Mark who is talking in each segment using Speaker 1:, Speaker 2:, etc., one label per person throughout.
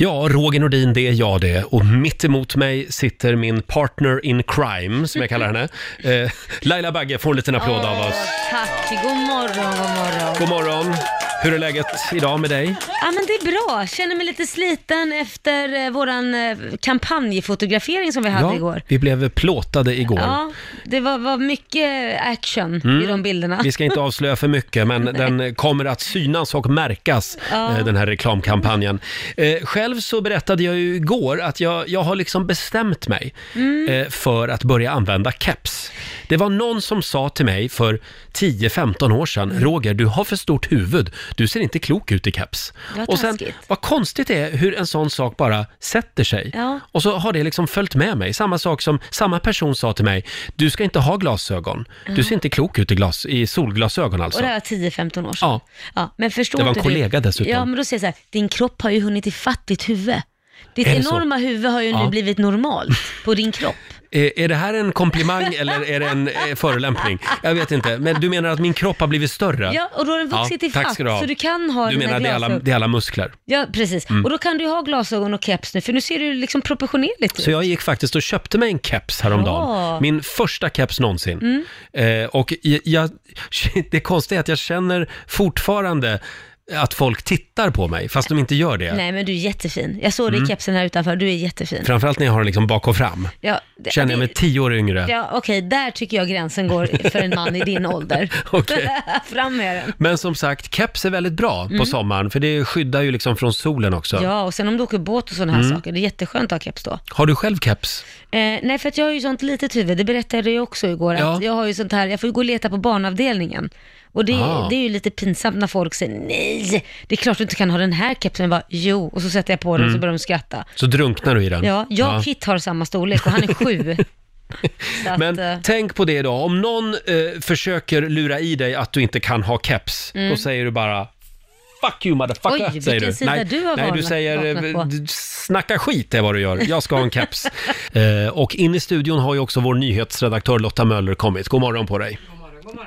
Speaker 1: Ja, Roger Nordin, det är jag det. Och mitt emot mig sitter min partner in crime, som jag kallar henne. Eh, Laila Bagge får en liten applåd av oss.
Speaker 2: Tack, god morgon, god morgon.
Speaker 1: God morgon! Hur är läget idag med dig?
Speaker 2: Ja men det är bra, känner mig lite sliten efter eh, våran eh, kampanjfotografering som vi hade igår.
Speaker 1: vi blev plåtade igår.
Speaker 2: Ja, det var, var mycket action i de bilderna.
Speaker 1: Mm. Vi ska inte avslöja för mycket, men den kommer att synas och märkas,
Speaker 2: Ja.
Speaker 1: eh, den här reklamkampanjen. Eh, själv så berättade jag ju igår att jag, jag har liksom bestämt mig
Speaker 2: Mm.
Speaker 1: eh, för att börja använda keps. Det var någon som sa till mig för 10-15 år
Speaker 2: Mm.
Speaker 1: sedan, Roger, du har för stort huvud, du ser inte klok ut i keps.
Speaker 2: Vad
Speaker 1: och sen,
Speaker 2: taskigt.
Speaker 1: vad konstigt det är hur en sån sak bara sätter sig.
Speaker 2: Ja.
Speaker 1: Och så har det liksom följt med mig. Samma sak som samma person sa till mig, du ska inte ha glasögon. Du ser inte klok ut i, glas, i solglasögon alltså.
Speaker 2: Mm. Och det här var 10-15 år sedan.
Speaker 1: Ja,
Speaker 2: Ja, men förstår
Speaker 1: Det var en
Speaker 2: inte
Speaker 1: kollega
Speaker 2: du?
Speaker 1: dessutom.
Speaker 2: Ja, men då säger jag så här, din kropp har ju hunnit ifatt ditt huvud. Ditt
Speaker 1: Är det så?
Speaker 2: enorma huvud har ju
Speaker 1: Ja.
Speaker 2: nu blivit normalt på din kropp.
Speaker 1: är, är det här en komplimang eller är det en eh, förolämpning? Jag vet inte, men du menar att min kropp har blivit större?
Speaker 2: Ja, och då har den vuxit
Speaker 1: Ja, tack
Speaker 2: ifatt,
Speaker 1: ska du ha.
Speaker 2: så du kan ha
Speaker 1: Du
Speaker 2: dina
Speaker 1: menar det är, alla, Mm.
Speaker 2: glasögon.
Speaker 1: det är alla muskler?
Speaker 2: Ja, precis. Och då kan du ju ha glasögon och keps nu, för nu ser du liksom proportionerligt ut.
Speaker 1: Så jag gick faktiskt och köpte mig en keps häromdagen.
Speaker 2: Bra.
Speaker 1: Min första keps
Speaker 2: Mm.
Speaker 1: någonsin. Eh, och i- jag, det konstiga är att jag känner fortfarande att folk tittar på mig, fast de inte gör det.
Speaker 2: Nej, men du är jättefin. Jag såg dig
Speaker 1: Mm.
Speaker 2: i kepsen här utanför, du är jättefin.
Speaker 1: Framförallt när jag har den liksom bak och fram.
Speaker 2: Ja, det-
Speaker 1: Känner jag mig
Speaker 2: det-
Speaker 1: tio år yngre.
Speaker 2: Ja, okej, där tycker jag gränsen går för en man i din ålder.
Speaker 1: Okej.
Speaker 2: Fram med den.
Speaker 1: Men som sagt, keps är väldigt bra på sommaren, för det skyddar ju liksom från solen också.
Speaker 2: Mm. Ja, och sen om du åker båt och sådana här
Speaker 1: Mm.
Speaker 2: saker, det är jätteskönt att ha keps då. Eh,
Speaker 1: Har du själv keps?
Speaker 2: nej, för att jag har ju sånt litet huvud, det berättade jag också igår,
Speaker 1: Ja.
Speaker 2: att jag har ju sånt här, jag får ju gå och leta på barnavdelningen. Och det,
Speaker 1: Ah.
Speaker 2: det är ju lite pinsamt när folk säger nej, det är klart du inte kan ha den här kepsen. Jag bara, jo, och så sätter jag på den och
Speaker 1: Mm.
Speaker 2: så börjar de skratta.
Speaker 1: Så drunknar du i den.
Speaker 2: Ja, jag och Kit har samma storlek och han är sju. så att,
Speaker 1: Men
Speaker 2: eh,
Speaker 1: tänk på det idag, om någon eh, försöker lura i dig att du inte kan ha keps, då säger du bara Fuck you
Speaker 2: Mm. Oj,
Speaker 1: motherfucker,
Speaker 2: vilken
Speaker 1: säger du.
Speaker 2: sida du har
Speaker 1: nej, du
Speaker 2: vaknat-
Speaker 1: säger
Speaker 2: vaknat
Speaker 1: eh,
Speaker 2: på.
Speaker 1: d- snacka skit är vad du gör, jag ska ha en keps. eh, och in i studion har ju också vår nyhetsredaktör Lotta Möller kommit. God morgon på dig.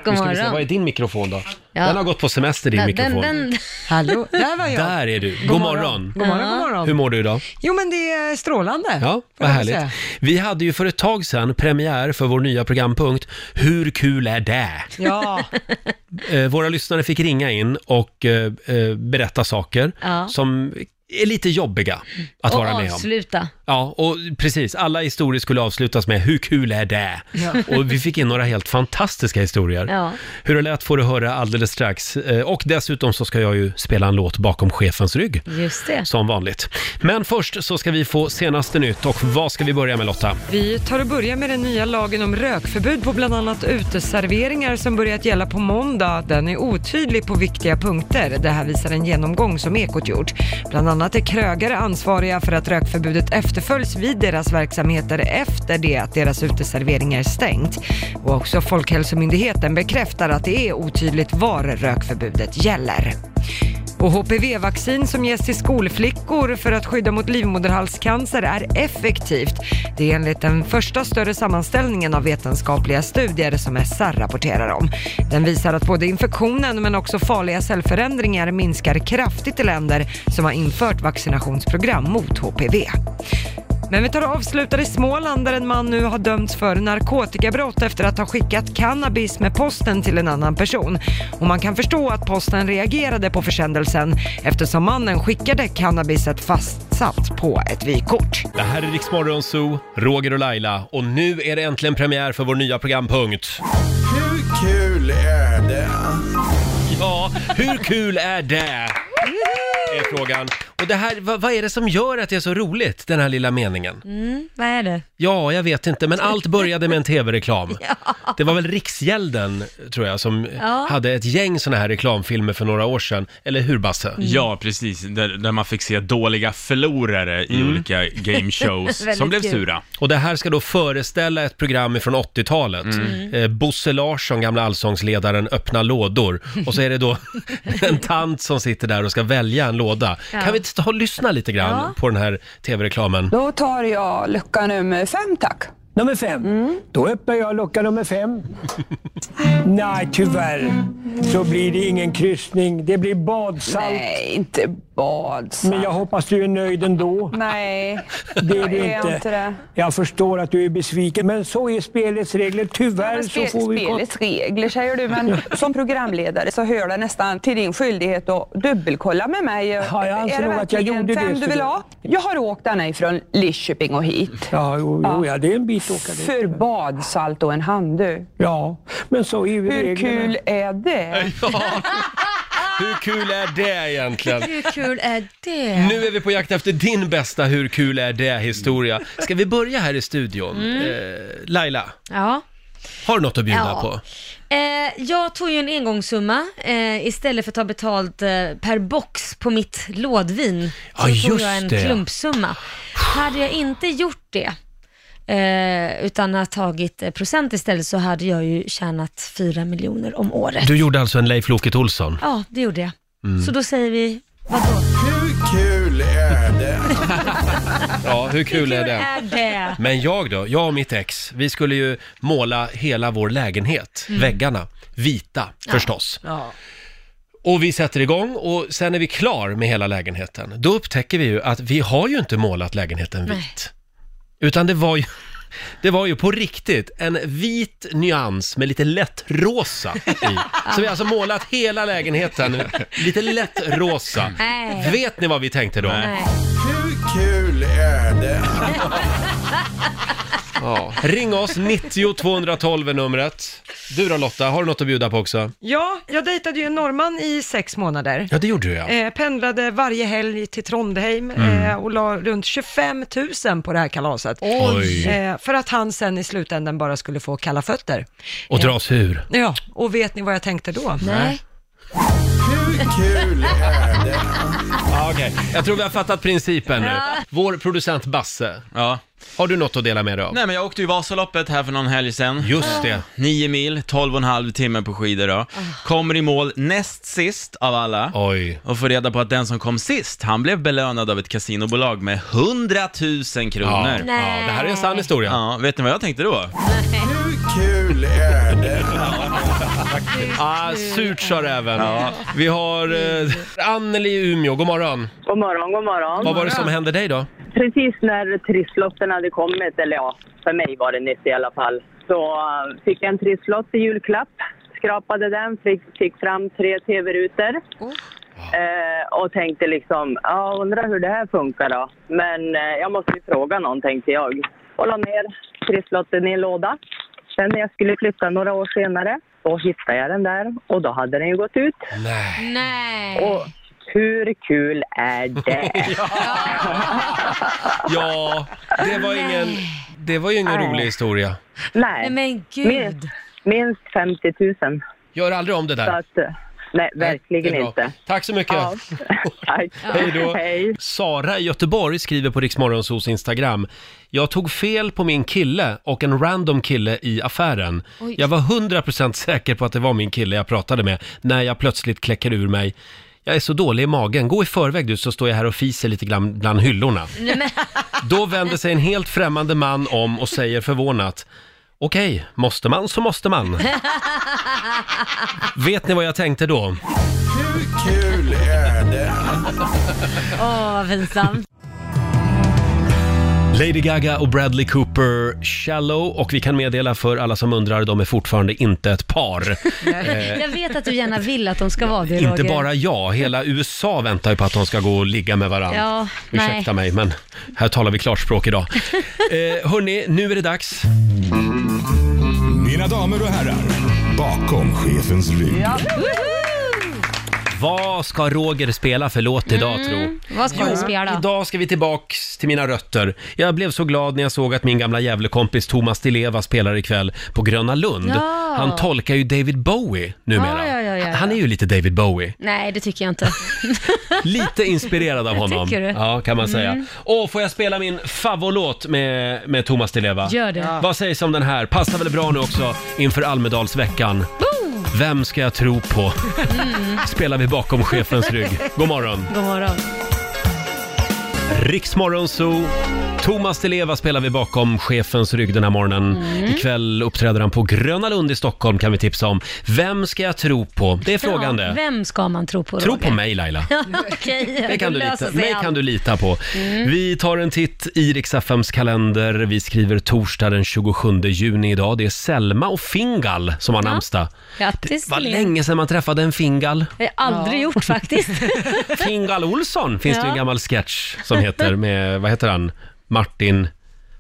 Speaker 2: god
Speaker 1: Nu ska vi se, vad är
Speaker 2: morgon.
Speaker 1: din mikrofon då?
Speaker 2: Ja.
Speaker 1: Den har gått på semester din
Speaker 2: Den, den,
Speaker 1: mikrofon.
Speaker 2: den,
Speaker 3: Hallå, där var jag.
Speaker 1: Där är du. God, morgon.
Speaker 3: God morgon, god
Speaker 1: Hur
Speaker 3: morgon.
Speaker 1: mår du idag?
Speaker 3: Jo men det är strålande.
Speaker 1: Ja,
Speaker 3: får
Speaker 1: vad
Speaker 3: jag
Speaker 1: härligt.
Speaker 3: säga.
Speaker 1: Vi hade ju för ett tag sedan premiär för vår nya programpunkt Hur kul är det?
Speaker 3: Ja,
Speaker 1: Eh, våra lyssnare fick ringa in och eh, eh, berätta saker
Speaker 2: Ja.
Speaker 1: som är lite jobbiga att
Speaker 2: och
Speaker 1: vara med om.
Speaker 2: avsluta.
Speaker 1: Ja, och precis. Alla historier skulle avslutas med “Hur kul är det?” och vi fick in några helt fantastiska historier.
Speaker 2: Ja.
Speaker 1: Hur det lät får du höra alldeles strax. Eh, Och dessutom så ska jag ju spela en låt bakom chefens rygg,
Speaker 2: Just det.
Speaker 1: som vanligt. Men först så ska vi få senaste nytt och vad ska vi börja med Lotta?
Speaker 3: vi tar och börjar med den nya lagen om rökförbud på bland annat uteserveringar som börjat gälla på måndag. Den är otydlig på viktiga punkter. Det här visar en genomgång som Ekot gjort. Bland annat är krögare ansvariga för att rökförbudet efterföljs vid deras verksamheter efter det att deras uteserveringar är stängt. Och också Folkhälsomyndigheten bekräftar att det är otydligt var rökförbudet gäller. Och HPV-vaccin som ges till skolflickor för att skydda mot livmoderhalscancer är effektivt. Det är enligt den första större sammanställningen av vetenskapliga studier som SR rapporterar om. Den visar att både infektionen men också farliga cellförändringar minskar kraftigt i länder som har infört vaccinationsprogram mot HPV. Men vi tar och avslutar i Småland där en man nu har dömts för narkotikabrott efter att ha skickat cannabis med posten till en annan person. Och man kan förstå att posten reagerade på försändelsen eftersom mannen skickade cannabiset fastsatt på ett vykort.
Speaker 1: Det här är Riksmorgon Zoo, Roger och Laila och nu är det äntligen premiär för vår nya programpunkt.
Speaker 4: Hur kul är det?
Speaker 1: Ja, hur kul är det? Är frågan. Och det här, vad, vad är det som gör att det är så roligt, den här lilla meningen?
Speaker 2: Vad är det?
Speaker 1: Ja, jag vet inte, men allt började med en tv-reklam. Det var väl Riksgälden, tror jag, som
Speaker 2: Ja.
Speaker 1: hade ett gäng såna här reklamfilmer för några år sedan. Eller hur, Basse?
Speaker 2: Mm.
Speaker 5: Ja, precis. Där, där man fick se dåliga förlorare i olika game shows
Speaker 2: Väldigt
Speaker 5: som blev
Speaker 2: kul.
Speaker 5: sura.
Speaker 1: Mm. Och det här ska då föreställa ett program från 80-talet.
Speaker 5: Mm.
Speaker 2: Mm.
Speaker 1: Eh, Bosse Larsson, gamla allsångsledaren, öppnar lådor. Och så är det då en tant som sitter där och ska välja en låda.
Speaker 2: Ja.
Speaker 1: Kan vi inte ta och lyssna lite grann
Speaker 2: Ja.
Speaker 1: på den här tv-reklamen?
Speaker 6: Då tar jag lucka nummer fem tack.
Speaker 7: Nummer fem.
Speaker 6: Mm.
Speaker 7: Då öppnar jag lucka nummer fem. Nej, tyvärr så blir det ingen kryssning. Det blir badsalt.
Speaker 6: Nej, inte Vad sa-
Speaker 7: Men jag hoppas du är nöjd ändå.
Speaker 6: Nej,
Speaker 7: Det är
Speaker 6: jag
Speaker 7: du
Speaker 6: är inte
Speaker 7: inte.
Speaker 6: det.
Speaker 7: Jag förstår att du är besviken, men så är spelets regler. Tyvärr
Speaker 6: Men
Speaker 7: så
Speaker 6: Spel,
Speaker 7: får vi...
Speaker 6: spelets regler säger du, men som programledare så hör det nästan till din skyldighet att dubbelkolla med mig.
Speaker 7: Ja, jag anser
Speaker 6: är det
Speaker 7: nog att jag
Speaker 6: verkligen
Speaker 7: gjorde
Speaker 6: fem
Speaker 7: det,
Speaker 6: du
Speaker 7: så
Speaker 6: vill
Speaker 7: det-
Speaker 6: ha? Jag har åkt den här ifrån Lidköping och hit.
Speaker 7: Ja, jo, jo, ja, det är en bit att åka dit.
Speaker 6: För badsalt och en handduk.
Speaker 7: Ja, men så är ju
Speaker 6: Hur
Speaker 7: reglerna.
Speaker 6: kul är det?
Speaker 1: Ja. Hur kul är det egentligen?
Speaker 2: Hur kul är det?
Speaker 1: Nu är vi på jakt efter din bästa Hur kul är det-historia. Ska vi börja här i studion?
Speaker 2: Mm.
Speaker 1: Eh, Laila,
Speaker 2: Ja.
Speaker 1: har du något att bjuda
Speaker 2: Ja.
Speaker 1: på?
Speaker 2: Eh, jag tog ju en engångssumma eh, istället för att ta betalt eh, per box på mitt lådvin.
Speaker 1: Ja,
Speaker 2: Så tog
Speaker 1: just
Speaker 2: jag en
Speaker 1: det.
Speaker 2: klumpsumma. Hade jag inte gjort det, eh, utan har tagit eh, procent istället, så hade jag ju tjänat 4 miljoner om året.
Speaker 1: Du Mm. gjorde alltså en Leif Loket Olsson.
Speaker 2: Ja, det gjorde jag. Så då säger vi, vadå?
Speaker 4: Hur kul är det?
Speaker 1: Ja, hur kul är det?
Speaker 2: är det?
Speaker 1: Men jag då, jag och mitt ex, vi skulle ju måla hela vår lägenhet, väggarna, vita förstås.
Speaker 2: Mm. Ja.
Speaker 1: Och vi sätter igång och sen är vi klar med hela lägenheten. Då upptäcker vi ju att vi har ju inte målat lägenheten vit.
Speaker 2: Nej.
Speaker 1: Utan det var ju, det var ju på riktigt en vit nyans med lite lätt rosa i. Så vi har alltså målat hela lägenheten lite lätt rosa.
Speaker 2: Nej.
Speaker 1: Vet ni vad vi tänkte då?
Speaker 5: Nej.
Speaker 2: Nej.
Speaker 4: Hur kul är det?
Speaker 1: Ja. Ring oss, 90 212 är numret. Du då Lotta, har du något att bjuda på också?
Speaker 3: Ja, jag dejtade ju en norrman i sex månader.
Speaker 1: Ja, Mm. det gjorde jag.
Speaker 3: Eh, pendlade varje helg till Trondheim eh, och la runt 25 000 på det här kalaset.
Speaker 1: Oj.
Speaker 3: Eh, för att han sen i slutändan bara skulle få kalla fötter.
Speaker 1: Och dra oss ur.
Speaker 3: Ja, och vet ni vad jag tänkte då?
Speaker 2: Nej.
Speaker 4: Hur kul är det?
Speaker 1: Ja, okej. Jag tror vi har fattat principen nu. Vår producent Basse,
Speaker 5: Ja.
Speaker 1: har du något att dela med dig av?
Speaker 5: Nej men jag åkte ju Vasaloppet här för någon helg sedan.
Speaker 1: Just det.
Speaker 5: Nio mil, 12 och en halv timme på skidor då. Kommer i mål näst sist av alla.
Speaker 1: Oj.
Speaker 5: Och får reda på att den som kom sist, han blev belönad av ett kasinobolag med 100 000 kronor. Ja.
Speaker 1: Ja, det här är en sann historia.
Speaker 5: vet ni vad jag tänkte då?
Speaker 4: Hur kul är det?
Speaker 1: Ah, surt sa räven. Vi har eh, Anneli i Umeå, god morgon.
Speaker 8: God morgon, god morgon.
Speaker 1: Vad var det som hände dig då?
Speaker 8: Precis när trisslotten hade kommit, eller ja, för mig var det nytt i alla fall, så eh, fick jag en trisslott i julklapp. Skrapade den, fick, fick fram tre tv-rutor.
Speaker 1: Oh.
Speaker 8: Eh, och tänkte liksom, ja undrar hur det här funkar då. Men eh, jag måste ju fråga någon tänkte jag. Och la ner trisslotten i en låda. Sen när jag skulle flytta några år senare, då hittade jag den där och då hade den ju gått ut.
Speaker 1: Nej.
Speaker 2: Nej.
Speaker 8: Och hur kul är det?
Speaker 1: Ja, det var ingen, det var ju ingen rolig historia.
Speaker 8: Nej.
Speaker 2: Nej men
Speaker 8: Minst,
Speaker 2: gud.
Speaker 8: minst 50 000.
Speaker 1: Gör aldrig om det
Speaker 8: Så
Speaker 1: där.
Speaker 8: att, eh, nej, verkligen
Speaker 1: Det är bra.
Speaker 8: inte.
Speaker 1: Tack så mycket.
Speaker 8: Ja. Tack.
Speaker 1: Hej då.
Speaker 8: Hej.
Speaker 1: Sara i Göteborg skriver på Riksmorgonsos Instagram. Jag tog fel på min kille och en random kille i affären.
Speaker 2: Oj.
Speaker 1: Jag var 100% säker på att det var min kille jag pratade med när jag plötsligt kläcker ur mig. Jag är så dålig i magen. Gå i förväg du så står jag här och fiser lite grann bland hyllorna. Då vänder sig en helt främmande man om och säger förvånat. Okej, måste man så måste man. Vet ni vad jag tänkte då?
Speaker 4: Hur kul är det?
Speaker 2: Åh, vad pinsamt.
Speaker 1: Lady Gaga och Bradley Cooper, Shallow. Och vi kan meddela för alla som undrar, de är fortfarande inte ett par. Eh,
Speaker 2: Jag vet att du gärna vill att de ska vara det,
Speaker 1: inte
Speaker 2: Roger.
Speaker 1: bara jag, hela USA väntar ju på att de ska gå och ligga med varandra.
Speaker 2: Ja,
Speaker 1: Ursäkta mig, men här talar vi klarspråk idag. Eh, hörni, nu är det dags.
Speaker 4: Mina damer och herrar, bakom chefens rygg.
Speaker 1: Vad ska Roger spela för låt idag,
Speaker 2: Mm.
Speaker 1: tro?
Speaker 2: Vad ska du spela?
Speaker 1: Idag ska vi tillbaks till mina rötter. Jag blev så glad när jag såg att min gamla Gävlekompis Thomas Di Leva spelar ikväll på Gröna Lund.
Speaker 2: Ja.
Speaker 1: Han tolkar ju David Bowie numera.
Speaker 2: Ja, ja, ja, ja, ja.
Speaker 1: Han är ju lite David Bowie.
Speaker 2: Nej, det tycker jag inte.
Speaker 1: Lite inspirerad av honom.
Speaker 2: Tycker Mm. du?
Speaker 1: Ja, kan man säga. Och får jag spela min favoritlåt med, med Thomas Di Leva?
Speaker 2: Gör det.
Speaker 1: Vad sägs om den här? Passar väl bra nu också inför Almedalsveckan. Vem ska jag tro på? Spelar vi bakom
Speaker 2: Mm.
Speaker 1: chefens rygg. God morgon.
Speaker 2: God morgon.
Speaker 1: Riksmorgon Zoo. Thomas Di Leva spelar vi bakom chefens rygg den här morgonen.
Speaker 2: Mm.
Speaker 1: Ikväll uppträder han på Gröna Lund i Stockholm kan vi tipsa om. Vem ska jag tro på? Det är frågan
Speaker 2: Ja,
Speaker 1: det.
Speaker 2: vem ska man tro på,
Speaker 1: Tro
Speaker 2: Roger?
Speaker 1: på mig Laila.
Speaker 2: Okej,
Speaker 1: Det kan, du
Speaker 2: löser
Speaker 1: lita,
Speaker 2: sig
Speaker 1: mig
Speaker 2: allt. Mm.
Speaker 1: kan du lita på. Vi tar en titt i Riks-FMs kalender. Vi skriver torsdag den 27 juni idag. Det är Selma och Fingal som har namnsdag.
Speaker 2: Grattis
Speaker 1: Vad
Speaker 2: till er.
Speaker 1: länge sedan man träffade en Fingal.
Speaker 2: Det har jag aldrig gjort faktiskt.
Speaker 1: Fingal Olsson finns det ju
Speaker 2: Ja.
Speaker 1: en gammal sketch som heter med, vad heter han, Martin,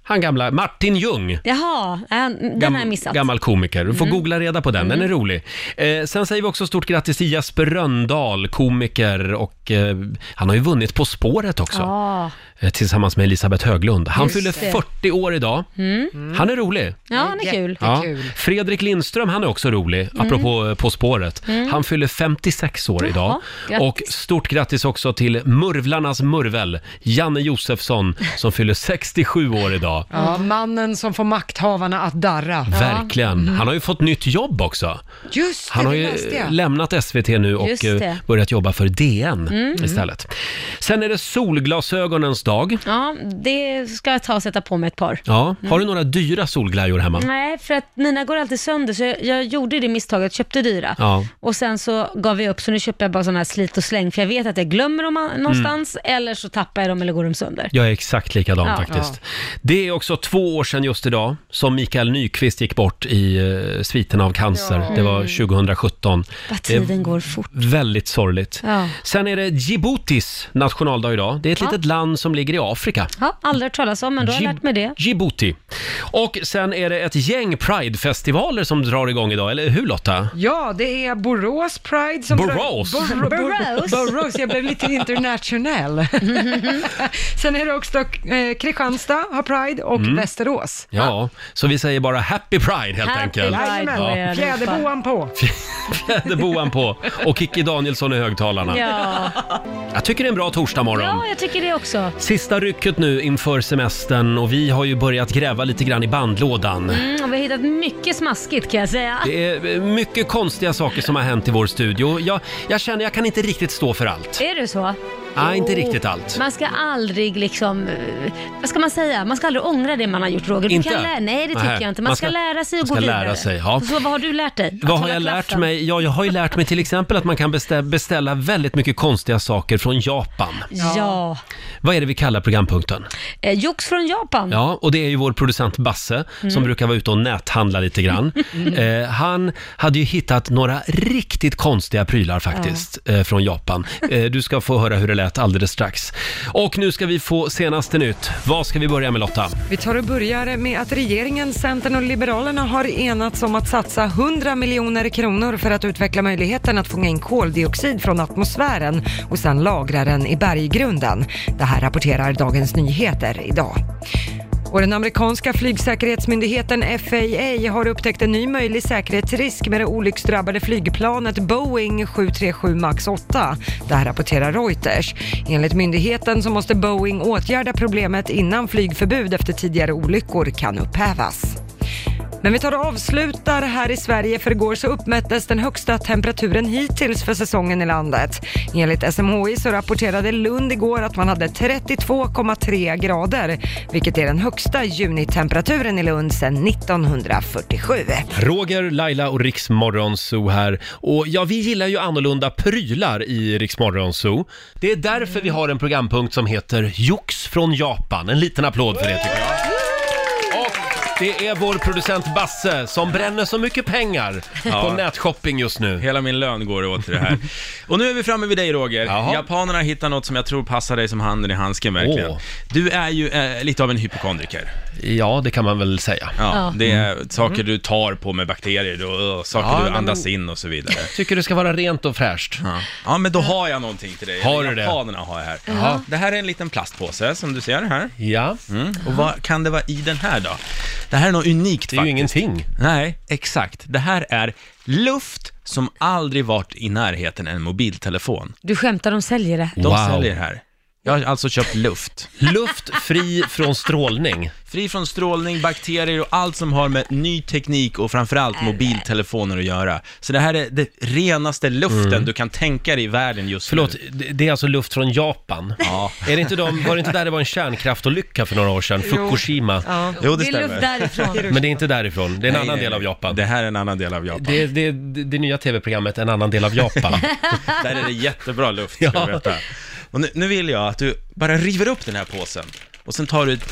Speaker 1: han gamla, Martin Ljung.
Speaker 2: Jaha, äh, den har jag missat. Mm.
Speaker 1: Gammal komiker. Du får googla reda på den, den är rolig. Eh, sen säger vi också stort grattis till Jesper Röndahl, komiker och eh, han har ju vunnit På spåret också.
Speaker 2: Ja,
Speaker 1: Eh, tillsammans med Elisabeth Höglund. Han fyller
Speaker 2: det.
Speaker 1: 40 år idag. Han är rolig.
Speaker 2: Mm. ja han är kul. Mm.
Speaker 1: Ja.
Speaker 3: Jättekul.
Speaker 1: Fredrik Lindström, han är också rolig, apropå eh, På spåret. Han fyller 56 år idag.
Speaker 2: grattis.
Speaker 1: Och stort grattis också till Murvlarnas Murvel, Janne Josefsson, som fyller 67 år idag.
Speaker 9: Ja, mannen som får makthavarna att darra.
Speaker 2: Mm.
Speaker 1: Verkligen. Han har ju fått nytt jobb också.
Speaker 9: Just det,
Speaker 1: Han har
Speaker 9: det
Speaker 1: ju
Speaker 9: läste jag.
Speaker 1: lämnat SVT nu och
Speaker 2: Just
Speaker 1: eh,
Speaker 2: det. Mm.
Speaker 1: börjat jobba för DN istället. Sen är det solglasögonens dag.
Speaker 2: Ja, det ska jag ta och sätta på mig ett par.
Speaker 1: Ja, har du några dyra solglajjor hemma?
Speaker 2: Mm. Nej, för att mina går alltid sönder så jag, jag gjorde det misstaget, köpte dyra.
Speaker 1: Ja.
Speaker 2: Och sen så gav jag upp, så nu köper jag bara sådana här slit och släng, för jag vet att jag glömmer dem an- någonstans,
Speaker 1: Mm.
Speaker 2: eller så tappar jag dem eller går de sönder.
Speaker 1: Jag är exakt likadan
Speaker 2: Ja.
Speaker 1: faktiskt. Det är också två år sedan just idag som Mikael Nyqvist gick bort i eh, sviten av cancer. Det var 2017.
Speaker 2: Mm. Vad
Speaker 1: Det är
Speaker 2: tiden går fort.
Speaker 1: Väldigt sorgligt.
Speaker 2: Ja.
Speaker 1: Sen är det Djiboutis nationaldag idag. Det är ett litet land som ligger i Afrika.
Speaker 2: Ja, aldrig hört talas om, men då har jag
Speaker 1: Djib-
Speaker 2: lärt mig det.
Speaker 1: Djibouti. Och sen är det ett gäng Pride-festivaler som drar igång idag, eller hur Lotta?
Speaker 3: Ja, det är Borås Pride som...
Speaker 1: Borås?
Speaker 3: Bor-
Speaker 2: Borås?
Speaker 3: Borås? Borås, jag blev lite internationell. Sen är det också eh, Kristianstad har Pride och Västerås.
Speaker 1: Ja, så vi säger bara Happy Pride helt
Speaker 2: Happy
Speaker 1: enkelt.
Speaker 2: Pride. på er
Speaker 3: Jajamän,
Speaker 2: allihopa.
Speaker 3: fjäderboan på.
Speaker 1: Fjäderboan på och Kikki Danielsson i högtalarna.
Speaker 2: Ja.
Speaker 1: Jag tycker det är en bra torsdagmorgon.
Speaker 2: ja, jag tycker det också.
Speaker 1: Sista rycket nu inför semestern och vi har ju börjat gräva lite grann i bandlådan.
Speaker 2: Mm, och vi har hittat mycket smaskigt kan jag säga.
Speaker 1: Det är eh, mycket konstiga saker som har hänt i vår studio. Jag, jag känner jag kan inte riktigt stå för allt.
Speaker 2: Är det så?
Speaker 1: Nej, inte riktigt allt.
Speaker 2: Man ska aldrig liksom, eh, vad ska man säga, man ska aldrig ångra det man har gjort Roger. Du
Speaker 1: Inte?
Speaker 2: Kan lära, nej det tycker
Speaker 1: Nej.
Speaker 2: jag inte. Man,
Speaker 1: Man
Speaker 2: ska,
Speaker 1: ska-
Speaker 2: lära sig
Speaker 1: man
Speaker 2: och
Speaker 1: ska
Speaker 2: gå
Speaker 1: lära
Speaker 2: vidare.
Speaker 1: sig, ja.
Speaker 2: Så vad har du lärt dig? Att
Speaker 1: Vad har
Speaker 2: hålla
Speaker 1: jag lärt
Speaker 2: klaffen.
Speaker 1: mig? Ja, jag har ju lärt mig till exempel att man kan bestä- beställa väldigt mycket konstiga saker från Japan.
Speaker 2: Ja.
Speaker 1: Vad är det vi kallar programpunkten?
Speaker 2: Eh, jox från Japan.
Speaker 1: Ja, och det är ju vår producent Basse
Speaker 2: Mm.
Speaker 1: som brukar vara ute och näthandla lite grann. Eh, han hade ju hittat några riktigt konstiga prylar faktiskt eh, från Japan. Eh, du ska få höra hur det lät alldeles strax. Och nu ska vi få senaste nytt. Vad ska vi börja med Lotta?
Speaker 3: Vi tar och börjar med att regeringen, Centern och Liberalerna har enats om att satsa 100 miljoner kronor för att utveckla möjligheten att fånga in koldioxid från atmosfären och sedan lagra den i berggrunden. Det här rapporterar Dagens Nyheter idag. Och den amerikanska flygsäkerhetsmyndigheten FAA har upptäckt en ny möjlig säkerhetsrisk med det olycksdrabbade flygplanet Boeing 737 MAX 8. Det här rapporterar Reuters. Enligt myndigheten så måste Boeing åtgärda problemet innan flygförbud efter tidigare olyckor kan upphävas. Men vi tar och avslutar här i Sverige för igår så uppmättes den högsta temperaturen hittills för säsongen i landet. Enligt SMHI så rapporterade Lund igår att man hade 32,3 grader, vilket är den högsta junitemperaturen i Lund sedan 1947.
Speaker 1: Roger, Laila och Riks Morgonzoo här. Och ja, vi gillar ju annorlunda prylar i Riks Morgonzoo. Det är därför vi har en programpunkt som heter Jox från Japan. En liten applåd för det tycker jag. Och Det är vår producent Basse som bränner så mycket pengar på
Speaker 5: Ja.
Speaker 1: nätshopping just nu.
Speaker 5: Hela min lön går åt till det här. Och nu är vi framme vid dig Roger.
Speaker 1: Jaha.
Speaker 5: Japanerna hittar något som jag tror passar dig som handen i handsken verkligen.
Speaker 1: Åh.
Speaker 5: Du är ju eh, lite av en hypokondriker.
Speaker 1: Ja, det kan man väl säga. Mm.
Speaker 5: Ja,
Speaker 2: Ja.
Speaker 5: Det är saker du tar på med bakterier och, och saker
Speaker 1: Ja,
Speaker 5: du
Speaker 1: men-
Speaker 5: andas in och så vidare.
Speaker 1: Tycker det ska vara rent och fräscht.
Speaker 5: Ja. ja, men då har jag någonting till dig.
Speaker 1: Har du det?
Speaker 5: Japanerna har jag här. Det här är en liten plastpåse som du ser här.
Speaker 1: Ja,
Speaker 5: Mm. Och vad kan det vara i den här då? Det här är något unikt
Speaker 1: det är ju
Speaker 5: faktiskt.
Speaker 1: ingenting.
Speaker 5: Nej, exakt. Det här är luft som aldrig varit i närheten en mobiltelefon.
Speaker 2: Du skämtar, de säljer det.
Speaker 5: De
Speaker 1: Wow.
Speaker 5: säljer det här. Jag har alltså köpt luft.
Speaker 1: Luft fri från strålning.
Speaker 5: Fri från strålning, bakterier och allt som har med ny teknik och framförallt mobiltelefoner att göra. Så det här är det renaste luften du kan tänka dig i världen just
Speaker 1: Mm. Förlåt,
Speaker 5: nu.
Speaker 1: det- det är alltså luft från Japan.
Speaker 5: Ja.
Speaker 1: Är det inte de, var det inte där det var en kärnkraftolycka för några år sedan? Fukushima.
Speaker 9: Ja.
Speaker 5: Jo, det
Speaker 2: Det är luft
Speaker 5: stämmer.
Speaker 2: därifrån.
Speaker 1: Men det är inte därifrån, det är en
Speaker 5: Nej,
Speaker 1: annan
Speaker 5: nej,
Speaker 1: del av
Speaker 5: nej.
Speaker 1: Japan.
Speaker 5: Det här är en annan del av Japan.
Speaker 1: Det, det, det, det nya tv-programmet En annan del av Japan.
Speaker 5: Där är det jättebra luft, ska
Speaker 1: Ja.
Speaker 5: du veta. Och nu, nu vill jag att du bara river upp den här påsen och sen tar du ett, ett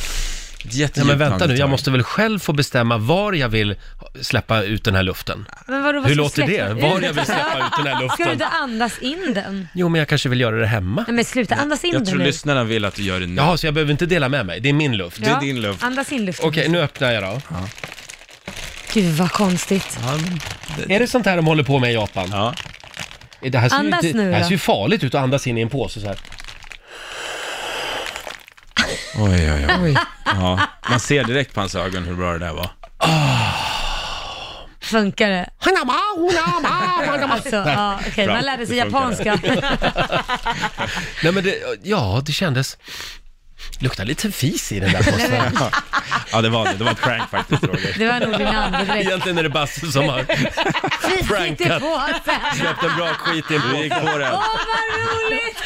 Speaker 5: jättedjupt
Speaker 1: Nej, men vänta nu, jag
Speaker 5: andetag.
Speaker 1: måste väl själv få bestämma var jag vill släppa ut den här luften.
Speaker 2: Men vadå, vad
Speaker 1: Hur
Speaker 2: ska
Speaker 1: låter
Speaker 2: släppa-
Speaker 1: det? Var jag vill släppa ut den här
Speaker 2: Ska du
Speaker 1: luften?
Speaker 2: inte andas in den?
Speaker 1: Jo, men jag kanske vill göra det hemma.
Speaker 2: Nej men sluta, andas in
Speaker 5: Jag
Speaker 2: den
Speaker 5: tror
Speaker 2: nu.
Speaker 5: lyssnarna vill att du gör det nu.
Speaker 1: Jaha, så jag behöver inte dela med mig, det är min luft.
Speaker 5: det är din luft.
Speaker 2: Andas in luften.
Speaker 1: Okej, nu öppnar jag då.
Speaker 2: Gud vad konstigt.
Speaker 1: Är det sånt här de håller på med i Japan?
Speaker 5: Ja.
Speaker 1: Det här ser,
Speaker 2: Andas
Speaker 1: ju, inte-
Speaker 2: nu
Speaker 1: det här
Speaker 2: då.
Speaker 1: ser ju farligt ut att andas in i en påse så här.
Speaker 5: Oj, oj, oj. Ja. Man ser direkt på hans ögon hur bra det där var.
Speaker 2: Funkar det? Alltså, ja, okej,
Speaker 5: Bra,
Speaker 2: man lärde sig
Speaker 5: det funkar.
Speaker 2: japanska.
Speaker 1: Nej men det, ja, det kändes... Luktar lite fis i den där påsen.
Speaker 5: Ja, det var det. Det var ett prank faktiskt, Roger.
Speaker 2: Det var nog din andedräkt.
Speaker 1: Egentligen är det Basse som har
Speaker 2: Fis inte
Speaker 1: Prankat.
Speaker 2: på sen.
Speaker 1: släppt en bra skit i en
Speaker 5: Du gick
Speaker 1: påse.
Speaker 5: på den.
Speaker 2: Åh vad roligt!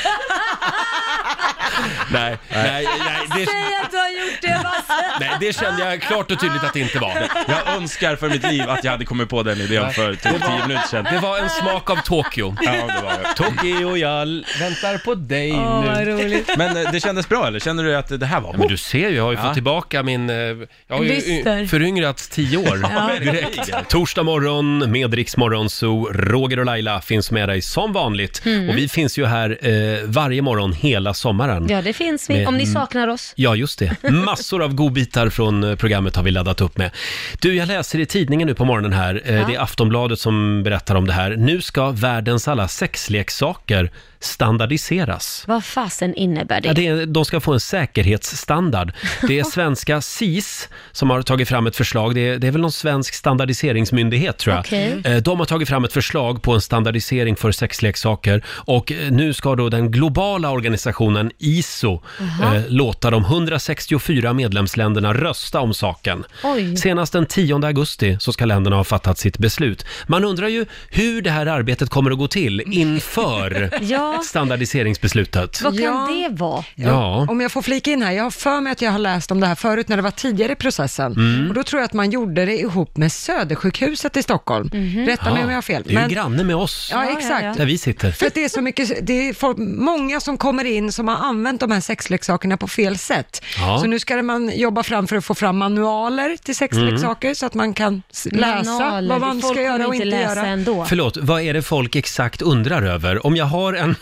Speaker 1: Nej, nej, nej, det,
Speaker 2: Säg att du har gjort det Basse.
Speaker 1: nej, det kände jag klart och tydligt att det inte var.
Speaker 5: Jag önskar för mitt liv att jag hade kommit på den idén för typ tio minuter sedan.
Speaker 1: Det var en smak av Tokyo.
Speaker 5: Ja, det var det.
Speaker 1: Tokyo, jag l- väntar på dig
Speaker 2: Åh vad
Speaker 1: nu.
Speaker 2: roligt.
Speaker 5: Men eh, det kändes bra, eller? Känner du att det här var...
Speaker 1: Ja, men du ser ju, jag har ju
Speaker 5: Ja.
Speaker 1: fått tillbaka min... eh, Jag har ju
Speaker 2: Lyster.
Speaker 1: y- föryngrats tio år direkt. Torsdag morgon med Rix Morgon, så Roger och Laila finns med dig som vanligt.
Speaker 2: Mm.
Speaker 1: Och vi finns ju här eh, varje morgon hela sommaren. Mm.
Speaker 2: Ja det finns vi, om ni saknar oss.
Speaker 1: Ja, just det. Massor av godbitar från eh, programmet har vi laddat upp med. Du, jag läser i tidningen nu på morgonen här. Eh, Det är Aftonbladet som berättar om det här. Nu ska världens alla sexleksaker standardiseras.
Speaker 2: Vad fasen innebär
Speaker 1: Ja,
Speaker 2: det?
Speaker 1: det är, de ska få en säkerhetsstandard. Det är svenska SIS som har tagit fram ett förslag. Det är, det är väl någon svensk standardiseringsmyndighet tror jag.
Speaker 2: Okej.
Speaker 1: Eh, De har tagit fram ett förslag på en standardisering för sexleksaker och eh, nu ska då den globala organisationen ISO eh, låta de 164 medlemsländerna rösta om saken.
Speaker 2: Oj.
Speaker 1: Senast den 10 augusti så ska länderna ha fattat sitt beslut. Man undrar ju hur det här arbetet kommer att gå till inför
Speaker 2: Ja.
Speaker 1: standardiseringsbeslutet.
Speaker 2: Vad kan
Speaker 9: Ja.
Speaker 2: det vara?
Speaker 1: Ja.
Speaker 9: Om jag får flika in här, jag har för mig att jag har läst om det här förut när det var tidigare i processen.
Speaker 1: Mm.
Speaker 9: Och då tror jag att man gjorde det ihop med Södersjukhuset i Stockholm.
Speaker 2: Mhm.
Speaker 9: Rätta mig om jag har fel.
Speaker 1: Mhm. Det är ju granne med oss,
Speaker 9: ja,
Speaker 2: Ja, ja,
Speaker 9: exakt.
Speaker 2: ja.
Speaker 1: där vi sitter.
Speaker 9: För att det är så mycket, det är folk, många som kommer in som har använt de här sexleksakerna på fel sätt.
Speaker 1: Ja.
Speaker 9: Så nu ska man jobba fram för att få fram manualer till sexleksaker
Speaker 1: Mm.
Speaker 9: så att man kan s- läsa
Speaker 2: Manualer,
Speaker 9: vad man
Speaker 2: folk
Speaker 9: ska göra
Speaker 2: kommer
Speaker 9: och inte
Speaker 2: läsa
Speaker 9: göra.
Speaker 2: Ändå.
Speaker 1: Förlåt, vad är det folk exakt undrar över? Om jag har en,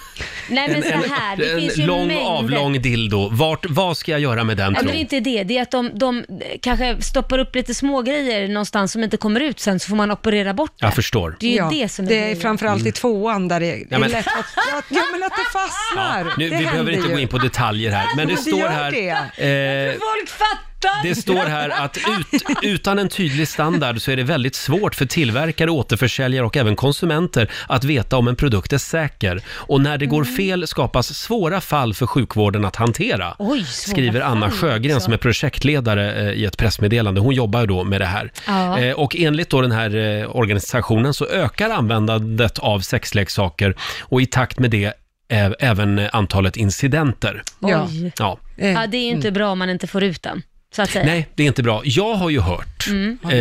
Speaker 2: Nej men
Speaker 1: en,
Speaker 2: så här, det
Speaker 1: en
Speaker 2: finns ju
Speaker 1: lång
Speaker 2: mängder.
Speaker 1: avlång dildo, Vart, vad ska jag göra med den
Speaker 2: Nej,
Speaker 1: tro?
Speaker 2: men det är inte det. Det är att de, de kanske stoppar upp lite små grejer någonstans som inte kommer ut sen, så får man operera bort det.
Speaker 1: Jag förstår.
Speaker 2: Det är ju det som är
Speaker 9: det är
Speaker 2: grejen.
Speaker 9: framförallt i tvåan där det
Speaker 1: Mm. Ja,
Speaker 9: är
Speaker 1: men-
Speaker 9: lätt att, att, ja, men att det fastnar.
Speaker 1: Nu,
Speaker 9: det
Speaker 1: vi behöver
Speaker 9: händer
Speaker 1: inte
Speaker 9: ju.
Speaker 1: gå in på detaljer här, men det
Speaker 9: men det
Speaker 1: står
Speaker 9: gör
Speaker 1: här... eh,
Speaker 2: Folk fattar!
Speaker 1: Det står här att ut, utan en tydlig standard så är det väldigt svårt för tillverkare, återförsäljare och även konsumenter att veta om en produkt är säker. Och när det går
Speaker 2: Mm.
Speaker 1: fel skapas svåra fall för sjukvården att hantera.
Speaker 2: Oj, svåra
Speaker 1: skriver Anna
Speaker 2: fall alltså.
Speaker 1: Sjögren
Speaker 2: också.
Speaker 1: som är projektledare eh, i ett pressmeddelande. Hon jobbar ju då med det här.
Speaker 2: Ja.
Speaker 1: Eh, Och enligt då den här eh, organisationen så ökar användandet av sexleksaker och i takt med det eh, även eh, antalet incidenter.
Speaker 9: Ja.
Speaker 2: Oj.
Speaker 1: Ja.
Speaker 9: Eh,
Speaker 2: Ja, det är ju inte bra om man inte får ut den, så att säga. Mm.
Speaker 1: Nej, det är inte bra. Jag har ju hört. eh,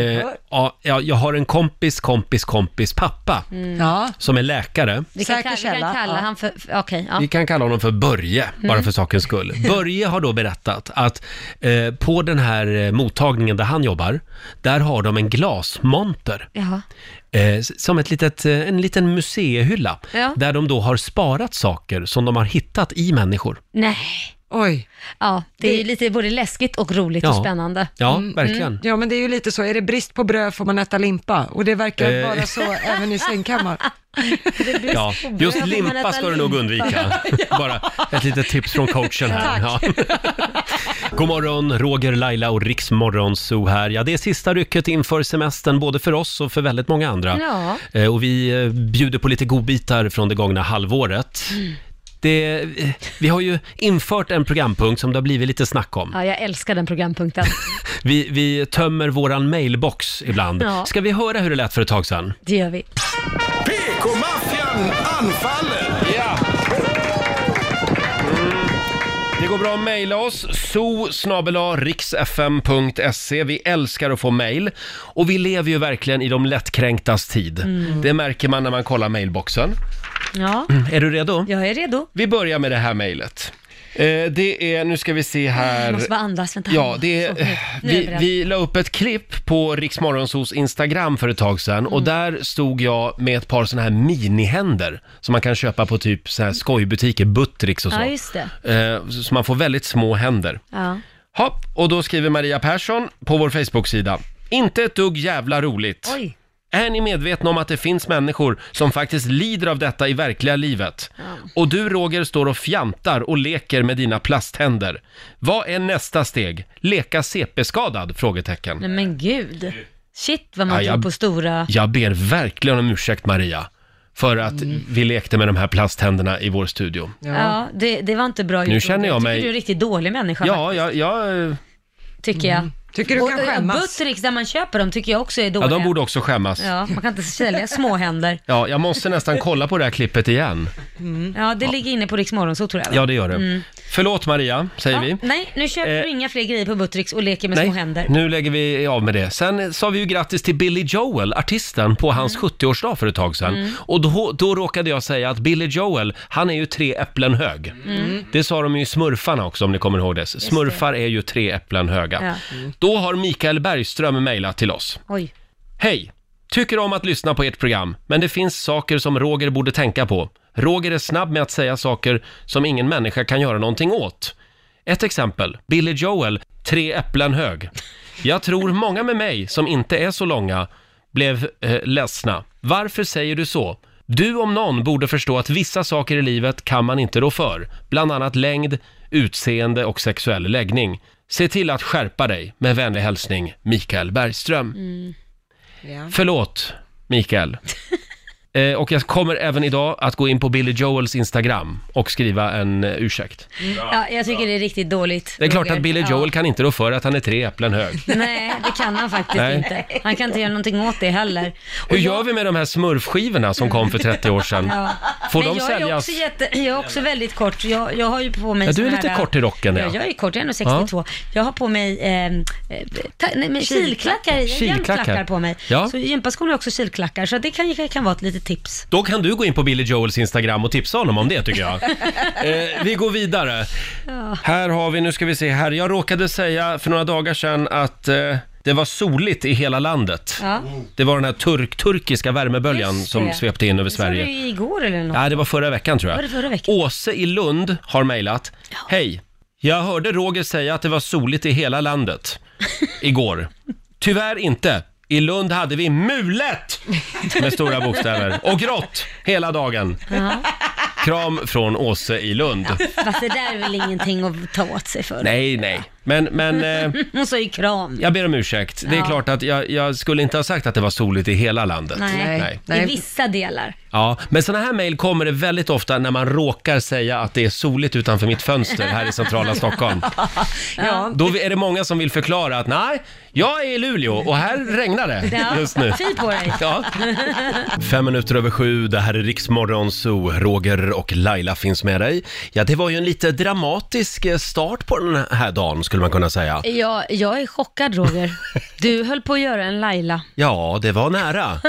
Speaker 1: ja, ja, jag har en kompis, kompis, kompis pappa
Speaker 9: Ja.
Speaker 1: som är läkare.
Speaker 2: Vi Mm. kan,
Speaker 9: Säker
Speaker 2: kalla- vi
Speaker 9: källa,
Speaker 2: kan kalla
Speaker 9: ja.
Speaker 2: han för... Okej, ja. Mm.
Speaker 1: Vi kan kalla honom för Börje, bara för sakens skull. Börje har då berättat att eh, på den här eh, mottagningen där han jobbar, där har de en glasmonter.
Speaker 2: Jaha.
Speaker 1: Eh, s- som ett litet, eh, en liten museihylla,
Speaker 2: Ja.
Speaker 1: där de då har sparat saker som de har hittat i människor.
Speaker 2: Nej.
Speaker 9: Oj.
Speaker 2: Ja, det är ju lite både läskigt och roligt och
Speaker 1: Ja.
Speaker 2: spännande.
Speaker 1: Ja, verkligen.
Speaker 9: Mm. Ja, men det är ju lite så. Är det brist på bröd får man äta limpa. Och det verkar
Speaker 1: Eh.
Speaker 9: vara så även i sängkammaren.
Speaker 1: Ja, just
Speaker 2: bröd. Man
Speaker 1: limpa
Speaker 2: äter
Speaker 1: ska du nog
Speaker 2: limpa.
Speaker 1: undvika. Bara ett litet tips från coachen här. Ja. God morgon, Roger, Laila och Riksmorgon Zoo här. Ja, det är sista rycket inför semestern, både för oss och för väldigt många andra.
Speaker 2: Ja.
Speaker 1: Eh, Och vi eh, bjuder på lite godbitar från det gångna halvåret. det, eh, vi har ju infört en programpunkt som det har blivit lite snack om.
Speaker 2: Ja, jag älskar den programpunkten.
Speaker 1: Vi, vi tömmer våran mailbox ibland.
Speaker 2: Ja.
Speaker 1: Ska vi höra hur det lät för ett tag sedan?
Speaker 2: Det gör vi.
Speaker 4: PK-maffian anfaller!
Speaker 1: Ja. Det går bra att mejla oss, so riksfm.se. Vi älskar att få mejl. Och vi lever ju verkligen i de lättkränktas tid.
Speaker 2: Mm.
Speaker 1: Det märker man när man kollar mejlboxen. Mm.
Speaker 2: Ja,
Speaker 1: Är du redo?
Speaker 2: jag är redo.
Speaker 1: Vi börjar med det här mejlet. Eh, det är, nu ska vi se här.
Speaker 2: Jag måste bara andas, vänta.
Speaker 1: Ja, det
Speaker 2: Så, nu-
Speaker 1: är,
Speaker 2: nu är jag
Speaker 1: vi,
Speaker 2: beredd.
Speaker 1: vi la upp ett klipp på Riksmorgonsos Instagram för ett tag sedan
Speaker 2: Mm.
Speaker 1: och där stod jag med ett par sådana här minihänder som man kan köpa på typ så här skojbutiker, Buttricks och så.
Speaker 2: Ja, just det.
Speaker 1: Eh, så så man får väldigt små händer.
Speaker 2: Ja.
Speaker 1: Hopp, och då skriver Maria Persson på vår Facebook-sida. Inte ett dugg jävla roligt.
Speaker 2: Oj.
Speaker 1: Är ni medvetna om att det finns människor som faktiskt lider av detta i verkliga livet? Och du Roger står och fjantar och leker med dina plasthänder. Vad är nästa steg? Leka CP-skadad? Frågetecken.
Speaker 2: Nej men gud. Shit vad man
Speaker 1: Ja, jag-
Speaker 2: tror på stora...
Speaker 1: Jag ber verkligen om ursäkt Maria, för att
Speaker 2: Mm.
Speaker 1: vi lekte med de här plasthänderna i vår studio.
Speaker 2: Ja, det, det var inte bra gjort.
Speaker 1: känner jag
Speaker 2: tycker
Speaker 1: mig-
Speaker 2: du är en riktigt dålig människa,
Speaker 1: Ja, jag, jag, Mm.
Speaker 2: tycker jag.
Speaker 9: Tycker du
Speaker 2: Och,
Speaker 9: kan
Speaker 2: och
Speaker 9: skämmas?
Speaker 2: Buttericks, där man köper dem, tycker jag också är
Speaker 1: ja,
Speaker 2: dåliga.
Speaker 1: de borde också skämmas.
Speaker 2: Ja, man kan inte sälja småhänder.
Speaker 1: Ja, jag måste nästan kolla på det här klippet igen.
Speaker 2: Ja, det ligger inne på Rix så tror jag.
Speaker 1: Mm.
Speaker 2: Mm.
Speaker 1: Ja, det gör det. Förlåt Maria, säger
Speaker 2: Ja,
Speaker 1: vi.
Speaker 2: Nej, nu köper
Speaker 1: Eh,
Speaker 2: du inga fler grejer på Buttericks och leker med små händer.
Speaker 1: nu lägger vi av med det. Sen sa vi ju grattis till Billy Joel, artisten, på
Speaker 2: Mm.
Speaker 1: hans 70-årsdag för ett tag sedan. Och då, då råkade jag säga att Billy Joel, han är ju tre äpplen hög.
Speaker 2: Mm.
Speaker 1: Det sa de ju i Smurfarna också om ni kommer ihåg det. Smurfar är ju tre äpplen höga.
Speaker 2: Ja.
Speaker 5: Mm.
Speaker 1: Då har Mikael Bergström mejlat till oss.
Speaker 2: Oj.
Speaker 1: Hej! Tycker om att lyssna på ert program, men det finns saker som Roger borde tänka på. Roger är snabb med att säga saker som ingen människa kan göra någonting åt. Ett exempel, Billy Joel, tre äpplen hög. Jag tror många med mig, som inte är så långa, blev eh, ledsna. Varför säger du så? Du om någon borde förstå att vissa saker i livet kan man inte rå för. Bland annat längd, utseende och sexuell läggning. Se till att skärpa dig. Med vänlig hälsning, Mikael Bergström.
Speaker 2: Mm.
Speaker 1: Förlåt, Mikael. Eh, och jag kommer även idag att gå in på Billy Joels Instagram och skriva en eh, ursäkt.
Speaker 2: Mm. Ja, jag tycker det är riktigt dåligt.
Speaker 1: Det är klart
Speaker 2: Roger.
Speaker 1: att Billy
Speaker 2: Ja.
Speaker 1: Joel kan inte rå för att han är tre äpplen hög.
Speaker 2: Nej, det kan han faktiskt
Speaker 1: Nej.
Speaker 2: inte. Han kan inte göra någonting åt det heller.
Speaker 1: Hur gör vi med de här smurfskivorna som kom för 30 år sedan?
Speaker 2: Ja.
Speaker 1: Får
Speaker 2: Men
Speaker 1: de
Speaker 2: jag Är
Speaker 1: säljas?
Speaker 2: också jätte, jag är också väldigt kort. Jag, jag har ju på mig
Speaker 1: Ja, du är
Speaker 2: sån
Speaker 1: lite
Speaker 2: här,
Speaker 1: kort i rocken, ja.
Speaker 2: ja. jag är kort. Jag är nog 62. Jag har på mig eh, ta, nej, men kilklackar. i. Jag har
Speaker 1: Kilklackar.
Speaker 2: klackar på mig.
Speaker 1: Ja.
Speaker 2: Så i gympaskon har jag också kilklackar. Så det kan, kan vara ett litet tips.
Speaker 1: Då kan du gå in på Billy Joels Instagram och tipsa honom om det tycker jag. Eh, vi går vidare. Här har vi, nu ska vi se här. Jag råkade säga för några dagar sedan att eh, det var soligt i hela landet.
Speaker 2: Ja.
Speaker 1: Det var den här turk turkiska värmeböljan
Speaker 2: Just
Speaker 1: som
Speaker 2: det.
Speaker 1: svepte in över
Speaker 2: Sa du
Speaker 1: Sverige.
Speaker 2: igår eller något?
Speaker 1: Ja, det var förra veckan tror jag.
Speaker 2: Var det förra veckan?
Speaker 1: Åse i Lund har mejlat. Hej! Jag hörde Roger säga att det var soligt i hela landet igår. Tyvärr inte. I Lund hade vi mulet med stora bokstäver och grått hela dagen. Kram från Åse i Lund.
Speaker 2: Fast det där är väl ingenting att ta åt sig för.
Speaker 1: Nej, nej. Men, men eh,
Speaker 2: Hon sa ju kram.
Speaker 1: jag ber om ursäkt. Det är
Speaker 2: Ja.
Speaker 1: klart att jag, jag skulle inte ha sagt att det var soligt i hela landet.
Speaker 2: Nej.
Speaker 1: Nej.
Speaker 2: I vissa delar.
Speaker 1: Ja, men sådana här mejl kommer det väldigt ofta när man råkar säga att det är soligt utanför mitt fönster här i centrala Stockholm.
Speaker 9: Ja.
Speaker 1: Då är det många som vill förklara att nej, jag är i Luleå och här regnar det
Speaker 2: Ja.
Speaker 1: just nu.
Speaker 2: Fy på dig.
Speaker 1: Ja. Fem minuter över sju, det här är Riksmorgon Zoo. Roger och Laila finns med dig. Ja, det var ju en lite dramatisk eh, start på den här dagen skulle man kunna säga.
Speaker 2: Ja, jag är chockad Roger. Du höll på att göra en Laila.
Speaker 1: Ja, det var nära.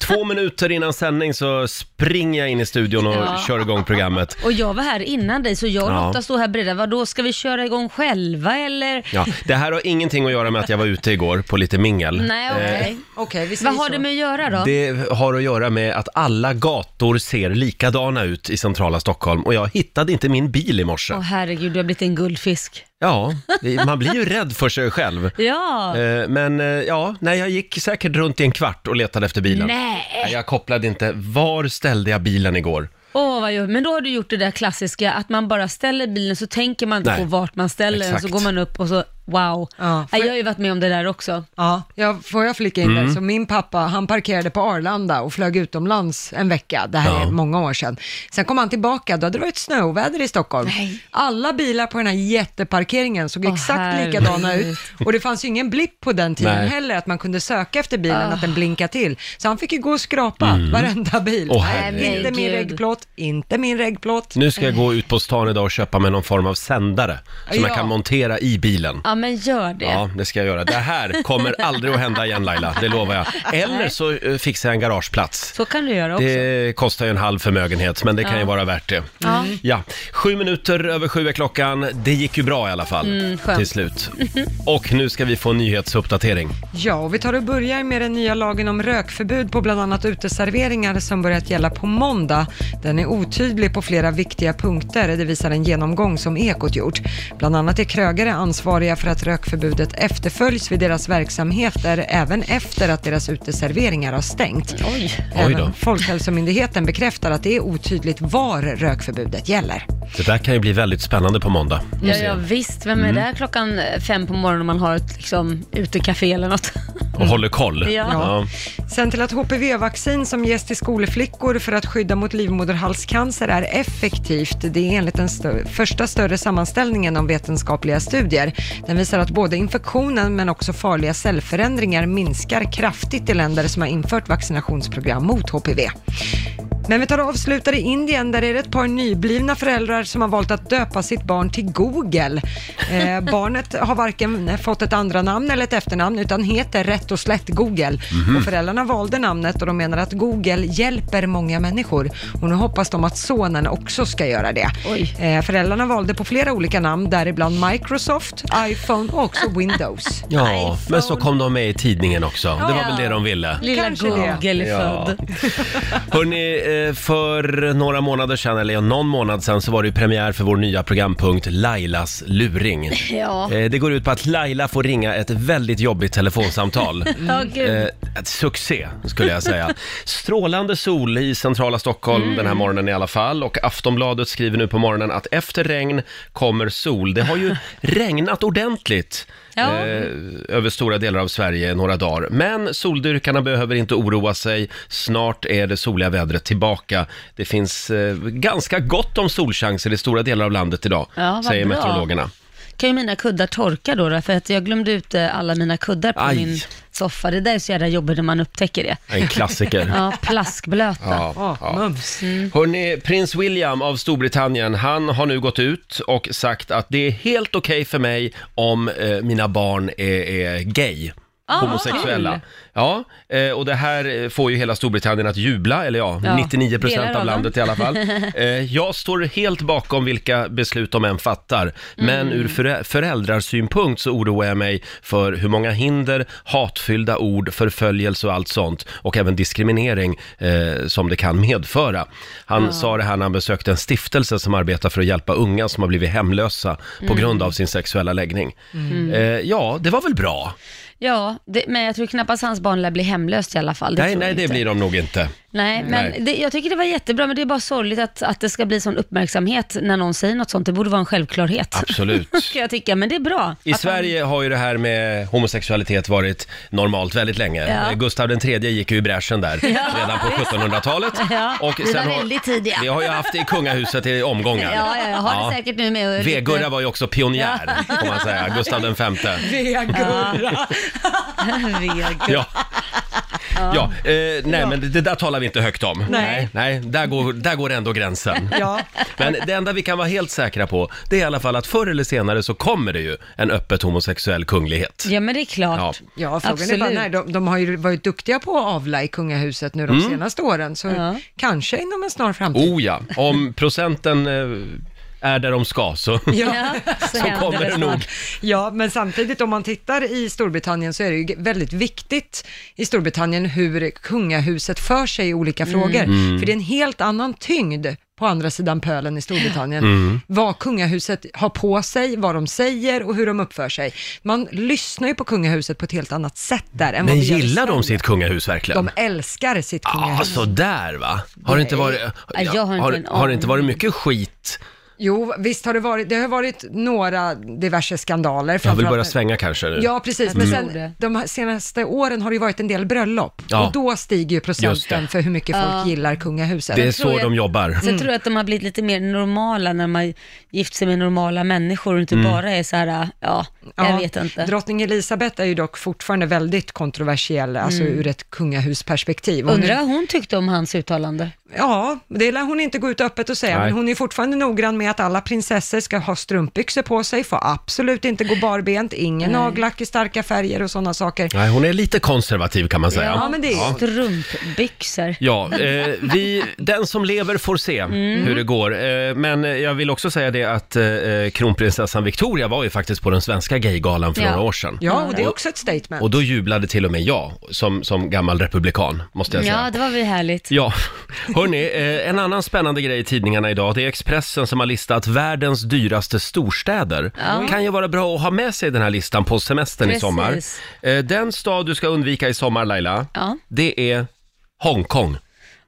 Speaker 1: Två minuter innan sändning så springer jag in i studion och
Speaker 2: Ja.
Speaker 1: kör igång programmet.
Speaker 2: Och jag var här innan dig, så jag och
Speaker 1: Ja.
Speaker 2: Lotta står här bredvid. Vadå, ska vi köra igång själva eller?
Speaker 1: Ja, det här har ingenting att göra med att jag var ute igår på lite mingel.
Speaker 2: Nej, okej.
Speaker 9: Okej, vi säger
Speaker 2: Vad har
Speaker 9: så.
Speaker 2: det med att göra då?
Speaker 1: Eh. Det har att göra med att alla gator ser likadana ut i centrala Stockholm och jag hittade inte min bil i morse.
Speaker 2: Åh herregud, du har blivit en guldfisk.
Speaker 1: Ja, det- man blir ju rädd för sig själv.
Speaker 2: Ja,
Speaker 1: Eh, Men eh, ja, nej, jag gick säkert runt i en kvart och letade efter bilen.
Speaker 2: Nej.
Speaker 1: Jag kopplade inte. Var ställde jag bilen igår?
Speaker 2: åh vad jobbigt. Men då har du gjort det där klassiska, att man bara ställer bilen så tänker man inte
Speaker 1: Nej.
Speaker 2: på vart man ställer den, så
Speaker 1: Exakt.
Speaker 2: går man upp och så wow.
Speaker 3: Ja, för-
Speaker 2: Jag har ju varit med om det där också.
Speaker 3: Ja, jag, får jag flika in
Speaker 1: Mm.
Speaker 3: där? Så min pappa, han parkerade på Arlanda och flög utomlands en vecka. Det här är många år sedan. Sen kom han tillbaka, då hade det varit snöoväder i Stockholm.
Speaker 2: Nej.
Speaker 3: Alla bilar på den här jätteparkeringen såg
Speaker 2: Åh,
Speaker 3: exakt
Speaker 2: herregud.
Speaker 3: likadana ut. Och det fanns ju ingen blipp på den tiden
Speaker 1: Nej.
Speaker 3: heller, att man kunde söka efter bilen, att
Speaker 2: Ah.
Speaker 3: den blinkade till. Så han fick ju gå och skrapa varenda bil.
Speaker 1: Mm. Åh,
Speaker 2: herregud.
Speaker 3: inte min regplåt, inte min regplåt.
Speaker 1: Nu ska jag gå ut på stan idag och köpa mig någon form av sändare som jag
Speaker 3: Ja.
Speaker 1: kan montera i bilen.
Speaker 2: Ja, men gör det.
Speaker 1: Ja, det ska jag göra. Det här kommer aldrig att hända igen Laila, det lovar jag. Eller så eh, fixar jag en garageplats.
Speaker 2: Så kan du göra också.
Speaker 1: Det kostar ju en halv förmögenhet, men det kan ju vara värt det.
Speaker 2: Ja.
Speaker 1: Ja, sju minuter över sju är klockan. Det gick ju bra i alla fall,
Speaker 2: Mm, skönt.
Speaker 1: till slut. Och nu ska vi få en nyhetsuppdatering.
Speaker 3: Ja, och vi tar och börjar med den nya lagen om rökförbud på bland annat uteserveringar som börjat gälla på måndag. Den är otydlig på flera viktiga punkter, det visar en genomgång som Ekot gjort. Bland annat är krögare ansvariga för att rökförbudet efterföljs vid deras verksamheter även efter att deras uteserveringar har stängt. Oj.
Speaker 1: Oj då.
Speaker 3: Även Folkhälsomyndigheten bekräftar att det är otydligt var rökförbudet gäller.
Speaker 1: Det där kan ju bli väldigt spännande på måndag. Mm.
Speaker 2: Ja, ja, visst. Vem är där klockan eh, fem på morgonen om man har ett liksom, utekafé eller något?
Speaker 1: Och håller koll.
Speaker 2: Ja.
Speaker 1: Ja.
Speaker 3: Sen till att HPV-vaccin som ges till skolflickor för att skydda mot livmoderhalscancer är effektivt. Det är enligt den stö- första större sammanställningen om vetenskapliga studier. Den visar att både infektionen men också farliga cellförändringar minskar kraftigt i länder som har infört vaccinationsprogram mot HPV. Men vi tar och avslutar i Indien där är det ett par nyblivna föräldrar som har valt att döpa sitt barn till Google. Eh, barnet har varken fått ett andra namn eller ett efternamn utan heter rätt och slätt Google.
Speaker 2: Mhm.
Speaker 3: Och föräldrarna valde namnet och de menar att Google hjälper många människor. Och nu hoppas de att sonen också ska göra det.
Speaker 2: Oj.
Speaker 3: Eh, föräldrarna valde på flera olika namn, däribland Microsoft, iPhone och också Windows.
Speaker 1: Ja, men så kom de med i tidningen också. Det var
Speaker 2: Ja.
Speaker 1: väl det de ville.
Speaker 2: Lilla
Speaker 3: Kanske det.
Speaker 2: Google är
Speaker 1: Ja.
Speaker 2: född.
Speaker 1: Hörrni, eh, för några månader sedan, eller ja, någon månad sedan, så var det ju premiär för vår nya programpunkt Lailas luring.
Speaker 2: Ja.
Speaker 1: Eh, Det går ut på att Laila får ringa ett väldigt jobbigt telefonsamtal.
Speaker 2: Ja, gud.
Speaker 1: Eh, ett succé, skulle jag säga. Strålande sol i centrala Stockholm den
Speaker 2: Mm.
Speaker 1: här morgonen i alla fall. Och Aftonbladet skriver nu på morgonen att efter regn kommer sol. Det har ju regnat ordentligt
Speaker 2: Ja.
Speaker 1: eh, över stora delar av Sverige några dagar. Men soldyrkarna behöver inte oroa sig. Snart är det soliga vädret tillbaka. Det finns eh, ganska gott om solchanser i stora delar av landet idag,
Speaker 2: Ja, vad
Speaker 1: säger
Speaker 2: bra.
Speaker 1: meteorologerna.
Speaker 2: Kan ju mina kuddar torka då, då, för att jag glömde ut eh, alla mina kuddar på
Speaker 1: Aj.
Speaker 2: min soffa. Det där är så jävla jobbigt när man upptäcker det.
Speaker 1: En klassiker.
Speaker 2: Ja, plaskblöta.
Speaker 1: Ja, ja.
Speaker 3: mums.
Speaker 2: Mm.
Speaker 1: Hörrni, prins William av Storbritannien, han har nu gått ut och sagt att det är helt okej för mig om eh, mina barn är, är gay.
Speaker 2: Ah,
Speaker 1: homosexuella.
Speaker 2: kul.
Speaker 1: Ja, eh, och det här eh, får ju hela Storbritannien att jubla, eller ja,
Speaker 2: Ja,
Speaker 1: 99
Speaker 2: delar
Speaker 1: procent
Speaker 2: av
Speaker 1: av landet i alla fall. Eh, jag står helt bakom vilka beslut de än fattar,
Speaker 2: Mm.
Speaker 1: men ur förä- föräldrarsynpunkt så oroar jag mig för hur många hinder, hatfyllda ord, förföljelse och allt sånt, och även diskriminering eh, som det kan medföra. Han sa det här när han besökte en stiftelse som arbetar för att hjälpa unga som har blivit hemlösa
Speaker 2: Mm.
Speaker 1: på grund av sin sexuella läggning.
Speaker 3: Mm.
Speaker 1: Eh, ja, det var väl bra?
Speaker 2: Ja, det, men jag tror knappast hans barn lär bli hemlöst i alla fall.
Speaker 1: nej,
Speaker 2: tror
Speaker 1: nej,
Speaker 2: jag
Speaker 1: det
Speaker 2: inte.
Speaker 1: blir de nog inte.
Speaker 2: Nej,
Speaker 1: Nej.
Speaker 2: men det, jag tycker det var jättebra, men det är bara sorgligt att, att det ska bli sån uppmärksamhet när någon säger något sånt. Det borde vara en självklarhet.
Speaker 1: Absolut.
Speaker 2: Ska jag tycka, men det är bra.
Speaker 1: I
Speaker 2: att man-
Speaker 1: Sverige har ju det här med homosexualitet varit normalt väldigt länge.
Speaker 2: Ja.
Speaker 1: Eh, Gustav III gick ju i bräschen där redan på 1700-talet.
Speaker 2: Ja, vi var
Speaker 1: har-
Speaker 2: väldigt tidiga.
Speaker 1: Vi har ju haft det i kungahuset i omgångar.
Speaker 2: Ja, ja, jag har det säkert nu med. och lite-
Speaker 1: Vegurra var ju också pionjär, får man säga. Gustav V.
Speaker 2: Vegurra.
Speaker 1: Ja. Ja, eh, nej men det- det där talar vi inte högt om. Nej. Nej, där går, där går ändå gränsen.
Speaker 3: Ja.
Speaker 1: Men det enda vi kan vara helt säkra på, det är i alla fall att förr eller senare så kommer det ju en öppet homosexuell kunglighet.
Speaker 2: Ja, men det är klart.
Speaker 1: Ja.
Speaker 3: Ja, frågan är bara
Speaker 2: Absolut.
Speaker 3: när. De, de har ju varit duktiga på att avla i kungahuset nu de senaste åren, så
Speaker 2: Ja.
Speaker 3: kanske inom en snar framtid.
Speaker 1: Mm. Oh ja, om procenten eh, är där de ska så...
Speaker 2: Ja, så, händer
Speaker 1: kommer det nog.
Speaker 2: snart.
Speaker 3: Ja, men samtidigt om man tittar i Storbritannien så är det ju väldigt viktigt i Storbritannien hur kungahuset för sig i olika
Speaker 2: Mm.
Speaker 3: frågor.
Speaker 1: Mm.
Speaker 3: För det är en helt annan tyngd på andra sidan pölen i Storbritannien.
Speaker 1: Mm.
Speaker 3: Vad kungahuset har på sig, vad de säger och hur de uppför sig. Man lyssnar ju på kungahuset på ett helt annat sätt där än vad
Speaker 1: Men
Speaker 3: vi gör i
Speaker 1: gillar de
Speaker 3: Sverige.
Speaker 1: sitt kungahus verkligen? Ah, alltså-
Speaker 3: De älskar sitt
Speaker 1: Ja,
Speaker 3: kungahus.
Speaker 1: så där va? Har det inte varit...
Speaker 2: Nej, jag har inte en
Speaker 1: har, har det inte
Speaker 2: aning.
Speaker 1: varit mycket skit
Speaker 3: Jo, visst har det varit, det har varit några diverse skandaler.
Speaker 1: Jag vill
Speaker 3: framförallt-
Speaker 1: börja svänga kanske nu.
Speaker 3: Ja, precis. Men
Speaker 10: Mm.
Speaker 3: sen, de senaste åren har det ju varit en del bröllop.
Speaker 1: Ja.
Speaker 3: Och då stiger ju
Speaker 1: Just det.
Speaker 3: procenten för hur mycket folk
Speaker 2: Ja.
Speaker 3: gillar kungahuset. Mm.
Speaker 1: Det är
Speaker 2: Jag
Speaker 1: så
Speaker 2: tror jag-
Speaker 1: de jobbar.
Speaker 2: Sen tror jag att de har blivit lite mer normala när man gift sig med normala människor och inte
Speaker 1: Mm.
Speaker 2: bara är så här, ja, jag
Speaker 3: Ja,
Speaker 2: vet inte.
Speaker 3: Drottning Elisabeth är ju dock fortfarande väldigt kontroversiell, alltså ur ett kungahusperspektiv. Hon är-
Speaker 2: Mm. Undrar vad hon tyckte om hans uttalande.
Speaker 3: Ja, det lär hon inte gå ut öppet och säga,
Speaker 1: Nej.
Speaker 3: men hon är fortfarande noggrann med att alla prinsessor ska ha strumpbyxor på sig, får absolut inte gå barbent, ingen nagellack i starka färger och sådana saker.
Speaker 1: Nej, hon är lite konservativ kan man säga.
Speaker 3: Ja, men det är
Speaker 1: Ja.
Speaker 2: Strumpbyxor.
Speaker 1: Ja, eh, vi, den som lever får se
Speaker 3: Mm.
Speaker 1: hur det går. Eh, men jag vill också säga det att eh, kronprinsessan Victoria var ju faktiskt på den svenska gaygalan för
Speaker 10: Ja.
Speaker 1: några år sedan.
Speaker 3: Ja, och det är också ett statement.
Speaker 1: Och då jublade till och med jag, som, som gammal republikan, måste jag säga.
Speaker 2: Ja, det var väl härligt.
Speaker 1: Ja, hörni, eh, en annan spännande grej i tidningarna idag, det är Expressen som har listat världens dyraste storstäder. Kan ju vara bra att ha med sig den här listan på semestern i
Speaker 2: Precis.
Speaker 1: sommar. Eh, Den stad du ska undvika i sommar, Laila,
Speaker 2: Ja.
Speaker 1: det är Hongkong.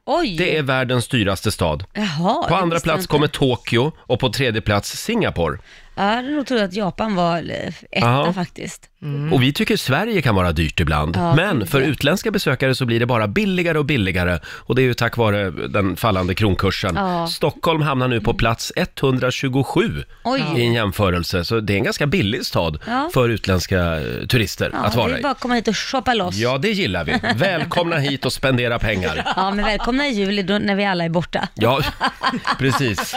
Speaker 2: Oj!
Speaker 1: Det är världens dyraste stad.
Speaker 2: Jaha,
Speaker 1: På
Speaker 2: det
Speaker 1: andra
Speaker 2: visste jag
Speaker 1: plats
Speaker 2: inte.
Speaker 1: kommer Tokyo och på tredje plats Singapore.
Speaker 2: Jag hade nog trott att Japan var eh, etta
Speaker 1: Ja.
Speaker 2: faktiskt.
Speaker 1: Mm. Och vi tycker Sverige kan vara dyrt ibland.
Speaker 2: Mm. Ja,
Speaker 1: Men
Speaker 2: det-
Speaker 1: för utländska besökare så blir det bara billigare och billigare. Och det är ju tack vare den fallande kronkursen.
Speaker 2: Ja.
Speaker 1: Stockholm hamnar nu på plats 127
Speaker 2: Oj.
Speaker 1: i en jämförelse. Så det är en ganska billig stad
Speaker 2: Ja.
Speaker 1: för utländska eh, turister
Speaker 2: Ja,
Speaker 1: att
Speaker 2: det
Speaker 1: vara
Speaker 2: är
Speaker 1: i.
Speaker 2: bara att komma hit och shoppa loss. Ja,
Speaker 1: Ja, det gillar vi. Välkomna hit och spendera pengar.
Speaker 2: men välkomna i juli då, när vi alla är borta.
Speaker 1: Ja, precis.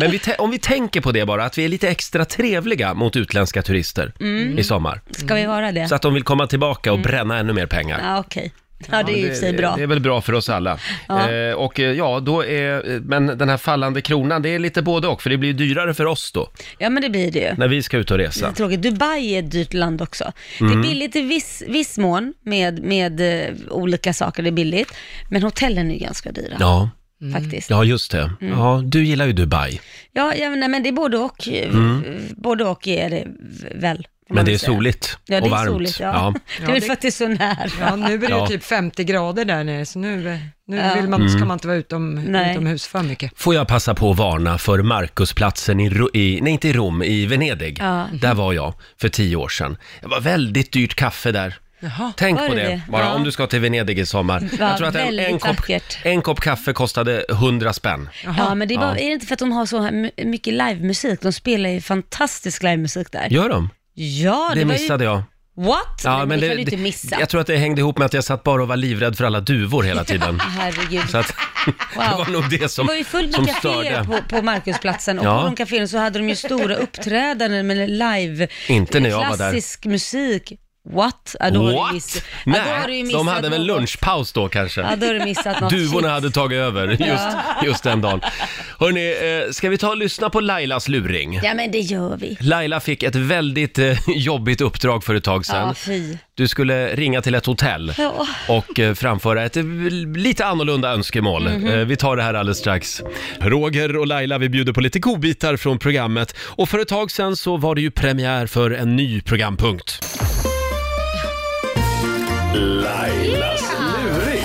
Speaker 1: Men vi tä- om vi tänker på det bara, att vi är lite extra trevliga mot utländska turister i sommar.
Speaker 2: Mm. Ska vi vara det? Mm.
Speaker 1: Så att de vill komma tillbaka och bränna ännu mer pengar.
Speaker 2: Ja, okej. Ja, det är ju i och för sig bra.
Speaker 1: Det är väl bra för oss alla. Eh, och eh, ja, då är, eh, men den här fallande kronan, det är lite både och, för det blir ju dyrare för oss då,
Speaker 2: Ja, men det blir det ju.
Speaker 1: när vi ska ut och resa.
Speaker 2: Lite tråkigt. Dubai är ett dyrt land också.
Speaker 1: Mm.
Speaker 2: Det är billigt i viss, viss mån med, med eh, olika saker, det är billigt. Men hotellen är ju ganska dyra
Speaker 1: Ja,
Speaker 2: Mm. faktiskt. Mm. Ja,
Speaker 1: ja just det. Ja, du gillar ju Dubai,
Speaker 2: ja, nej, men det är både och. eh, Både och är det v- väl. får man
Speaker 1: Mm. men det är
Speaker 2: väl säga.
Speaker 1: soligt
Speaker 2: Ja, det
Speaker 1: och
Speaker 2: är
Speaker 1: varmt.
Speaker 2: soligt. Ja.
Speaker 1: Ja.
Speaker 2: Det är väl för att det är så nära.
Speaker 3: Ja, nu är det ju
Speaker 1: Ja.
Speaker 3: typ 50 grader där nere, så nu, eh, nu
Speaker 2: Ja.
Speaker 3: vill man,
Speaker 1: Mm.
Speaker 3: ska man inte vara utom,
Speaker 2: Nej.
Speaker 3: utomhus för mycket.
Speaker 1: Får jag passa på att varna för Markusplatsen i, Ro- i nej inte i Rom, i Venedig.
Speaker 2: Ja.
Speaker 1: Där var jag för tio år sedan. Det var väldigt dyrt kaffe där.
Speaker 3: Jaha.
Speaker 1: Tänk
Speaker 2: Var
Speaker 1: på det,
Speaker 2: det det?
Speaker 1: bara
Speaker 2: Ja. Mm.
Speaker 1: om du ska till Venedig i sommar.
Speaker 2: Ja,
Speaker 1: jag tror att en, en,
Speaker 2: väldigt
Speaker 1: kopp,
Speaker 2: vackert.
Speaker 1: en kopp kaffe kostade 100 spänn.
Speaker 2: Ja, men det är, bara,
Speaker 1: Ja.
Speaker 2: är det inte för att de har så här my- mycket livemusik? De spelar ju fantastisk livemusik där.
Speaker 1: Gör de?
Speaker 2: Ja, det,
Speaker 1: det
Speaker 2: var
Speaker 1: missade
Speaker 2: ju...
Speaker 1: jag.
Speaker 2: What?
Speaker 1: Ja,
Speaker 2: men
Speaker 1: men
Speaker 2: det, kan du inte missa.
Speaker 1: Jag tror att det hängde ihop med att jag satt bara och var livrädd för alla duvor hela tiden.
Speaker 2: Herregud.
Speaker 1: Så att det var nog det
Speaker 2: Det
Speaker 1: som,
Speaker 2: var ju fullt
Speaker 1: som
Speaker 2: med kaféer
Speaker 1: störde.
Speaker 2: på, på Markusplatsen och
Speaker 1: Ja.
Speaker 2: på de kaféerna så hade de ju stora uppträdanden med live,
Speaker 1: Inte när jag var där.
Speaker 2: klassisk musik. What? Ja, då Har du
Speaker 1: What?
Speaker 2: miss... ja, då har du ju
Speaker 1: Nej, de
Speaker 2: missat
Speaker 1: hade väl
Speaker 2: något.
Speaker 1: lunchpaus då kanske.
Speaker 2: Ja, då har du missat något.
Speaker 1: Duvorna
Speaker 2: Shit.
Speaker 1: hade tagit över just, just den dagen. Hörni, eh, ska vi ta och lyssna på Lailas luring?
Speaker 2: Ja, men det gör vi.
Speaker 1: Laila fick ett väldigt eh, jobbigt uppdrag för ett tag
Speaker 2: Ja,
Speaker 1: sedan.
Speaker 2: fy.
Speaker 1: Du skulle ringa till ett hotell
Speaker 2: Ja.
Speaker 1: och eh, framföra ett eh, lite annorlunda önskemål.
Speaker 10: Mhm.
Speaker 1: Eh, Vi tar det här alldeles strax. Roger och Laila, vi bjuder på lite godbitar från programmet. Och för ett tag sedan så var det ju premiär för en ny programpunkt.
Speaker 4: Lailas luring.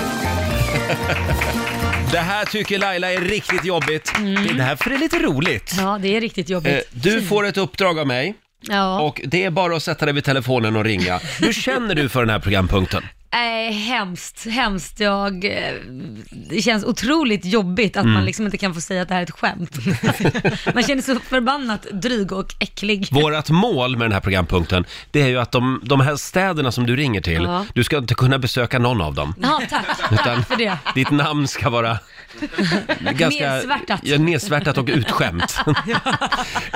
Speaker 1: Det här tycker Laila är riktigt jobbigt. Det är därför det är lite roligt.
Speaker 10: Ja, det är riktigt
Speaker 1: Eh,
Speaker 10: Mm. jobbigt.
Speaker 1: Du får ett uppdrag av mig.
Speaker 10: Ja.
Speaker 1: Och det är bara att sätta dig vid telefonen och ringa. Hur känner du för den här programpunkten?
Speaker 10: Nej, hemskt, hemskt. Jag, eh, det känns otroligt jobbigt att man
Speaker 1: Mm.
Speaker 10: liksom inte kan få säga att det här är ett skämt. man känner sig så förbannat dryg och äcklig.
Speaker 1: Vårat mål med den här programpunkten, det är ju att de, de här städerna som du ringer till,
Speaker 10: Ja.
Speaker 1: du ska inte kunna besöka någon av dem.
Speaker 10: Ja, tack.
Speaker 1: Utan
Speaker 10: Tack för det.
Speaker 1: ditt namn ska vara ganska
Speaker 10: Nedsvärtat.
Speaker 1: Ja, nedsvärtat och utskämt.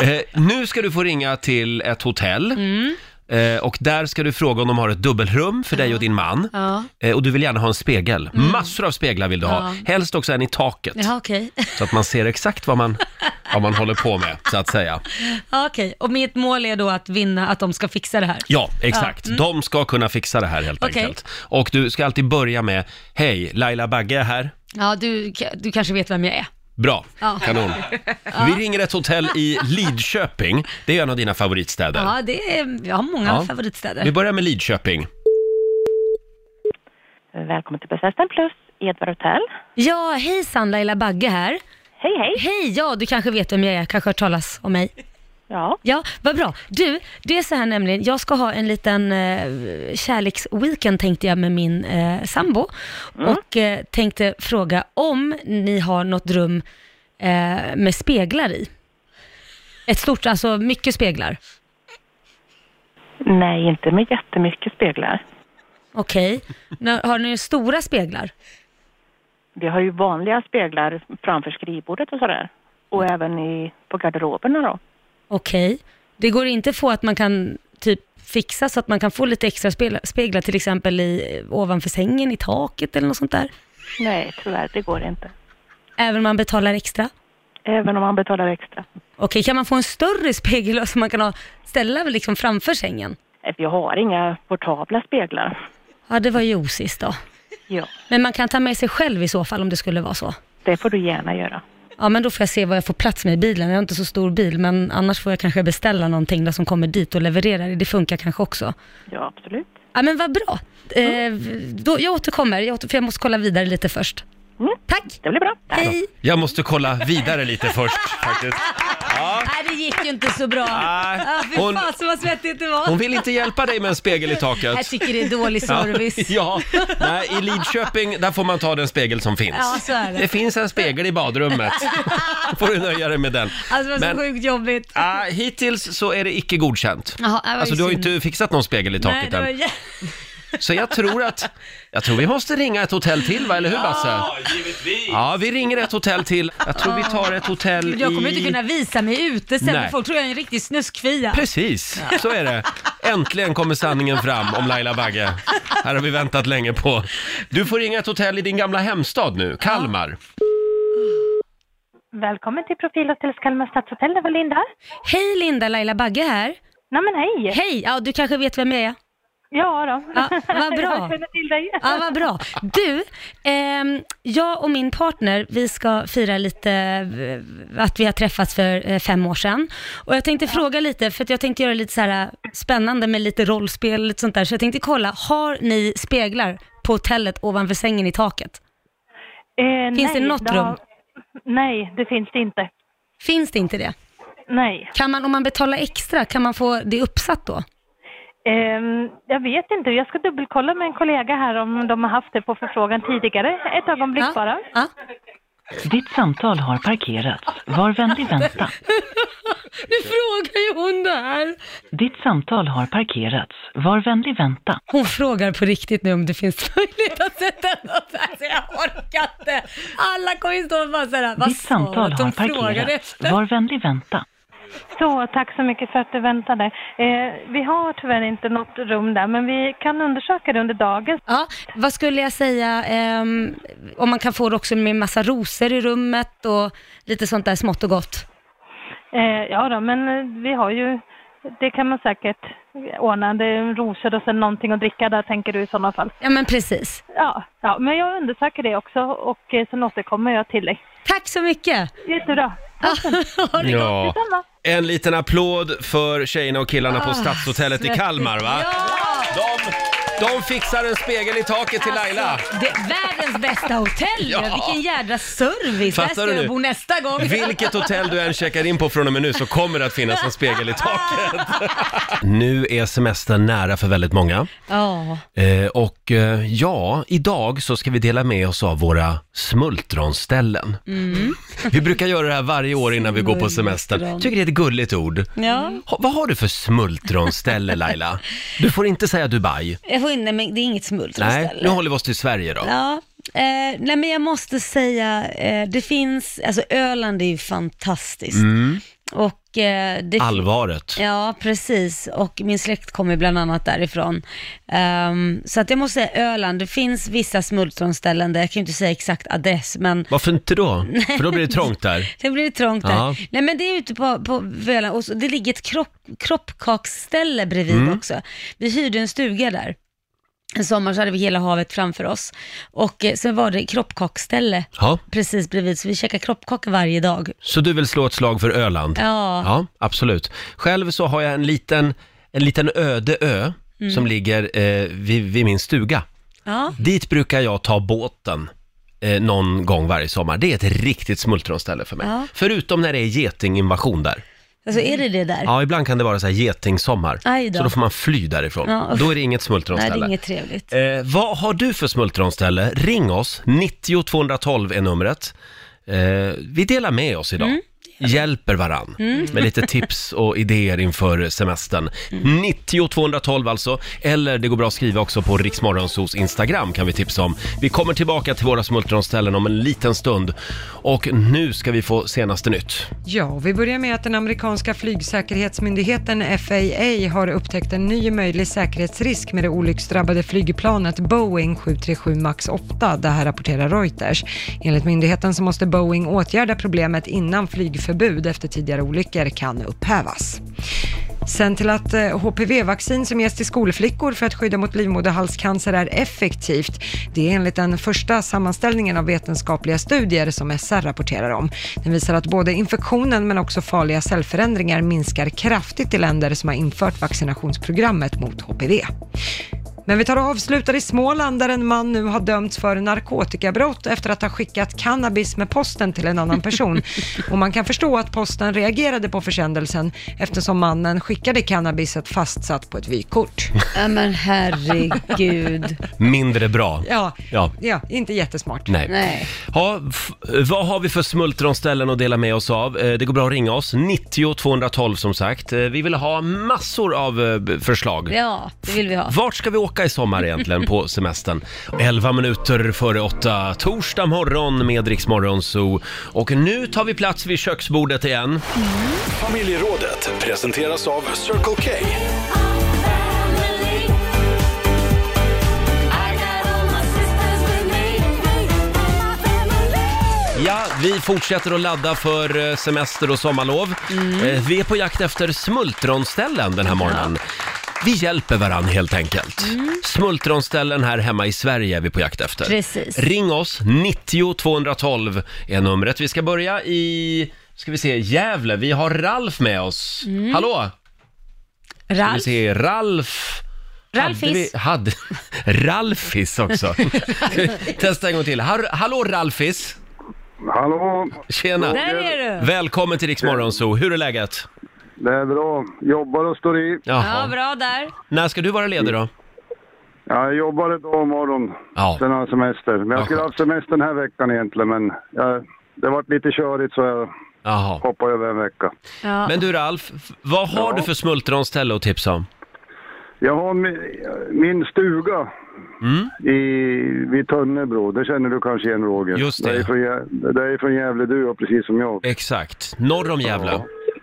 Speaker 1: eh, nu ska du få ringa till ett hotell.
Speaker 10: Mm.
Speaker 1: Eh, och där ska du fråga om de har ett dubbelrum för dig och din man.
Speaker 10: Ja. Mm.
Speaker 1: Eh, och du vill gärna ha en spegel. Massor av speglar vill du ha. Helst också en i taket.
Speaker 10: Ja, okej.
Speaker 1: Så att man ser exakt vad man, vad man håller på med, så att säga.
Speaker 10: Ja, okej. Och mitt mål är då att vinna, att de ska fixa det här.
Speaker 1: Ja, exakt. De ska kunna fixa det här helt
Speaker 10: Mm. Okej.
Speaker 1: enkelt. Och du ska alltid börja med, hej, Laila Bagge är här.
Speaker 10: Ja, du, du kanske vet vem jag är.
Speaker 1: Bra,
Speaker 10: Ja.
Speaker 1: kanon. Vi ringer ett hotell i Lidköping. Det är en av dina favoritstäder.
Speaker 10: Ja, det är, jag har många
Speaker 1: Ja. Vi
Speaker 10: favoritstäder.
Speaker 1: börjar med Lidköping.
Speaker 11: Välkommen till Besästen Plus, Edvard Hotell.
Speaker 10: Ja, hejsan, Laila Bagge här.
Speaker 12: Hej, hej.
Speaker 2: Hej, ja du kanske vet vem jag är, kanske har hört talas om mig.
Speaker 12: Ja.
Speaker 2: Ja, vad bra. Du, det är så här nämligen, jag ska ha en liten eh, kärleksweekend tänkte jag med min eh, sambo.
Speaker 12: Mm.
Speaker 2: Och eh, tänkte fråga om ni har något rum eh, med speglar i. Ett stort, alltså mycket speglar.
Speaker 12: Nej, inte med jättemycket speglar.
Speaker 2: Okej. Nå- Har ni stora speglar?
Speaker 12: Vi har ju vanliga speglar framför skrivbordet och sådär. Och även i, på garderoberna då.
Speaker 2: Okej. Det går inte få att man kan typ fixa så att man kan få lite extra speglar, speglar till exempel i, eh, ovanför sängen, i taket eller något sånt där?
Speaker 12: Nej, tyvärr, det går inte.
Speaker 2: Även om man betalar extra?
Speaker 12: Även om man betalar extra.
Speaker 2: Okej, kan man få en större spegel som man kan ha, ställa liksom framför sängen?
Speaker 12: Eh, Vi har inga portabla speglar.
Speaker 2: Ja, det var ju osist då.
Speaker 12: Ja,
Speaker 2: Men man kan ta med sig själv i så fall om det skulle vara så.
Speaker 12: det får du gärna göra.
Speaker 2: Ja, men då får jag se vad jag får plats med i bilen. Jag har inte så stor bil, men annars får jag kanske beställa någonting då som kommer dit och levererar det. Det funkar kanske också.
Speaker 12: Ja, absolut.
Speaker 2: Ja, men vad bra. Eh, då, jag återkommer, jag åter, för jag måste kolla vidare lite först. Tack!
Speaker 12: Det blir bra.
Speaker 2: Hej!
Speaker 1: Jag måste kolla vidare lite först faktiskt.
Speaker 2: Nej, det gick ju inte så bra.
Speaker 1: Nej.
Speaker 2: Ja, fy
Speaker 1: Hon-
Speaker 2: fasen vad svettigt det var.
Speaker 1: Hon vill inte hjälpa dig med en spegel i taket.
Speaker 2: Jag tycker det är dålig service.
Speaker 1: Ja, ja. Nej, i Lidköping, där får man ta den spegel som finns.
Speaker 2: Ja, så är det.
Speaker 1: Det finns en spegel i badrummet. Då får du nöja dig med den.
Speaker 2: Alltså det var så sjukt jobbigt.
Speaker 1: ah, hittills så är det icke godkänt.
Speaker 2: Jaha, det var ju
Speaker 1: alltså du har ju
Speaker 2: synd.
Speaker 1: inte fixat någon spegel i
Speaker 2: Nej,
Speaker 1: taket
Speaker 2: det var
Speaker 1: än.
Speaker 2: jä-
Speaker 1: Så jag tror att, jag tror vi måste ringa ett hotell till va, eller hur Basse?
Speaker 5: givetvis.
Speaker 1: Ja, vi ringer ett hotell till. Jag tror vi tar ett hotell i...
Speaker 2: Jag kommer inte kunna visa mig ute sen,
Speaker 1: Nej.
Speaker 2: för folk tror jag är en riktig snuskfia.
Speaker 1: Precis, så är det. Äntligen kommer sanningen fram om Laila Bagge. Här har vi väntat länge på. Du får ringa ett hotell i din gamla hemstad nu, Kalmar.
Speaker 13: Välkommen till Profilhotell Kalmar stadshotell, det var Linda.
Speaker 2: Hej Linda, Laila Bagge här.
Speaker 13: Nej men hej!
Speaker 2: Hej, ja du kanske vet vem jag är?
Speaker 13: Ja då.
Speaker 2: Ja, vad bra.
Speaker 13: Jag känner till dig.
Speaker 2: Ja, vad bra. Du, ehm, jag och min partner, vi ska fira lite eh, att vi har träffats för eh, fem år sedan. Och jag tänkte fråga lite, för att jag tänkte göra lite så här eh, spännande med lite rollspel och lite sånt där. Så jag tänkte kolla, har ni speglar på hotellet ovanför sängen i taket?
Speaker 13: Eh,
Speaker 2: Finns det något
Speaker 13: har-
Speaker 2: rum?
Speaker 13: Nej, det finns det inte.
Speaker 2: Finns det inte det?
Speaker 13: Nej.
Speaker 2: Kan man, om man betalar extra, kan man få det uppsatt då?
Speaker 13: Ehm, jag vet inte, jag ska dubbelkolla med en kollega här om de har haft det på förfrågan tidigare. Ett ögonblick bara.
Speaker 14: Ditt samtal har parkerats. Var vänlig vänta.
Speaker 2: Alltså, Nu frågar ju hon det här.
Speaker 14: Ditt samtal har parkerats. Var vänlig vänta.
Speaker 2: Hon frågar på riktigt nu om det finns möjlighet att sätta något här, så jag orkar inte. Alla kommer ju stå och bara såhär, vad
Speaker 14: Ditt samtal
Speaker 2: sa du
Speaker 14: har
Speaker 2: att de frågade
Speaker 14: parkerats.
Speaker 2: efter?
Speaker 14: Var vänlig vänta.
Speaker 13: Så, tack så mycket för att du väntade. Eh, vi har tyvärr inte något rum där, men vi kan undersöka det under dagen.
Speaker 2: Ja, vad skulle jag säga, ehm, om man kan få det också med massa rosor i rummet och lite sånt där smått och gott?
Speaker 13: Eh, ja då, men eh, vi har ju, det kan man säkert ordna. Det är rosor och sen någonting att dricka där, tänker du i sådana fall.
Speaker 2: Ja, men precis.
Speaker 13: Ja, ja, men jag undersöker det också och eh, sen återkommer jag till dig.
Speaker 2: Tack så mycket!
Speaker 13: Jättebra.
Speaker 1: Ja.
Speaker 13: Detsamma.
Speaker 1: En liten applåd för tjejerna och killarna på
Speaker 13: Ah,
Speaker 1: Stadshotellet i
Speaker 2: svettigt.
Speaker 1: Kalmar va? De, de fixar en spegel i taket
Speaker 15: Alltså,
Speaker 1: till
Speaker 2: Alltså.
Speaker 1: Laila.
Speaker 2: Det är världens bästa hotell
Speaker 1: Ja.
Speaker 2: ja. Vilken jädra service!
Speaker 1: Fattar
Speaker 2: Där ska
Speaker 1: du
Speaker 2: jag
Speaker 1: nu?
Speaker 2: bo nästa gång.
Speaker 1: Vilket hotell du än checkar in på från och med nu så kommer det att finnas en spegel i taket. Nu är semestern nära för väldigt många.
Speaker 2: Ja.
Speaker 1: Eh, och eh, ja, idag så ska vi dela med oss av våra smultronställen.
Speaker 2: Mm.
Speaker 1: Vi brukar göra det här varje år innan vi går på semester.
Speaker 2: Smultron.
Speaker 1: Tycker det är ett gulligt ord.
Speaker 2: Ja.
Speaker 1: Ha, vad har du för smultronställe Laila? Du får inte säga Dubai.
Speaker 15: Jag får in, nej, men det är inget smultronställe.
Speaker 1: Nej, nu håller vi oss till Sverige då.
Speaker 15: Ja, eh, nej men jag måste säga, eh, det finns, alltså Öland är ju fantastiskt.
Speaker 1: Mm.
Speaker 15: Och, eh, det,
Speaker 1: Allvaret.
Speaker 15: Ja, precis. Och min släkt kommer bland annat därifrån. Ehm, så att jag måste säga Öland, det finns vissa smultronställen där, jag kan ju inte säga exakt adress, men
Speaker 1: Varför inte då?
Speaker 15: Nej.
Speaker 1: För då blir det trångt där.
Speaker 15: det blir trångt där.
Speaker 1: Ja.
Speaker 15: Nej men det är ute på, på Öland, och så, det ligger ett kropp, kroppkaksställe bredvid
Speaker 2: Mm.
Speaker 15: också. Vi hyrde en stuga där. En sommar så hade vi hela havet framför oss. Och eh, sen var det kroppkaksställe
Speaker 1: Ja.
Speaker 15: precis bredvid, så vi käkade kroppkakor varje dag.
Speaker 1: Så du vill slå ett slag för Öland?
Speaker 15: Ja.
Speaker 1: Ja, absolut. Själv så har jag en liten, en liten öde ö
Speaker 15: Mm.
Speaker 1: som ligger eh, vid, vid min stuga.
Speaker 15: Ja.
Speaker 1: Dit brukar jag ta båten eh, någon gång varje sommar. Det är ett riktigt smultronställe för mig.
Speaker 15: Ja.
Speaker 1: Förutom när det är getinginvasion där.
Speaker 15: Alltså är det det där?
Speaker 1: Ja, ibland kan det vara så här getingsommar.
Speaker 15: Aj då.
Speaker 1: Så då får man fly därifrån.
Speaker 15: Ja, usch.
Speaker 1: då är det inget
Speaker 15: Nej,
Speaker 1: smultronställe.
Speaker 15: det är inget trevligt.
Speaker 1: Eh, vad har du för smultronställe? Ring oss, 90 212 är numret. Eh, vi delar med oss idag. Hjälper varann
Speaker 15: Mm.
Speaker 1: med lite tips och idéer inför semestern. 90 212 alltså, eller det går bra att skriva också på Riksmorgonsos Instagram kan vi tipsa om. Vi kommer tillbaka till våra smultronställen om en liten stund och nu ska vi få senaste nytt.
Speaker 3: Ja, och vi börjar med att den amerikanska flygsäkerhetsmyndigheten FAA har upptäckt en ny möjlig säkerhetsrisk med det olycksdrabbade flygplanet Boeing 737 MAX 8. Det här rapporterar Reuters. Enligt myndigheten så måste Boeing åtgärda problemet innan flygförbud efter tidigare olyckor kan upphävas. Sen till att eh, HPV-vaccin som ges till skolflickor för att skydda mot livmoderhalscancer är effektivt. Det är enligt den första sammanställningen av vetenskapliga studier som SR rapporterar om. Den visar att både infektionen men också farliga cellförändringar minskar kraftigt i länder som har infört vaccinationsprogrammet mot HPV. Men vi tar och avslutar i Småland där en man nu har dömts för narkotikabrott efter att ha skickat cannabis med posten till en annan person. Och man kan förstå att posten reagerade på försändelsen eftersom mannen skickade cannabiset fastsatt på ett vykort.
Speaker 15: Ja, men herregud.
Speaker 1: Mindre bra.
Speaker 3: Ja,
Speaker 1: Ja.
Speaker 3: ja inte jättesmart.
Speaker 1: Nej. Ha, f- vad har vi för smultronställen att dela med oss av? Eh, Det går bra att ringa oss, 90 212 som sagt. Eh, Vi vill ha massor av eh, b- förslag.
Speaker 15: Ja, det vill vi ha.
Speaker 1: Vart ska vi åka i sommar egentligen på semestern? 11 minuter före 8, torsdag morgon med Rix Morgon Zoo. Och nu tar vi plats vid köksbordet igen.
Speaker 4: Familjerådet presenteras av Circle K.
Speaker 1: Ja, vi fortsätter att ladda för eh, semester och sommarlov.
Speaker 15: Mm.
Speaker 1: Eh, Vi är på jakt efter smultronställen den här morgonen. Vi hjälper varandra helt enkelt.
Speaker 15: Mm.
Speaker 1: Smultronställen här hemma i Sverige är vi på jakt efter.
Speaker 15: Precis.
Speaker 1: Ring oss, 90 212 är numret. Vi ska börja i, ska vi se, Gävle. Vi har Ralf med oss.
Speaker 15: Mm.
Speaker 1: Hallå! Ska vi
Speaker 15: Ralf?
Speaker 1: se, Ralf. Hade
Speaker 15: Ralfis?
Speaker 1: vi, hade, Ralfis också. Testa en gång till. Har, hallå Ralfis!
Speaker 16: Hallå!
Speaker 1: Tjena!
Speaker 16: Där är du.
Speaker 1: Välkommen till Rix Morgonzoo. Hur är läget?
Speaker 16: Det är bra. Jobbar och står i.
Speaker 1: Jaha.
Speaker 15: Ja, bra där.
Speaker 1: När ska du vara ledig då?
Speaker 16: Ja, jag jobbar idag och imorgon.
Speaker 1: Ja.
Speaker 16: Sen har jag semester. Men jag skulle ha haft semester den här veckan egentligen, men ja, det har varit lite körigt så jag
Speaker 1: Jaha.
Speaker 16: hoppar över en vecka.
Speaker 1: Men du Ralf, f- vad har du för smultronställe att tipsa om?
Speaker 16: Jag har min, min stuga
Speaker 1: Mm.
Speaker 16: i, vid Tönnebro. Det känner du kanske igen Roger?
Speaker 1: Just det.
Speaker 16: Det är från, Gä- det är från Gävle du och precis som jag.
Speaker 1: Exakt. Norr om Gävle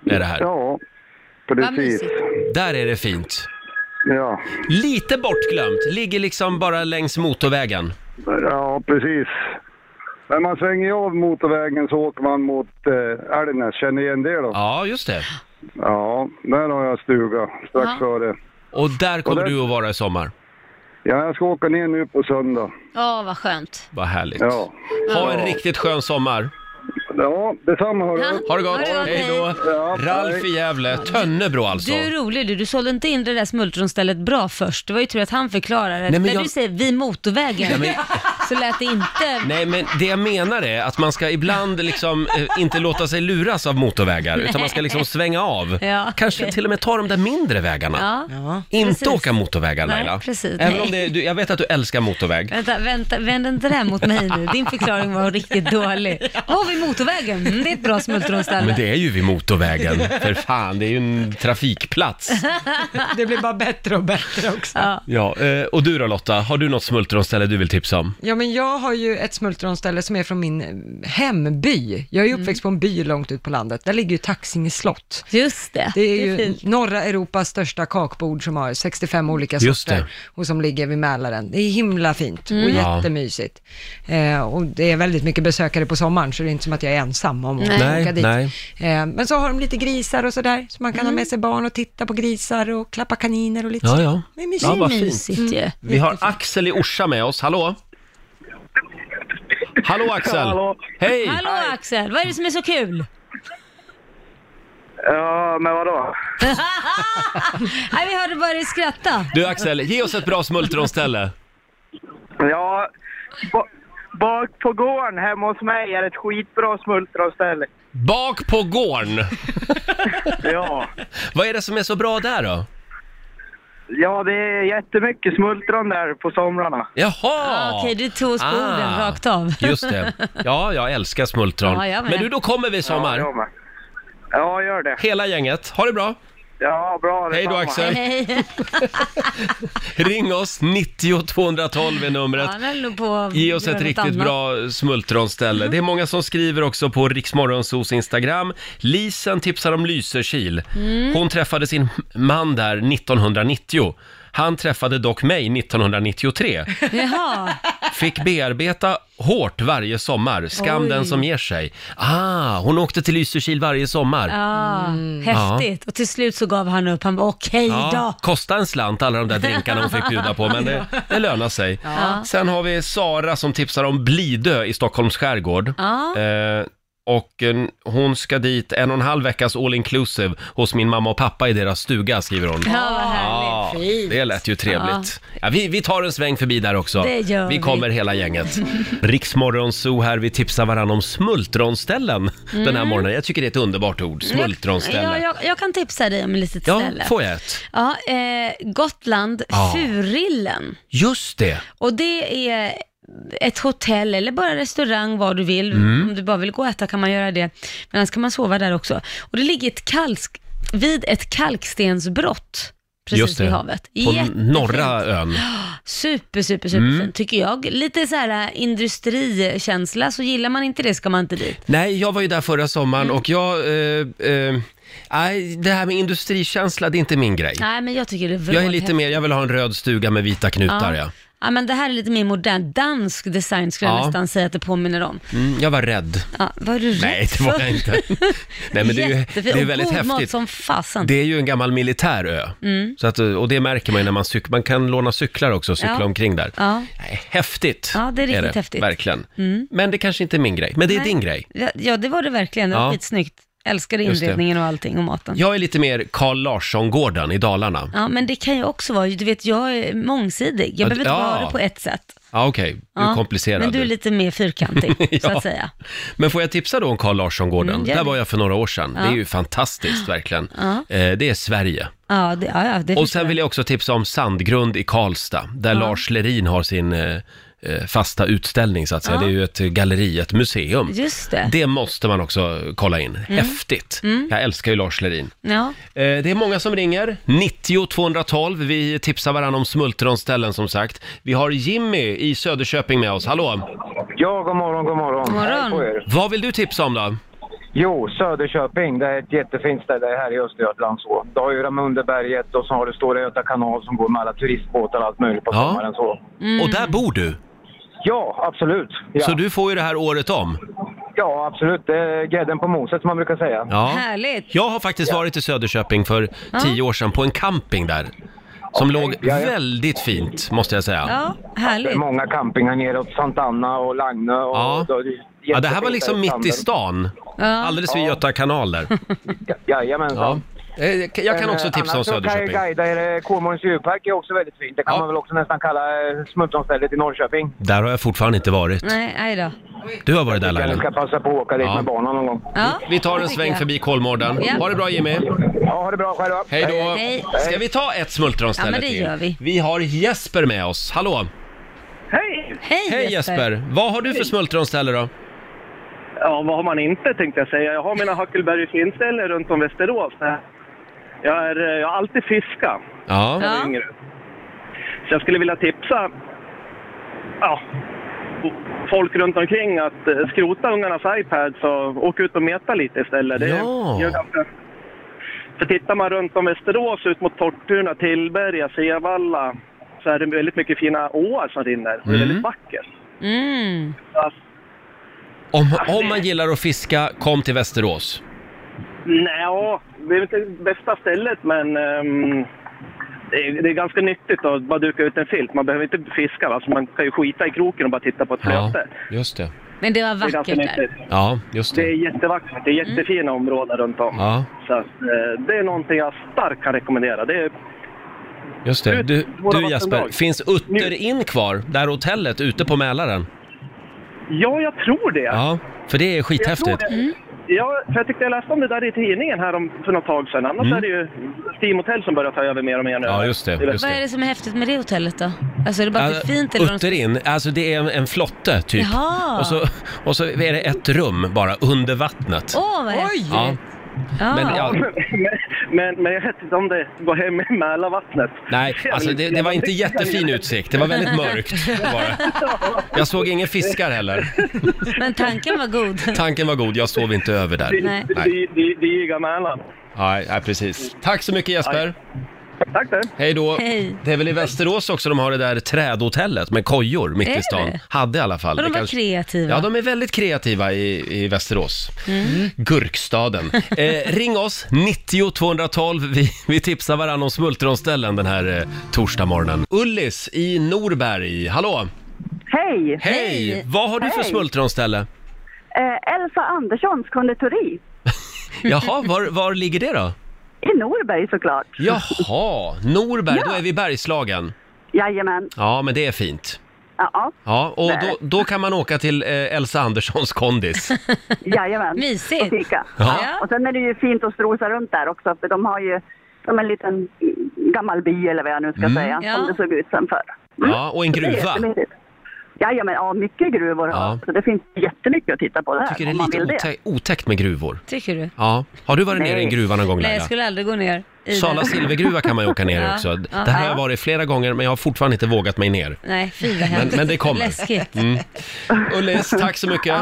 Speaker 1: är det här.
Speaker 16: Ja, precis.
Speaker 1: Där är det fint.
Speaker 16: Ja.
Speaker 1: Lite bortglömt, ligger liksom bara längs motorvägen.
Speaker 16: Ja, precis. När man svänger av motorvägen så åker man mot eh, Älgnäs. Känner ni igen det då?
Speaker 1: Ja, just det.
Speaker 16: Ja, där har jag stuga strax
Speaker 1: Ja.
Speaker 16: före.
Speaker 1: Och där kommer
Speaker 16: Och där-
Speaker 1: du att vara i sommar.
Speaker 16: Ja, jag ska åka ner nu på söndag.
Speaker 15: Ja, vad skönt.
Speaker 1: Vad härligt.
Speaker 16: Ja.
Speaker 1: Ha en
Speaker 16: Ja.
Speaker 1: riktigt skön sommar.
Speaker 16: Ja, detsamma hörru.
Speaker 1: Ha det gott. Hej då. Ralf i Gävle, Tönnebro alltså.
Speaker 15: Du är rolig du, du sålde inte in det där smultronstället bra först. Det var ju tur att han förklarade.
Speaker 1: men
Speaker 15: När
Speaker 1: jag-
Speaker 15: du säger vi motorvägen,
Speaker 1: Nej, men-
Speaker 15: så lät det inte...
Speaker 1: Nej, men det jag menar är att man ska ibland liksom eh, inte låta sig luras av motorvägar, utan man ska liksom svänga av.
Speaker 15: Ja,
Speaker 1: Kanske
Speaker 15: okej.
Speaker 1: till och med ta de där mindre vägarna.
Speaker 15: Ja. Ja.
Speaker 1: Inte
Speaker 15: Precis.
Speaker 1: åka motorvägar
Speaker 15: Nej,
Speaker 1: Laila.
Speaker 15: precis,
Speaker 1: Även
Speaker 15: nej.
Speaker 1: om det, du, jag vet att du älskar motorväg.
Speaker 15: Vänta, vänta, vänd inte det här mot mig nu. Din förklaring var riktigt dålig. Åh, vid motorvägen, mm, det är ett bra smultronställe.
Speaker 1: Men det är ju vid motorvägen, för fan, det är ju en trafikplats.
Speaker 3: Det blir bara bättre och bättre också.
Speaker 15: Ja.
Speaker 1: Ja, eh, och du då Lotta, har du något smultronställe du vill tipsa om?
Speaker 3: Ja, men jag har ju ett smultronställe som är från min eh, hemby. Jag är ju uppväxt på en by långt ut på landet. Där ligger ju Taxinge slott.
Speaker 15: Just det.
Speaker 3: Det är ju
Speaker 15: Det är fint.
Speaker 3: norra Europas största kakbord som har 65 olika
Speaker 15: Just
Speaker 3: sorter
Speaker 15: det.
Speaker 3: och som ligger vid Mälaren. Det är himla fint och
Speaker 15: Mm. Ja.
Speaker 3: jättemysigt. Eh, och det är väldigt mycket besökare på sommaren så det är inte som att jag är ensam om att
Speaker 1: Nej.
Speaker 3: åka dit.
Speaker 1: Nej.
Speaker 3: Eh, men så har de lite grisar och sådär, så man kan ha med sig barn och titta på grisar och klappa kaniner och lite
Speaker 1: Ja,
Speaker 3: så.
Speaker 1: ja.
Speaker 3: Det är mysigt. Mm.
Speaker 1: Ja, vad fint. Mysigt
Speaker 15: ju.
Speaker 1: Vi har Axel i Orsa med oss, hallå? Hallå Axel!
Speaker 15: Hallå.
Speaker 1: Hej!
Speaker 15: Hallå Axel, vad är det som är så kul?
Speaker 16: Ja, men vadå?
Speaker 15: Nej, vi hörde bara dig skratta.
Speaker 1: Du Axel, ge oss ett bra smultronställe.
Speaker 16: Ja, ba-
Speaker 5: Bak på gården hemma hos mig är ett skitbra smultronställe.
Speaker 1: Bak på gården!
Speaker 5: ja.
Speaker 1: Vad är det som är så bra där då?
Speaker 5: Ja, det är jättemycket smultron där på somrarna.
Speaker 1: Jaha!
Speaker 2: Ah, Okej, du tog oss på orden rakt av.
Speaker 1: Just det. Ja, jag älskar smultron.
Speaker 2: Ja, jag med.
Speaker 1: Men du, då kommer vi i sommar.
Speaker 5: Ja, ja, gör det.
Speaker 1: Hela gänget. Ha det bra!
Speaker 5: Ja, bra.
Speaker 1: Hej då
Speaker 5: detsamma.
Speaker 1: Axel! Ring oss, 90 212 är numret.
Speaker 2: Han höll nog på att
Speaker 1: Ge oss
Speaker 2: göra
Speaker 1: ett
Speaker 2: något
Speaker 1: riktigt
Speaker 2: annat. Mm.
Speaker 1: bra smultronställe. Det är många som skriver också på Riksmorgonsos Instagram. Lisen tipsar om Lysekil.
Speaker 2: Mm.
Speaker 1: Hon träffade sin man där 1990. Han träffade dock mig 1993.
Speaker 2: Jaha.
Speaker 1: Fick bearbeta hårt varje sommar. Skam
Speaker 2: Oj.
Speaker 1: den som ger sig. Ah, hon åkte till Lysekil varje sommar.
Speaker 2: Ja, häftigt. Och till slut så gav han upp. Han bara okej då.
Speaker 1: kostade en slant alla de där drinkarna hon fick bjuda på, men det, det lönar sig.
Speaker 2: Ja.
Speaker 1: Sen har vi Sara som tipsar om Blidö i Stockholms skärgård.
Speaker 2: Ja.
Speaker 1: Eh, och eh, hon ska dit en och en halv veckas all inclusive hos min mamma och pappa i deras stuga, skriver hon.
Speaker 2: Ja, vad härligt.
Speaker 1: Ja,
Speaker 2: Fint.
Speaker 1: det lät ju trevligt. Ja. vi, vi tar en sväng förbi där också.
Speaker 2: Det gör
Speaker 1: vi
Speaker 2: vi.
Speaker 1: kommer hela gänget. Riksmorgon Zoo här, vi tipsar varandra om smultronställen den här
Speaker 2: Mm.
Speaker 1: morgonen. Jag tycker det är ett underbart ord, smultronställe.
Speaker 2: Ja, jag, jag kan tipsa dig om ett litet
Speaker 1: Ja,
Speaker 2: ställe.
Speaker 1: får jag ett?
Speaker 2: Ja, eh, Gotland,
Speaker 1: Ja.
Speaker 2: Furillen.
Speaker 1: Just det!
Speaker 2: Och det är ett hotell eller bara restaurang vad du vill.
Speaker 1: Mm.
Speaker 2: Om du bara vill gå och äta kan man göra det. Men annars kan man sova där också. Och det ligger ett kalk, vid ett kalkstensbrott precis
Speaker 1: Just det.
Speaker 2: vid havet.
Speaker 1: På
Speaker 2: Jättefint.
Speaker 1: norra ön.
Speaker 2: Super, super, super
Speaker 1: Mm.
Speaker 2: fint, tycker jag. Lite så här äh, industrikänsla, så gillar man inte det ska man inte dit.
Speaker 1: Nej, jag var ju där förra sommaren
Speaker 2: Mm.
Speaker 1: och jag... eh, eh, Nej, det här med industrikänsla, det är inte min grej.
Speaker 2: Nej, men jag tycker det är
Speaker 1: Jag är lite
Speaker 2: vrålhäftigt.
Speaker 1: mer, jag vill ha en röd stuga med vita knutar, ja.
Speaker 2: ja. ja, men det här är lite mer modern. Dansk design skulle jag
Speaker 1: Ja.
Speaker 2: nästan säga att det påminner om.
Speaker 1: Mm, jag var rädd.
Speaker 2: Ja, var du
Speaker 1: Nej,
Speaker 2: rädd
Speaker 1: det var
Speaker 2: för?
Speaker 1: jag inte. Nej, men det är ju det
Speaker 2: Jättefint.
Speaker 1: är ju
Speaker 2: Och
Speaker 1: väldigt
Speaker 2: god mat
Speaker 1: häftigt.
Speaker 2: som fasen.
Speaker 1: Det är ju en gammal militär ö.
Speaker 2: Mm.
Speaker 1: Så att, och det märker man ju när man cyklar. Man kan låna cyklar också och cykla
Speaker 2: Ja.
Speaker 1: omkring där.
Speaker 2: Ja.
Speaker 1: Nej, häftigt
Speaker 2: Ja, det är riktigt häftigt.
Speaker 1: Verkligen.
Speaker 2: Mm.
Speaker 1: Men det kanske inte är min grej. Men det är
Speaker 2: Nej.
Speaker 1: din grej.
Speaker 2: Ja, ja, det var det verkligen. Det var
Speaker 1: Ja.
Speaker 2: skitsnyggt. Älskade
Speaker 1: Just det.
Speaker 2: inredningen och allting och maten.
Speaker 1: Jag är lite mer Carl Larsson-gården i Dalarna.
Speaker 2: Ja, men det kan ju också vara, du vet jag är mångsidig. Jag
Speaker 1: Ja,
Speaker 2: behöver inte
Speaker 1: ja.
Speaker 2: vara det på ett sätt.
Speaker 1: Ja, okej. Du är
Speaker 2: Ja,
Speaker 1: komplicerad.
Speaker 2: Men du är lite mer fyrkantig, så
Speaker 1: Ja.
Speaker 2: att säga.
Speaker 1: Men får jag tipsa då om Carl Larsson-gården?
Speaker 2: Mm, gör
Speaker 1: Där
Speaker 2: det.
Speaker 1: var jag för några år sedan.
Speaker 2: Ja.
Speaker 1: Det är ju fantastiskt verkligen.
Speaker 2: Ja.
Speaker 1: Eh, det är Sverige.
Speaker 2: Ja, det, ja, ja, det
Speaker 1: Och
Speaker 2: förstår
Speaker 1: sen vill jag också tipsa om Sandgrund i Karlstad, där
Speaker 2: Ja.
Speaker 1: Lars Lerin har sin eh, eh, fasta utställning så att säga.
Speaker 2: Ja.
Speaker 1: Det är ju ett galleri, ett museum.
Speaker 2: Just det.
Speaker 1: Det måste man också kolla in. Häftigt!
Speaker 2: Mm.
Speaker 1: Jag älskar ju Lars Lerin.
Speaker 2: Ja.
Speaker 1: Eh, Det är många som ringer. 90 212. Vi tipsar varandra om smultronställen som sagt. Vi har Jimmy i Söderköping med oss. Hallå!
Speaker 17: Ja, god morgon, god morgon.
Speaker 1: God morgon.
Speaker 17: Hej på er.
Speaker 1: Vad vill du tipsa om då?
Speaker 17: Jo, Söderköping, det är ett jättefint ställe här i Östergötland. Så. Du har ju Ramunderberget och så har du Stora Göta kanal som går med alla turistbåtar och allt möjligt på
Speaker 1: Ja.
Speaker 17: sommaren. Så.
Speaker 2: Mm.
Speaker 1: Och där bor du?
Speaker 17: Ja, absolut. Ja.
Speaker 1: Så du får ju det här året om?
Speaker 17: ja, absolut. Det är grädden på moset som man brukar säga.
Speaker 1: Ja.
Speaker 2: Härligt!
Speaker 1: Jag har faktiskt varit i Söderköping för
Speaker 2: Ja.
Speaker 1: tio år sedan på en camping där. Som låg väldigt fint, måste jag säga. Ja.
Speaker 2: Ja, härligt.
Speaker 17: Det är många campingar neråt, Sant Anna och Lagnö. Och
Speaker 1: Ja.
Speaker 17: då är jättefint
Speaker 1: det här var liksom
Speaker 17: där
Speaker 1: mitt i
Speaker 17: stranden.
Speaker 1: stan.
Speaker 2: Ja.
Speaker 1: Alldeles vid Göta kanal där.
Speaker 17: Jajamensan.
Speaker 1: Ja. Eh, jag kan- jag kan
Speaker 17: Men,
Speaker 1: också
Speaker 17: eh,
Speaker 1: tipsa om
Speaker 17: annars så
Speaker 1: Söderköping.
Speaker 17: Kan jag guida er. eh, Kolmårdens djurpark är också väldigt fint. Det kan man väl också nästan kalla eh, smultronstället i Norrköping.
Speaker 1: Där har jag fortfarande inte varit.
Speaker 2: Nej, aj då.
Speaker 1: Du har varit där
Speaker 17: Jag
Speaker 1: Laila.
Speaker 17: ska passa på att åka dit
Speaker 1: Ja.
Speaker 17: med barnen någon gång.
Speaker 2: Ja,
Speaker 1: Vi tar en
Speaker 2: det tycker
Speaker 1: sväng
Speaker 2: jag.
Speaker 1: förbi Kolmården.
Speaker 2: Ja.
Speaker 1: Ha det bra Jimmy.
Speaker 17: Ja, ha det bra själva.
Speaker 1: Hej då.
Speaker 2: Hej.
Speaker 1: Ska vi ta ett smultronställe
Speaker 2: Ja, men det
Speaker 1: till?
Speaker 2: gör vi.
Speaker 1: Vi har Jesper med oss. Hallå!
Speaker 18: Hej!
Speaker 2: Hej,
Speaker 1: Hej Jesper! Vad har du för smultronställe då?
Speaker 18: Ja, vad har man inte tänkte jag säga. Jag har mina Huckleberry Finn-ställen runt om Västerås. Jag, är, eh, jag har alltid fiskat
Speaker 1: Ja.
Speaker 18: när jag var yngre. Så jag skulle vilja tipsa ja, folk runt omkring att eh, skrota ungarnas iPads och åka ut och meta lite istället. Det
Speaker 1: Ja.
Speaker 18: gör ganska... För tittar man runt om Västerås ut mot Tortuna, Tillberga, Sevalla så är det väldigt mycket fina åar som rinner. Det är
Speaker 1: Mm.
Speaker 18: väldigt vackert.
Speaker 2: Mm.
Speaker 1: Om, om man gillar att fiska, kom till Västerås.
Speaker 18: Nej, ja, det är väl inte det bästa stället, men ehm, det, är, det är ganska nyttigt att bara duka ut en filt. Man behöver inte fiska, va? så man kan ju skita i kroken och bara titta på ett
Speaker 1: Ja,
Speaker 18: flöte.
Speaker 1: just det.
Speaker 2: Men det var
Speaker 18: Det är ganska
Speaker 2: vackert där. Mm.
Speaker 18: nyttigt.
Speaker 1: Ja, just
Speaker 18: Det är jättevackert. Det är jättefina områden runt om.
Speaker 1: Ja,
Speaker 18: Så att, eh, det är någonting jag starkt kan rekommendera. Det är,
Speaker 1: just det. Du,
Speaker 18: våra
Speaker 1: du Jesper,
Speaker 18: vattendrag.
Speaker 1: finns Utter in kvar? Det här hotellet ute på Mälaren?
Speaker 18: Ja, jag tror det.
Speaker 1: Ja, för det är skithäftigt.
Speaker 18: Jag tror det.
Speaker 2: Mm.
Speaker 18: Ja, för jag tyckte jag läste om det där i tidningen här om, för något tag sedan. Annars
Speaker 1: Mm.
Speaker 18: är det ju Steam Hotel som börjar ta över mer och mer nu.
Speaker 1: Ja, just det,
Speaker 18: vet-
Speaker 1: just
Speaker 15: Vad är det som är häftigt med det hotellet då? Alltså är det bara att det är
Speaker 1: Äh,
Speaker 15: fint eller? vad de-
Speaker 1: Utterin, alltså det är en, en flotte typ.
Speaker 15: Jaha.
Speaker 1: Och så, och så är det ett rum bara under vattnet.
Speaker 15: Åh, vad häftigt!
Speaker 1: Ja. Men, ja,
Speaker 18: men, men jag vet inte om det går hem med Mälarvattnet.
Speaker 1: nej, alltså det, det var inte jättefin utsikt. Det var väldigt mörkt. Var det. Jag såg ingen fiskar heller.
Speaker 15: Men tanken var god.
Speaker 1: Tanken var god, jag sov inte över där.
Speaker 15: Nej.
Speaker 18: Det- det- Det ljuga Mälaren.
Speaker 1: Nej, nej, precis. Tack så mycket Jesper.
Speaker 18: Tack du.
Speaker 1: Hej då.
Speaker 15: Hej.
Speaker 1: Det är väl i Västerås också de har det där trädhotellet med kojor mitt
Speaker 15: Är
Speaker 1: i
Speaker 15: det
Speaker 1: stan.
Speaker 15: det?
Speaker 1: Hade i alla fall.
Speaker 15: Och de
Speaker 1: Det
Speaker 15: var
Speaker 1: kanske-
Speaker 15: kreativa.
Speaker 1: Ja, de är väldigt kreativa i, i Västerås.
Speaker 15: Mm.
Speaker 1: Gurkstaden. Eh, ring oss, 90 212. Vi, vi tipsar varandra om smultronställen den här eh, torsdagmorgonen. Ullis i Norberg, hallå!
Speaker 19: Hej!
Speaker 1: Hej! Vad har du för
Speaker 19: Hej.
Speaker 1: smultronställe?
Speaker 19: Eh, Elsa Anderssons konditori.
Speaker 1: Jaha, var, var ligger det då?
Speaker 19: I Norberg såklart.
Speaker 1: Jaha, Norberg, då är vi i Bergslagen.
Speaker 19: Jajamän.
Speaker 1: Ja, men det är fint.
Speaker 19: Ja.
Speaker 1: Ja, och
Speaker 19: Nej.
Speaker 1: då, då kan man åka till eh, Elsa Anderssons kondis.
Speaker 19: Jajamän. Mysigt. Och fika.
Speaker 1: Ja.
Speaker 19: Och sen är det ju fint att strosa runt där också för de har ju som en liten gammal by eller vad jag nu ska
Speaker 1: Mm.
Speaker 19: säga som det såg ut sen förr. Mm.
Speaker 1: Ja, och en
Speaker 19: Så det är
Speaker 1: gruva.
Speaker 19: jättemysigt. Jajamän, ja mycket gruvor
Speaker 1: Ja.
Speaker 19: ja. Så det finns jättemycket att titta på där
Speaker 1: Tycker det är
Speaker 19: om man
Speaker 1: lite
Speaker 19: vill det.
Speaker 1: otä- otäckt med gruvor.
Speaker 15: Tycker du?
Speaker 1: Ja. Har du varit nere i en gruva någon gång
Speaker 15: Nej, jag
Speaker 1: Laila?
Speaker 15: skulle aldrig gå ner i den.
Speaker 1: Sala silvergruva kan man ju åka ner i
Speaker 15: Ja,
Speaker 1: också.
Speaker 15: ja.
Speaker 1: Det här har jag varit flera gånger men jag har fortfarande inte vågat mig ner.
Speaker 15: Nej, fy vad
Speaker 1: Men,
Speaker 15: hemskt.
Speaker 1: men det kommer.
Speaker 15: Läskigt.
Speaker 1: Mm. Ullis, tack så mycket.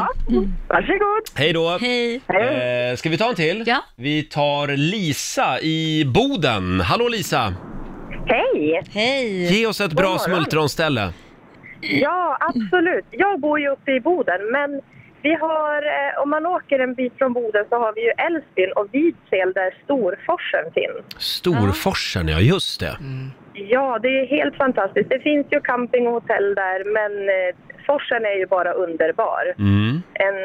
Speaker 19: Varsågod.
Speaker 1: Hej då.
Speaker 15: Hej.
Speaker 1: Eh, ska vi ta en till? Ja. Vi tar Lisa i Boden. Hallå Lisa!
Speaker 11: Hej!
Speaker 15: Hej!
Speaker 1: Ge oss ett bra smultronställe.
Speaker 11: Ja, absolut. Jag bor ju uppe i Boden, men vi har, eh, om man åker en bit från Boden så har vi ju Älvsbyn och Vidsel där Storforsen finns.
Speaker 1: Storforsen, ja just det.
Speaker 15: Mm.
Speaker 11: Ja, det är helt fantastiskt. Det finns ju camping och hotell där, men eh, forsen är ju bara underbar.
Speaker 1: Mm.
Speaker 11: En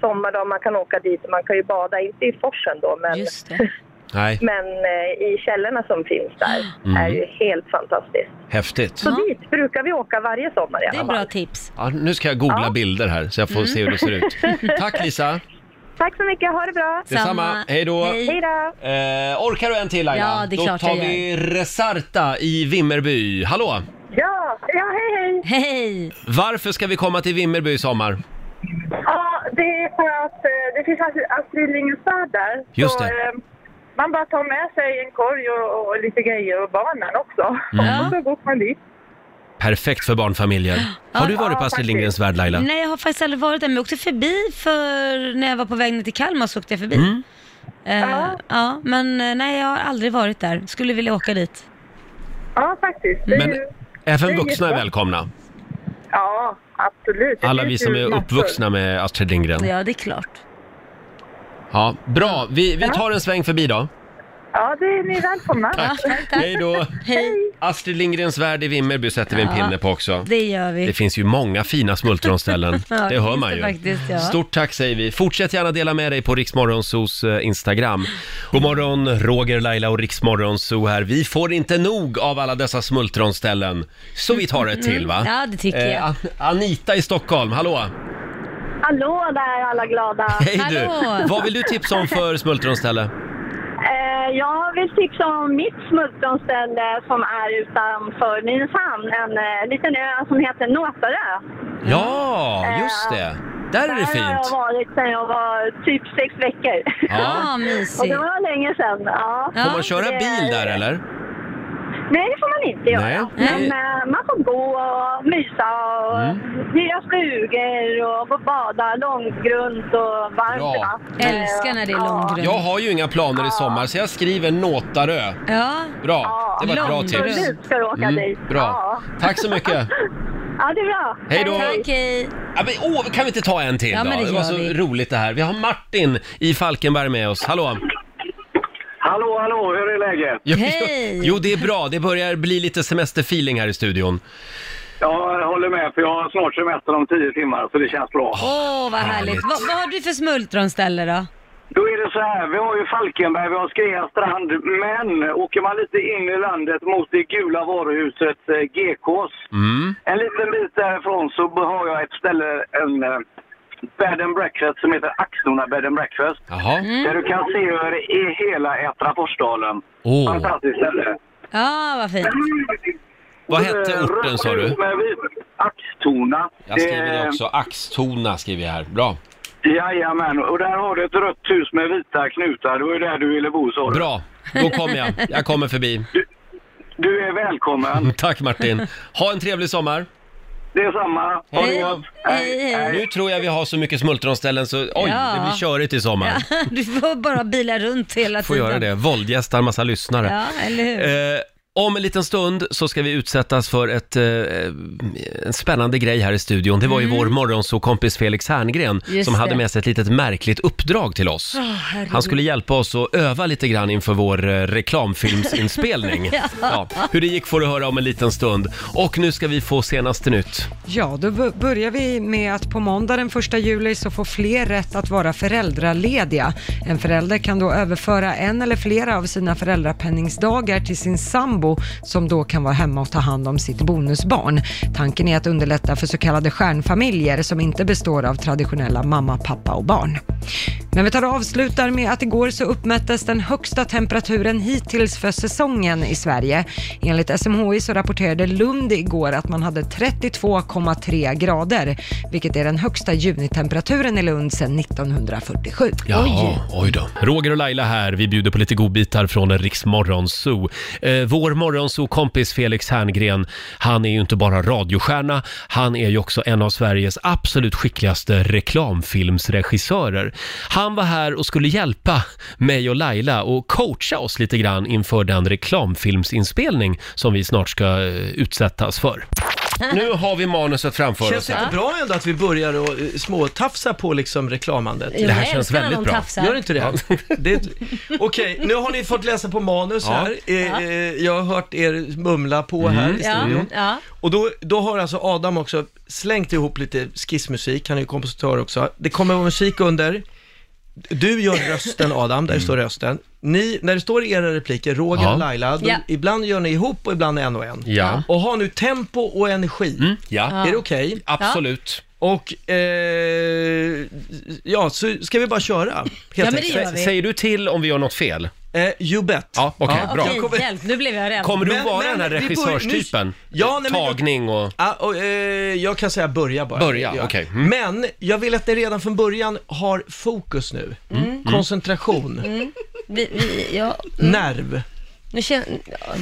Speaker 11: sommardag man kan åka dit och man kan ju bada, inte i forsen då, men,
Speaker 1: Nej,
Speaker 11: men eh, i källorna som finns där
Speaker 1: Mm.
Speaker 11: är ju helt fantastiskt.
Speaker 1: häftigt.
Speaker 11: Så dit brukar vi åka varje sommar i alla fall. Det är bra
Speaker 15: tips.
Speaker 1: Ja, nu ska jag googla bilder här så jag får
Speaker 11: Mm.
Speaker 1: se hur det ser ut. Tack Lisa!
Speaker 11: Tack så mycket, ha det bra!
Speaker 1: Detsamma, hej då!
Speaker 11: Hej då!
Speaker 1: Eh, orkar du en till Laila?
Speaker 11: Ja, det är
Speaker 1: Då
Speaker 11: klart
Speaker 1: tar
Speaker 11: jag
Speaker 1: vi Resarta i Vimmerby. Hallå!
Speaker 11: Ja, ja hej
Speaker 15: hej! Hej!
Speaker 1: Varför ska vi komma till Vimmerby i sommar?
Speaker 11: Ja, det är för att eh, det finns Astrid- Astrid Lindgrens Värld där.
Speaker 1: Just
Speaker 11: Så,
Speaker 1: det.
Speaker 11: eh, man bara tar med sig en korg och, och lite grejer och barnen också.
Speaker 1: Mm.
Speaker 11: Och så går man dit.
Speaker 1: Perfekt för barnfamiljer. Har du varit på Astrid Lindgrens Värld Laila?
Speaker 15: Nej, jag har faktiskt aldrig varit där, men jag åkte förbi för när jag var på väg ner till Kalmar så åkte jag förbi.
Speaker 1: Mm.
Speaker 15: Eh, ja, men eh, nej, jag har aldrig varit där. Skulle vilja åka dit.
Speaker 11: Ja, faktiskt. Det är
Speaker 1: Men
Speaker 11: ju- det
Speaker 1: även
Speaker 11: är
Speaker 1: vuxna är
Speaker 11: jättebra.
Speaker 1: välkomna.
Speaker 11: Ja, absolut. Det
Speaker 1: Alla vi
Speaker 11: finns
Speaker 1: som
Speaker 11: ju
Speaker 1: är
Speaker 11: massor.
Speaker 1: uppvuxna med Astrid Lindgren.
Speaker 15: Ja, det är klart.
Speaker 1: Ja, bra. Vi, vi
Speaker 11: Ja.
Speaker 1: tar en sväng förbi då.
Speaker 11: Ja, det är ni välkomna.
Speaker 1: Tack. Hej då! Astrid Lindgrens Värld i Vimmerby sätter vi en
Speaker 15: Ja,
Speaker 1: pinne på också.
Speaker 15: Det gör vi.
Speaker 1: Det finns ju många fina smultronställen.
Speaker 15: Ja,
Speaker 1: det
Speaker 15: det
Speaker 1: hör
Speaker 15: finns
Speaker 1: man
Speaker 15: det
Speaker 1: ju.
Speaker 15: faktiskt, ja.
Speaker 1: Stort tack säger vi. Fortsätt gärna dela med dig på Riksmorgonsos eh, Instagram. God morgon, Roger, Laila och Riksmorgonso här. Vi får inte nog av alla dessa smultronställen. Så vi tar ett till va? Eh,
Speaker 11: Mm, ja, det tycker jag.
Speaker 1: An- Anita i Stockholm, hallå!
Speaker 11: Hallå där alla glada!
Speaker 1: Hej du! Vad vill du tipsa om för smultronställe?
Speaker 11: Eh, Jag vill tipsa om mitt smultronställe som är utanför Nynäshamn. En eh, liten ö som heter Nåtarö.
Speaker 1: Ja, just det! Där är det
Speaker 11: Där har jag
Speaker 1: fint!
Speaker 11: varit sedan jag var typ sex veckor.
Speaker 1: Ja. Ah,
Speaker 15: mysigt.
Speaker 11: Och det var länge sedan. Ja.
Speaker 1: Får man köra
Speaker 11: Det-
Speaker 1: bil där eller?
Speaker 11: Nej, det får man inte göra.
Speaker 1: Nej.
Speaker 11: Men eh, man får gå och mysa och
Speaker 1: Mm.
Speaker 11: hyra stugor och få bada långgrunt och varmt i
Speaker 1: Bra.
Speaker 11: vattnet.
Speaker 15: Älskar när det är långgrunt.
Speaker 1: Jag har ju inga planer i sommar så jag skriver Nåtarö.
Speaker 15: Ja.
Speaker 1: Bra, det var ett bra
Speaker 11: Långgrunt.
Speaker 1: tips. Mm,
Speaker 11: Absolut ska du åka dit.
Speaker 1: Bra. Tack så mycket.
Speaker 11: Ja, det är bra.
Speaker 1: Hej då. Tack,
Speaker 15: hej.
Speaker 1: Ja, men, åh, kan vi inte ta en till
Speaker 15: Ja,
Speaker 1: då?
Speaker 15: men det
Speaker 1: det var
Speaker 15: gör
Speaker 1: så
Speaker 15: vi.
Speaker 1: roligt det här. Vi har Martin i Falkenberg med oss. Hallå!
Speaker 20: Hallå, hallå, hur är läget?
Speaker 1: Jo, jo, jo, det är bra. Det börjar bli lite semesterfeeling här i studion.
Speaker 20: Jag håller med, för jag har snart semester om tio timmar, så det känns bra.
Speaker 1: Ah,
Speaker 15: Åh, vad härligt. Vad, vad har du för smultronställe då?
Speaker 18: Då är det så här, vi har ju Falkenberg, vi har Skrea strand, men åker man lite in i landet mot det gula varuhuset eh, GKs,
Speaker 1: Mm.
Speaker 18: en liten bit därifrån så har jag ett ställe, en eh, bed and breakfast som heter Axlorna bed and breakfast.
Speaker 1: Jaha.
Speaker 4: Mm.
Speaker 2: Mm.
Speaker 18: Där du kan se över i hela Ätraforsdalen.
Speaker 1: Åh.
Speaker 18: Fantastiskt ställe.
Speaker 2: Ja, vad fint.
Speaker 1: Vad hette orten sa du?
Speaker 18: Axtorna.
Speaker 1: Jag skriver det också. Axtona skriver jag här. Bra.
Speaker 18: Jajamän, och där har du ett rött hus med vita knutar. Det var ju där du ville bo sa du.
Speaker 1: Bra, då kommer jag. Jag kommer förbi.
Speaker 18: Du är välkommen.
Speaker 1: Tack Martin. Ha en trevlig sommar.
Speaker 18: Detsamma. Ha det
Speaker 1: Hej.
Speaker 18: gott.
Speaker 2: Hej,
Speaker 1: Nu
Speaker 2: hej.
Speaker 1: tror jag vi har så mycket smultronställen så oj,
Speaker 2: Ja.
Speaker 1: det blir körigt i sommar.
Speaker 2: Ja, du får bara bila runt hela
Speaker 1: Får
Speaker 2: tiden.
Speaker 1: göra det. Våldgästar massa lyssnare.
Speaker 2: Ja, eller hur?
Speaker 1: Eh, om en liten stund så ska vi utsättas för ett, eh, en spännande grej här i studion. Det var ju vår morgonsåkompis Felix Herngren
Speaker 2: Mm. Just
Speaker 1: som hade
Speaker 2: det.
Speaker 1: med sig ett litet märkligt uppdrag till oss.
Speaker 2: Åh, herregud.
Speaker 1: Han skulle hjälpa oss att öva lite grann inför vår eh, reklamfilmsinspelning.
Speaker 3: Ja.
Speaker 1: ja. Hur det gick får du höra om en liten stund. Och nu ska vi få senaste nytt.
Speaker 3: Ja, då b- börjar vi med att på måndag den 1 juli så får fler rätt att vara föräldralediga. En förälder kan då överföra en eller flera av sina föräldrapenningsdagar till sin sambo som då kan vara hemma och ta hand om sitt bonusbarn. Tanken är att underlätta för så kallade stjärnfamiljer som inte består av traditionella mamma, pappa och barn. Men vi tar och avslutar med att igår så uppmättes den högsta temperaturen hittills för säsongen i Sverige. Enligt SMHI så rapporterade Lund igår att man hade 32,3 grader, vilket är den högsta junitemperaturen i Lund sedan 1947.
Speaker 1: Ja, oj. då. Roger och Laila här. Vi bjuder på lite godbitar från en Riksmorgonzoo. Eh, vår morgonzoo-kompis Felix Herngren, han är ju inte bara radiostjärna, han är ju också en av Sveriges absolut skickligaste reklamfilmsregissörer. Han var här och skulle hjälpa mig och Laila och coacha oss lite grann inför den reklamfilmsinspelning som vi snart ska eh, utsättas för. Nu har vi manuset framför
Speaker 21: Känns
Speaker 1: oss.
Speaker 21: det inte bra ändå att vi börjar och eh, småtafsa på liksom reklamandet?
Speaker 1: Jo, Det här jag känns älskar när väldigt någon bra. tafsar.
Speaker 21: Gör inte det? det är- Okej, nu har ni fått läsa på manus
Speaker 1: Ja. Mm,
Speaker 21: här.
Speaker 1: Ja.
Speaker 21: Eh, eh, Jag har hört er mumla på här i
Speaker 2: Ja,
Speaker 21: studion.
Speaker 2: ja.
Speaker 21: Och då, då har alltså Adam också slängt ihop lite skissmusik, han är ju kompositör också. Det kommer vara musik under. Du gör rösten Adam, där står rösten. Ni, när det står i era repliker, Roger
Speaker 1: Ja.
Speaker 21: och Laila, då,
Speaker 2: Ja.
Speaker 21: ibland gör ni ihop och ibland en och en.
Speaker 1: Ja. Mm,
Speaker 21: Och har nu tempo och energi.
Speaker 1: ja.
Speaker 21: Är det okej?
Speaker 1: Absolut.
Speaker 21: Och, eh, ja, så ska vi bara köra? helt enkelt. Eh,
Speaker 1: Sä- Säger du till om vi gör något fel?
Speaker 21: you bet.
Speaker 1: Ja, okej,
Speaker 21: Ja,
Speaker 1: bra.
Speaker 21: okej. kommer-
Speaker 2: Hjälp, nu blev jag rädd.
Speaker 1: Kommer du
Speaker 21: Men-
Speaker 1: vara
Speaker 21: men
Speaker 1: den här
Speaker 21: vi börjar-
Speaker 1: regissörstypen?
Speaker 21: nu- Ja, nej, men-
Speaker 1: Tagning och...
Speaker 21: Ah, och, eh, jag kan säga börja bara.
Speaker 1: Börja,
Speaker 21: Ja.
Speaker 1: okej. Mm.
Speaker 21: Men jag vill att ni redan från början har fokus nu.
Speaker 2: Mm.
Speaker 21: Koncentration.
Speaker 2: Mm. Vi, vi, ja.
Speaker 21: Nerv.
Speaker 2: Nu känner...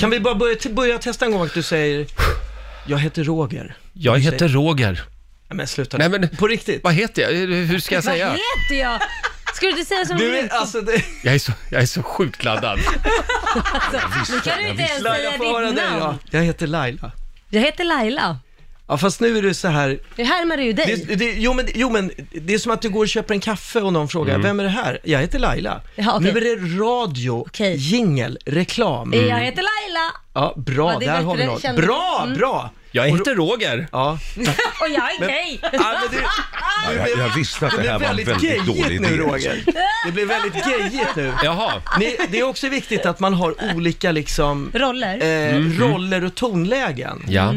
Speaker 21: Kan vi bara börja, t- börja testa en gång att du säger Jag heter Roger.
Speaker 1: Jag
Speaker 21: Du
Speaker 1: heter
Speaker 21: säger-
Speaker 1: Roger.
Speaker 21: Nej men sluta.
Speaker 1: Nej, men,
Speaker 21: på riktigt.
Speaker 1: Vad heter jag? Hur ska jag säga?
Speaker 2: Vad heter jag? Skulle du säga som
Speaker 21: Du
Speaker 2: du...
Speaker 21: är, alltså det...
Speaker 1: Jag är så, jag är så sjukt laddad.
Speaker 2: Alltså, nu kan du inte ens säga
Speaker 21: får höra
Speaker 2: ditt
Speaker 21: dig
Speaker 2: namn.
Speaker 21: då. Jag heter Laila.
Speaker 2: Jag heter Laila.
Speaker 21: Ja fast nu är du så här,
Speaker 2: Nu härmar du ju dig.
Speaker 21: det, det, jo, men, jo men det är som att du går och köper en kaffe och någon frågar,
Speaker 22: Mm.
Speaker 21: vem är det här? Jag heter Laila.
Speaker 2: Ja, okej. Mm.
Speaker 21: Nu är det radio, jingel, reklam.
Speaker 2: Eh,
Speaker 1: Mm.
Speaker 2: Jag heter Laila.
Speaker 21: Ja, bra,
Speaker 2: Ja, det är
Speaker 21: där har vi
Speaker 2: bättre,
Speaker 21: något.
Speaker 2: kände
Speaker 21: Bra,
Speaker 2: jag. Mm.
Speaker 21: bra!
Speaker 1: Jag heter Roger.
Speaker 21: Ja.
Speaker 2: Och jag är
Speaker 21: Men-
Speaker 2: gay.
Speaker 22: Ja, jag, jag visste att det här var en väldigt dålig idé.
Speaker 21: nu Roger. Det blev väldigt gejigt nu.
Speaker 1: Jaha.
Speaker 21: Ni, det är också viktigt att man har olika liksom,
Speaker 2: Roller.
Speaker 21: eh,
Speaker 2: Mm.
Speaker 21: roller och tonlägen.
Speaker 1: Ja.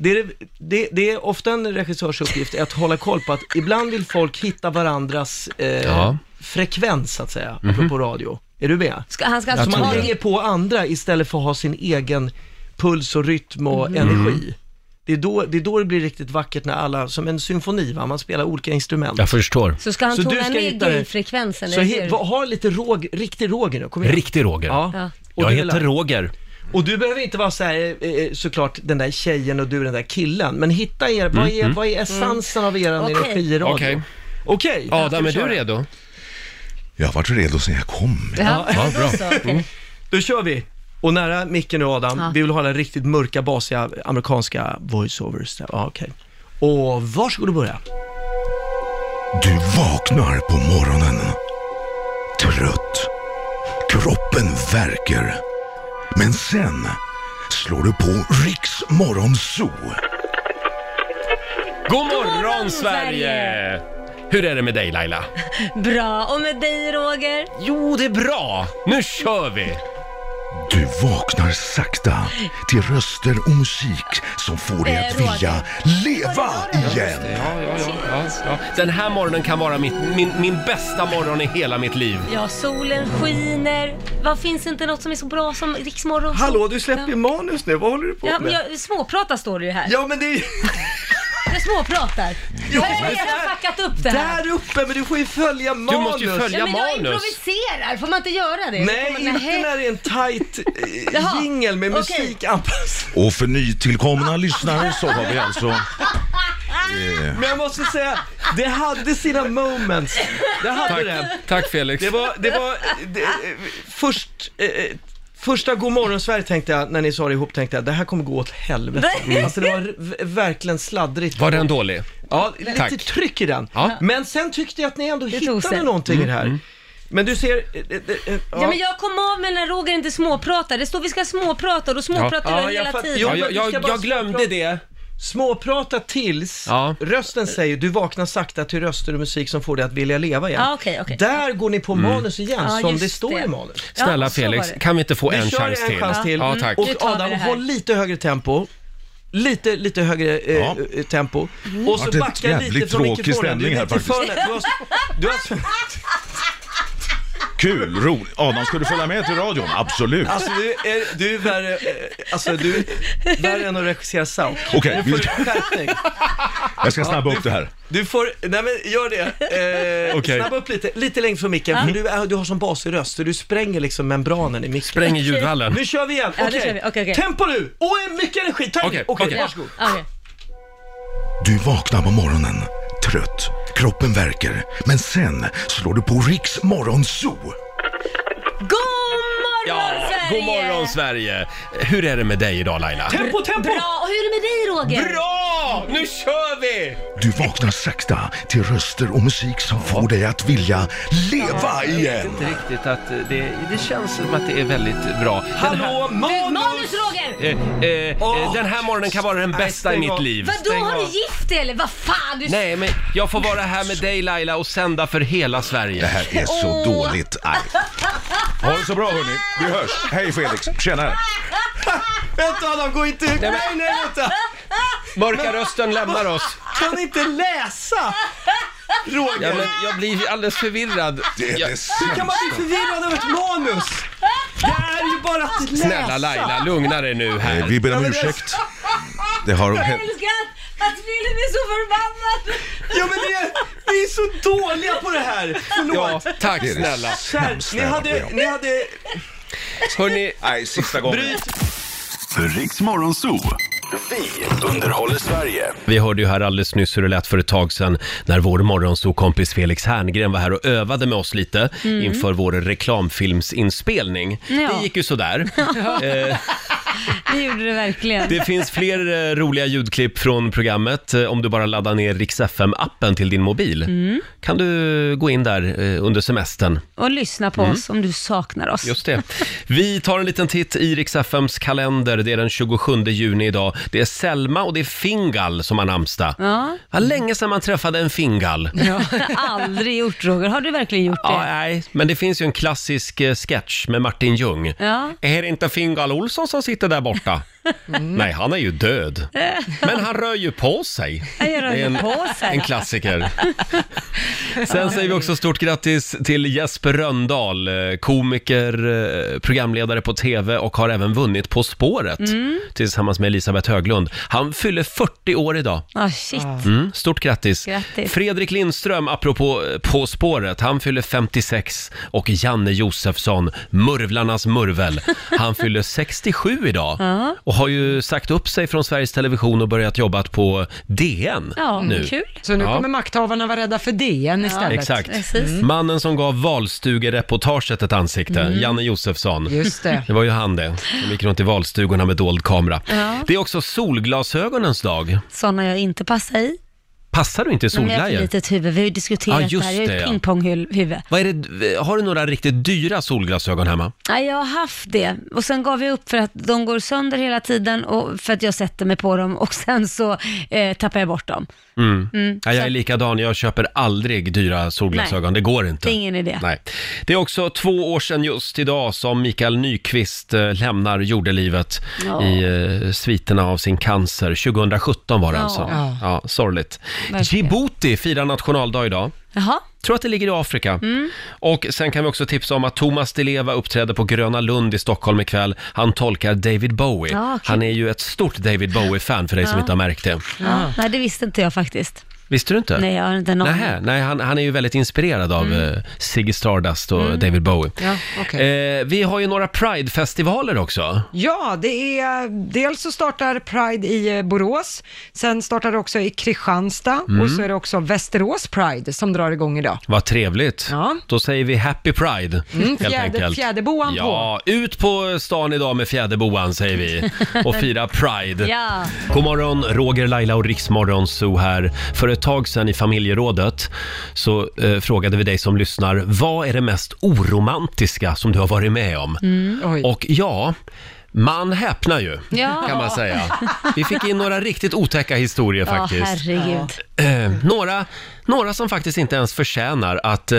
Speaker 21: Det är, det, det är ofta en regissörs uppgift att hålla koll på att ibland vill folk hitta varandras eh,
Speaker 1: Ja.
Speaker 21: frekvens, så att säga,
Speaker 1: Mhm.
Speaker 21: apropå radio. Är du med?
Speaker 2: Ska- han ska alltså
Speaker 21: så
Speaker 2: ta
Speaker 21: man
Speaker 2: det.
Speaker 21: hänger på andra istället för att ha sin egen puls och rytm och
Speaker 2: Mhm.
Speaker 1: Mm.
Speaker 21: energi. Det är, då, det är då det blir riktigt vackert när alla, som en symfoni va, man spelar olika instrument.
Speaker 1: Jag förstår.
Speaker 2: Så ska han
Speaker 21: du
Speaker 2: tona ner
Speaker 21: hitta det.
Speaker 2: gayfrekvensen,
Speaker 21: Så
Speaker 2: eller
Speaker 21: he,
Speaker 2: hur?
Speaker 21: va- ha lite råg, riktig Roger nu, kom igen.
Speaker 1: Riktig Roger.
Speaker 21: Ja. Och
Speaker 1: Jag
Speaker 21: du,
Speaker 1: heter
Speaker 21: Laila?
Speaker 1: Roger.
Speaker 21: Och du behöver inte vara så här, eh, eh, såklart den där tjejen och du den där killen, men hitta er, vad, är,
Speaker 1: Mm.
Speaker 21: vad är essensen av eran
Speaker 2: Okej.
Speaker 21: energi i radio?
Speaker 1: Okej.
Speaker 21: Okej.
Speaker 1: Adam, är
Speaker 21: Ska vi
Speaker 1: du
Speaker 21: köra?
Speaker 1: redo?
Speaker 22: Jag vart redo sen jag kom.
Speaker 2: Ja,
Speaker 21: Ja, bra. Mm.
Speaker 2: Så, okej.
Speaker 1: Mm.
Speaker 21: Då kör vi. Och nära micken nu Adam,
Speaker 2: Ja.
Speaker 21: vi vill ha den riktigt mörka, basiga, amerikanska voiceovers. där. Ja, okej. Och varsågod och börja.
Speaker 22: Du vaknar på morgonen. Trött. Kroppen värker. Men sen slår du på Riks Morgonzoo.
Speaker 1: God morgon Sverige! Hur är det med dig Laila?
Speaker 2: Bra, och med dig Roger?
Speaker 1: Jo, det är bra. Nu kör vi!
Speaker 22: Du vaknar sakta till röster och musik som får dig att vilja leva igen.
Speaker 1: Ja, ja, ja, ja, ja. Den här morgonen kan vara mitt, min, min bästa morgon i hela mitt liv.
Speaker 2: Ja, solen skiner. Vad finns inte något som är så bra som riksmorgon?
Speaker 21: Hallå, du släpper ju manus nu. Vad håller du på
Speaker 2: Ja, men
Speaker 21: med?
Speaker 2: jag, småprata står det ju här.
Speaker 21: Ja, men det är ju...
Speaker 2: Jag småpratar. Jag har
Speaker 21: men
Speaker 2: redan
Speaker 21: där-
Speaker 2: fuckat upp det här.
Speaker 21: Där uppe, men du får ju följa manus.
Speaker 1: Du måste ju följa
Speaker 2: ja, men jag
Speaker 1: manus.
Speaker 2: improviserar, får man inte göra det?
Speaker 21: Nej,
Speaker 2: Får man-
Speaker 21: inte när det är en tight
Speaker 2: Jaha,
Speaker 21: eh, jingel med
Speaker 2: okej.
Speaker 21: musik anpassad.
Speaker 22: Och för nytillkomna lyssnare så har vi alltså... Eh,
Speaker 21: Men jag måste säga, det hade sina moments. Det hade
Speaker 1: Tack,
Speaker 21: det.
Speaker 1: tack Felix.
Speaker 21: Det var, det var det, eh, först, eh, eh, första Godmorgon Sverige tänkte jag, när ni sa det ihop, tänkte jag det här kommer gå åt helvete.
Speaker 2: Mm.
Speaker 21: Alltså det var v- verkligen sladdrigt.
Speaker 1: Var den dålig?
Speaker 21: Ja, lite
Speaker 1: Tack.
Speaker 21: tryck i den.
Speaker 1: Ja.
Speaker 21: Men sen tyckte jag att ni ändå
Speaker 2: Det tog
Speaker 21: hittade
Speaker 2: sig.
Speaker 21: någonting i det här.
Speaker 1: Mm.
Speaker 21: Men du ser... eh, eh, eh,
Speaker 2: Ja, men jag kom av med när Roger inte småpratar. Det står vi ska småprata och då småpratar jag hela
Speaker 21: fatt-
Speaker 2: tiden.
Speaker 21: jo,
Speaker 1: Ja,
Speaker 21: men
Speaker 1: jag-
Speaker 21: vi
Speaker 1: jag-
Speaker 21: ska bara
Speaker 1: jag glömde det.
Speaker 21: Småprata tills
Speaker 1: Ja.
Speaker 21: rösten säger du vaknar sakta till röster och musik som får dig att vilja leva igen.
Speaker 2: Ja, Ah, okej, okej.
Speaker 21: Där går ni på manus igen,
Speaker 2: Ja,
Speaker 21: som
Speaker 2: just
Speaker 21: det står
Speaker 2: det.
Speaker 21: i manus.
Speaker 1: Mm. Snälla
Speaker 2: Ja, så
Speaker 1: Felix,
Speaker 2: var det.
Speaker 1: kan vi inte få
Speaker 21: Vi
Speaker 1: en
Speaker 21: kör
Speaker 1: chans
Speaker 21: en
Speaker 1: till?
Speaker 21: chans till. Mm.
Speaker 1: Ja, tack.
Speaker 2: Nu
Speaker 21: Och
Speaker 2: tar vi
Speaker 21: Adam,
Speaker 2: det här.
Speaker 21: håll lite högre tempo. Lite, lite högre eh,
Speaker 22: Ja.
Speaker 21: eh, tempo.
Speaker 2: Mm.
Speaker 21: Och
Speaker 22: Vart
Speaker 21: så
Speaker 22: en
Speaker 21: backa lite
Speaker 22: jävligt
Speaker 21: från
Speaker 22: tråkig
Speaker 21: mikrofonen.
Speaker 22: stämning
Speaker 21: Du är
Speaker 22: här
Speaker 21: lite för
Speaker 22: faktiskt.
Speaker 21: nä- Du har, du har,
Speaker 22: kul, roligt. Adam, ska du följa med till radion? Absolut.
Speaker 21: alltså du är, du är värre, eh, alltså du är värre än att regissera South.
Speaker 22: Okej,
Speaker 21: Du får
Speaker 22: vi-
Speaker 21: en skärpning.
Speaker 22: jag ska snabba upp det här.
Speaker 21: Du får, nej men gör det. Eh,
Speaker 1: Okej.
Speaker 21: Snabba upp lite, lite längre från micken,
Speaker 2: Mm.
Speaker 21: för du, är, du har sån basig röst så du spränger liksom membranen i micken.
Speaker 1: Spräng i ljudvallen.
Speaker 21: Nu kör vi igen,
Speaker 2: Ja, nu
Speaker 21: okej.
Speaker 2: kör vi. Okej, okej.
Speaker 21: Tempo nu! Och mycket energi, ta i.
Speaker 1: Okej,
Speaker 21: Okej,
Speaker 1: okej.
Speaker 21: varsågod.
Speaker 2: Ja, okej.
Speaker 22: Du vaknar på morgonen, trött. Kroppen verkar. Men sen slår du på Riks morgonzoo.
Speaker 2: God morgon
Speaker 1: Ja,
Speaker 2: Sverige!
Speaker 1: god morgon Sverige! Hur är det med dig idag Laila?
Speaker 21: Tempo, tempo!
Speaker 2: Bra, och hur är det med dig Roger?
Speaker 1: Bra! Nu kör vi!
Speaker 22: Du vaknar sakta till röster och musik som får dig att vilja leva igen.
Speaker 6: inte riktigt att eh, det, det känns som att det är väldigt bra. Den här,
Speaker 21: Hallå, manus!
Speaker 2: Manus Roger!
Speaker 6: eh, eh, eh,
Speaker 1: Eh, Den här morgonen kan vara den bästa i
Speaker 21: stäng
Speaker 1: mitt
Speaker 21: av.
Speaker 1: liv.
Speaker 2: Vadå,
Speaker 21: stäng
Speaker 2: har du
Speaker 21: av.
Speaker 2: gift dig eller? Vad fan? Du...
Speaker 1: Nej, men jag får vara här med dig Laila och sända för hela
Speaker 22: Det
Speaker 1: Sverige.
Speaker 22: här är så
Speaker 2: Åh.
Speaker 22: dåligt. Aj. Ha det så bra hörni. Vi hörs. Hej Felix. Tjena.
Speaker 21: Vänta Adam, gå inte ut. Nej, nej, vänta.
Speaker 1: Mörka rösten lämnar oss.
Speaker 21: Kan inte läsa? Roger,
Speaker 1: Ja, men jag blir alldeles förvirrad.
Speaker 22: Det är
Speaker 1: Jag,
Speaker 22: det
Speaker 21: hur kan man
Speaker 22: sämsta.
Speaker 21: bli förvirrad av ett manus? Det är ju bara att läsa.
Speaker 1: snälla Laila, lugna dig nu
Speaker 22: Eh,
Speaker 1: här.
Speaker 22: Vi ber om ursäkt. Det har
Speaker 2: Jag älskar att- att Filip är så förbannad!
Speaker 21: Ja men det är, vi är så dåliga på det här.
Speaker 1: Ja,
Speaker 21: Förlåt.
Speaker 1: tack
Speaker 22: Det är det
Speaker 1: snälla.
Speaker 21: Kär,
Speaker 22: sämsta
Speaker 21: ni
Speaker 22: jag har varit
Speaker 21: hade,
Speaker 22: med om.
Speaker 21: ni hade
Speaker 1: Hörni,
Speaker 22: Nej, sista gången.
Speaker 4: Riks Morgonzoo. Vi underhåller Sverige.
Speaker 1: vi hörde ju här alldeles nyss hur det lät för ett tag sedan när vår morgonsokompis Felix Herngren var här och övade med oss lite inför vår reklamfilmsinspelning. Det gick ju sådär. Eh,
Speaker 15: Det gjorde det verkligen.
Speaker 1: Det finns fler eh, roliga ljudklipp från programmet eh, om du bara laddar ner Rix FM-appen till din mobil.
Speaker 15: Mm.
Speaker 2: Mm.
Speaker 1: Kan du gå in där eh, under semestern.
Speaker 15: Och lyssna på oss om du saknar oss.
Speaker 1: Mm. Just det. Vi tar en liten titt i Rix FMs kalender. Det är den 27 juni idag. Det är Selma och det är Fingal som har namnsdag.
Speaker 15: Ja,
Speaker 1: Vad länge sedan man träffade en Fingal.
Speaker 15: aldrig gjort Roger. Har du verkligen gjort
Speaker 1: Ja,
Speaker 15: det?
Speaker 1: nej, men det finns ju en klassisk eh, sketch med Martin Ljung.
Speaker 15: Ja.
Speaker 1: Är det inte Fingal Olsson som sitter där borta? Mm. Nej, han är ju död. Men han rör ju på sig.
Speaker 15: Jag rör
Speaker 1: Det är
Speaker 15: ju
Speaker 1: en-
Speaker 15: på
Speaker 1: En
Speaker 15: sig.
Speaker 1: klassiker. Sen säger vi också stort grattis till Jesper Röndahl, eh, komiker, eh, programledare på TV och har även vunnit På spåret
Speaker 15: Mm.
Speaker 1: tillsammans med Elisabeth Höglund. Han fyller 40 år idag.
Speaker 15: Ah, shit.
Speaker 1: Mm, stort grattis.
Speaker 15: Grattis.
Speaker 1: Fredrik Lindström, apropå eh, På spåret, han fyller 56 och Janne Josefsson, Murvlarnas Murvel, han fyller 67 idag
Speaker 15: Ja.
Speaker 1: och har ju sagt upp sig från Sveriges Television och börjat jobba på DN
Speaker 15: Ja,
Speaker 1: nu.
Speaker 15: kul.
Speaker 9: Så nu
Speaker 1: Ja.
Speaker 9: kommer makthavarna vara rädda för DN istället.
Speaker 1: Exakt. Mm.
Speaker 15: Precis.
Speaker 9: Mm.
Speaker 1: Mannen som gav valstugereportaget ett ansikte,
Speaker 15: Mm.
Speaker 1: Janne Josefsson.
Speaker 9: Just det.
Speaker 1: Det var ju han det, som gick runt i valstugorna med dold kamera.
Speaker 15: Ja.
Speaker 1: Det är också solglasögonens dag.
Speaker 15: Sådana jag inte passar i.
Speaker 1: Passar du inte i
Speaker 2: Men jag har ett
Speaker 1: solglajjor?
Speaker 2: litet huvud, vi har ju diskuterat
Speaker 1: Ja,
Speaker 2: det
Speaker 1: just
Speaker 2: här. Jag har
Speaker 1: det,
Speaker 2: ett
Speaker 1: ja.
Speaker 2: pingponghuvud.
Speaker 1: Vad är det, har du några riktigt dyra solglasögon hemma?
Speaker 2: Nej, jag har haft det och sen gav jag upp för att de går sönder hela tiden och för att jag sätter mig på dem och sen så eh, tappar jag bort dem.
Speaker 1: Mm.
Speaker 2: Mm,
Speaker 1: Ja, jag är likadan, jag köper aldrig dyra solglasögon. Det går inte.
Speaker 2: Det är ingen idé.
Speaker 1: Nej. Det är också två år sedan just idag som Mikael Nyqvist eh, lämnar jordelivet
Speaker 2: Ja.
Speaker 1: i eh, sviterna av sin cancer. 2017 var det
Speaker 2: Ja.
Speaker 1: alltså.
Speaker 2: Ja.
Speaker 1: Ja. sorgligt.
Speaker 2: Verkligen.
Speaker 1: Djibouti firar nationaldag idag.
Speaker 2: Jaha.
Speaker 1: Tror att det ligger i Afrika.
Speaker 2: Mm.
Speaker 1: Och sen kan vi också tipsa om att Thomas Di Leva uppträder på Gröna Lund i Stockholm ikväll. Han tolkar David Bowie.
Speaker 2: Ja, Ah, okej.
Speaker 1: Han är ju ett stort David Bowie-fan för dig som
Speaker 2: Ja.
Speaker 1: inte har märkt det. Ah.
Speaker 2: Ja, nej, det visste inte jag faktiskt.
Speaker 1: Visste du inte?
Speaker 2: Nej, jag har inte någon.
Speaker 1: Nej, nej han, han är ju väldigt inspirerad av mm. Ziggy Stardust och
Speaker 3: Mm.
Speaker 1: David Bowie.
Speaker 3: Ja, okej.
Speaker 1: Eh, vi har ju några Pride-festivaler också.
Speaker 3: Ja, det är dels så startar Pride i eh, Borås, sen startar det också i Kristianstad
Speaker 1: Mm.
Speaker 3: och så är det också Västerås Pride som drar igång idag.
Speaker 1: Vad trevligt.
Speaker 3: Ja.
Speaker 1: Då säger vi Happy Pride,
Speaker 3: Mm,
Speaker 1: helt
Speaker 3: fjäder-
Speaker 1: enkelt.
Speaker 3: fjäderboan på.
Speaker 1: Ja, ut på stan idag med fjäderboan, säger vi. Och fira Pride.
Speaker 2: Ja.
Speaker 1: God morgon, Roger, Laila och Riksmorgon Zoo här. För ett tag sedan i familjerådet så eh, frågade vi dig som lyssnar, vad är det mest oromantiska som du har varit med om?
Speaker 2: Mm.
Speaker 3: Oj.
Speaker 1: Och ja, man häpnar ju,
Speaker 2: Ja.
Speaker 1: kan man säga. Vi fick in några riktigt otäcka historier
Speaker 2: Ja,
Speaker 1: faktiskt.
Speaker 2: herregud.
Speaker 1: Eh, några, några som faktiskt inte ens förtjänar att eh,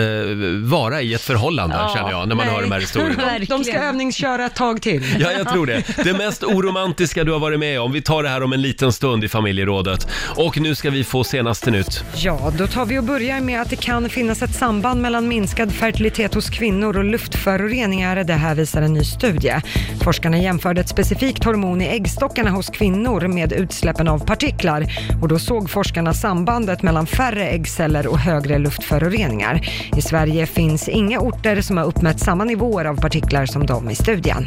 Speaker 1: vara i ett förhållande,
Speaker 3: Ja.
Speaker 1: känner jag, när man
Speaker 3: Nej.
Speaker 1: hör de här historierna.
Speaker 3: De, de ska övningsköra ett tag till.
Speaker 1: Ja, jag tror det. Det mest oromantiska du har varit med om. Vi tar det här om en liten stund i familjerådet. Och nu ska vi få senaste nytt.
Speaker 3: Ja, då tar vi och börjar med att det kan finnas ett samband mellan minskad fertilitet hos kvinnor och luftföroreningar. Det här visar en ny studie. Forskarna jämförde ett specifikt hormon i äggstockarna hos kvinnor med utsläppen av partiklar och då såg forskarna sambandet mellan färre äggceller och högre luftföroreningar. I Sverige finns inga orter som har uppmätt samma nivåer av partiklar som de i studien.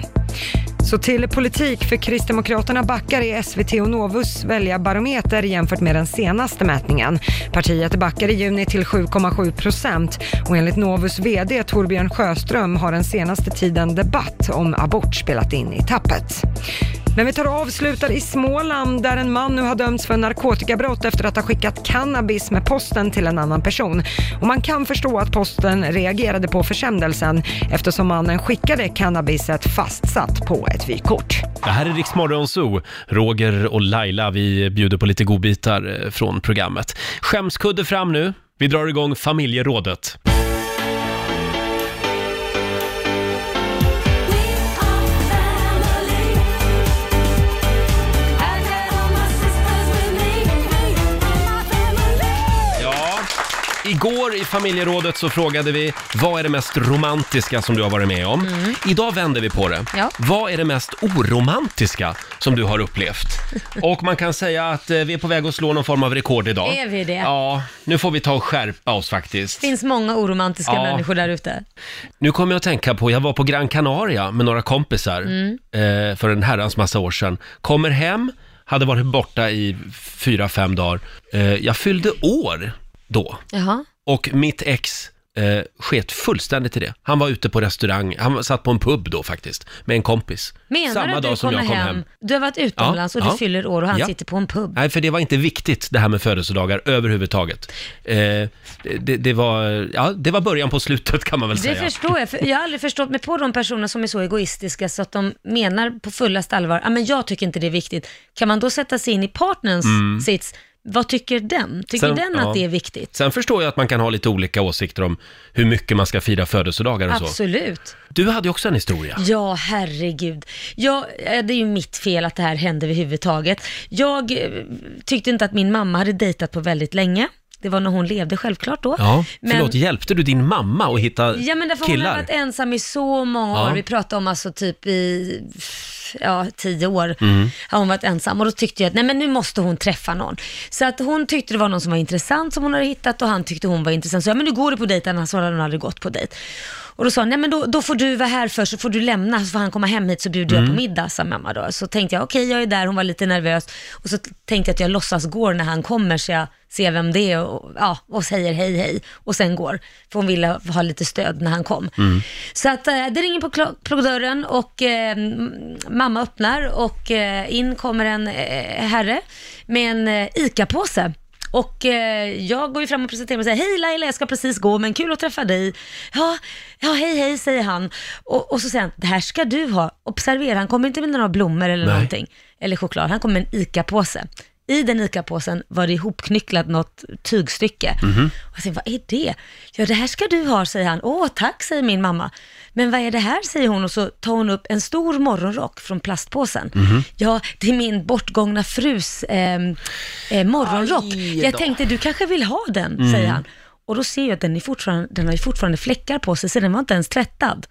Speaker 3: Så till politik, för Kristdemokraterna backar i SVT och Novus väljarbarometer jämfört med den senaste mätningen. Partiet backar i juni till 7,7 procent och enligt Novus VD Torbjörn Sjöström har den senaste tiden debatt om abort spelat in i tappet. Men vi tar och avslutar i Småland där en man nu har dömts för narkotikabrott efter att ha skickat cannabis med posten till en annan person. Och man kan förstå att posten reagerade på försändelsen eftersom mannen skickade cannabiset fastsatt på ett vykort.
Speaker 1: Det här är Riksmorgon Zoo. Roger och Laila, vi bjuder på lite godbitar eh, från programmet. Skämskudde fram nu. Vi drar igång familjerådet. Ja, Igår i familjerådet så frågade vi vad är det mest romantiska som du har varit med om? Idag vänder vi på det.
Speaker 2: Mm. Ja.
Speaker 1: Vad är det mest oromantiska som du har upplevt? Och man kan säga att eh, vi är på väg att slå någon form av rekord idag.
Speaker 2: Är vi det?
Speaker 1: Ja, nu får vi ta och skärpa oss faktiskt.
Speaker 2: Det finns många oromantiska
Speaker 1: Ja.
Speaker 2: människor där ute.
Speaker 1: Nu kommer jag att tänka på, jag var på Gran Canaria med några kompisar
Speaker 2: Mm.
Speaker 1: eh, för en herrans massa år sedan. Kommer hem, hade varit borta i fyra, fem dagar. Eh, jag fyllde år då.
Speaker 2: Jaha.
Speaker 1: Och mitt ex eh, sket fullständigt i det. Han var ute på restaurang, han satt på en pub då faktiskt, med en kompis.
Speaker 2: Menar du att du kommer hem, du har varit utomlands
Speaker 1: Ja,
Speaker 2: och du
Speaker 1: ja.
Speaker 2: fyller år och han
Speaker 1: Ja.
Speaker 2: sitter på en pub?
Speaker 1: Nej, för det var inte viktigt det här med födelsedagar överhuvudtaget. Eh, det, det, det, var, ja, det var början på slutet kan man väl
Speaker 2: Det
Speaker 1: säga.
Speaker 2: förstår jag, för jag har aldrig förstått mig på de personer som är så egoistiska så att de menar på fullaste allvar, ah, men jag tycker inte det är viktigt. Kan man då sätta sig in i partners
Speaker 1: Mm.
Speaker 2: sits, vad tycker den? Tycker
Speaker 1: Sen-
Speaker 2: den att
Speaker 1: ja.
Speaker 2: det är viktigt?
Speaker 1: Sen förstår jag att man kan ha lite olika åsikter om hur mycket man ska fira födelsedagar och så.
Speaker 2: Absolut.
Speaker 1: Du hade ju också en historia.
Speaker 2: Ja, herregud. Jag, eh, det är ju mitt fel att det här hände överhuvudtaget. Jag eh, tyckte inte att min mamma hade dejtat på väldigt länge. Det var när hon levde självklart då.
Speaker 1: Ja, förlåt,
Speaker 2: Men-
Speaker 1: hjälpte du din mamma att hitta
Speaker 2: Ja men därför hon har
Speaker 1: killar?
Speaker 2: varit ensam i så många
Speaker 1: Ja.
Speaker 2: år. Vi pratar om alltså typ i ja, tio år
Speaker 1: Mm.
Speaker 2: har hon varit ensam och då tyckte jag att nej men nu måste hon träffa någon. Så att hon tyckte det var någon som var intressant som hon hade hittat och han tyckte hon var intressant. Så ja men nu går du på dejt annars så hade hon aldrig gått på dejt. Och då sa hon, nej men då, då får du vara här först, så får du lämna, så får han komma hem hit så bjuder jag
Speaker 13: Mm.
Speaker 2: på middag, sa mamma då. Så tänkte jag, okej jag är där, hon var lite nervös. Och så tänkte jag att jag låtsas går när han kommer så jag ser vem det är och, ja, och säger hej hej och sen går. För hon ville ha lite stöd när han kom. Så att eh, det ringer på, klo- på dörren och eh, m- mamma öppnar och eh, in kommer en eh, herre med en eh, ICA-påse Och eh, jag går ju fram och presenterar mig och säger, hej Laila, jag ska precis gå, men kul att träffa dig. Ja, ja hej hej, säger han. Och, och så säger han, det här ska du ha. Observera, han kommer inte med några blommor eller
Speaker 6: Nej.
Speaker 2: någonting, eller choklad, han kommer med en ICA-påse. I den ICA-påsen var det ihopknycklat något tygstycke. Och jag säger, vad är det? Ja, det här ska du ha, säger han. Åh, tack, säger min mamma. Men vad är det här, säger hon och så tar hon upp en stor morgonrock från plastpåsen.
Speaker 6: Mhm.
Speaker 2: Ja, det är min bortgångna frus eh, eh, morgonrock.
Speaker 6: Aj då.
Speaker 2: jag tänkte, du kanske vill ha den,
Speaker 6: Mm.
Speaker 2: säger han. Och då ser jag att den, är fortfarande, den har ju fortfarande fläckar på sig, så den var inte ens tvättad.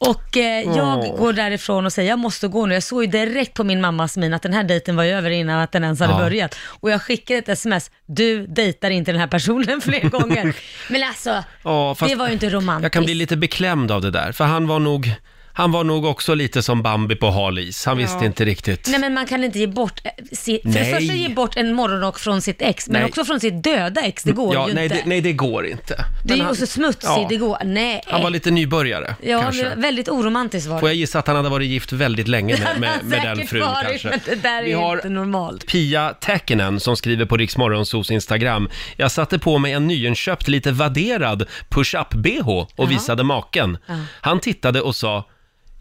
Speaker 2: Och eh, jag
Speaker 6: Åh.
Speaker 2: går därifrån och säger jag måste gå nu. Jag såg ju direkt på min mammas min att den här dejten var ju över innan att den ens hade
Speaker 6: Ja.
Speaker 2: börjat. Och jag skickade ett sms, du dejtar inte den här personen fler gånger. Men alltså,
Speaker 1: Ja, fast
Speaker 2: det var ju inte romantiskt.
Speaker 1: Jag kan bli lite beklämd av det där, för han var nog, han var nog också lite som Bambi på hal is. Han visste
Speaker 2: Ja.
Speaker 1: inte riktigt.
Speaker 2: Nej men man kan inte ge bort, eh, si- för
Speaker 1: Nej.
Speaker 2: det första ge bort en morgonrock från sitt ex, men
Speaker 1: Nej. Mm,
Speaker 2: också från sitt döda ex, det går
Speaker 1: ja,
Speaker 2: ju
Speaker 1: nej,
Speaker 2: inte.
Speaker 1: Det, nej, det går inte.
Speaker 2: det är ju
Speaker 1: han-
Speaker 2: också smutsigt,
Speaker 1: ja.
Speaker 2: det går, nej.
Speaker 1: Han var lite nybörjare,
Speaker 2: ja,
Speaker 1: kanske.
Speaker 2: men väldigt oromantiskt var
Speaker 1: Får jag
Speaker 2: det.
Speaker 1: gissa att han hade varit gift väldigt länge
Speaker 2: Det
Speaker 1: med,
Speaker 2: hade
Speaker 1: med,
Speaker 2: han
Speaker 1: med den
Speaker 2: säkert
Speaker 1: frun
Speaker 2: varit,
Speaker 1: kanske.
Speaker 2: Men det där är
Speaker 1: Vi
Speaker 2: ju
Speaker 1: har-
Speaker 2: inte normalt.
Speaker 1: Pia Täkinen som skriver på Riksmorgonsos Instagram. Jag satte på mig en nyinköpt, lite vadderad push-up-bh och
Speaker 2: Jaha.
Speaker 1: visade maken.
Speaker 2: Ja.
Speaker 1: Han tittade och sa,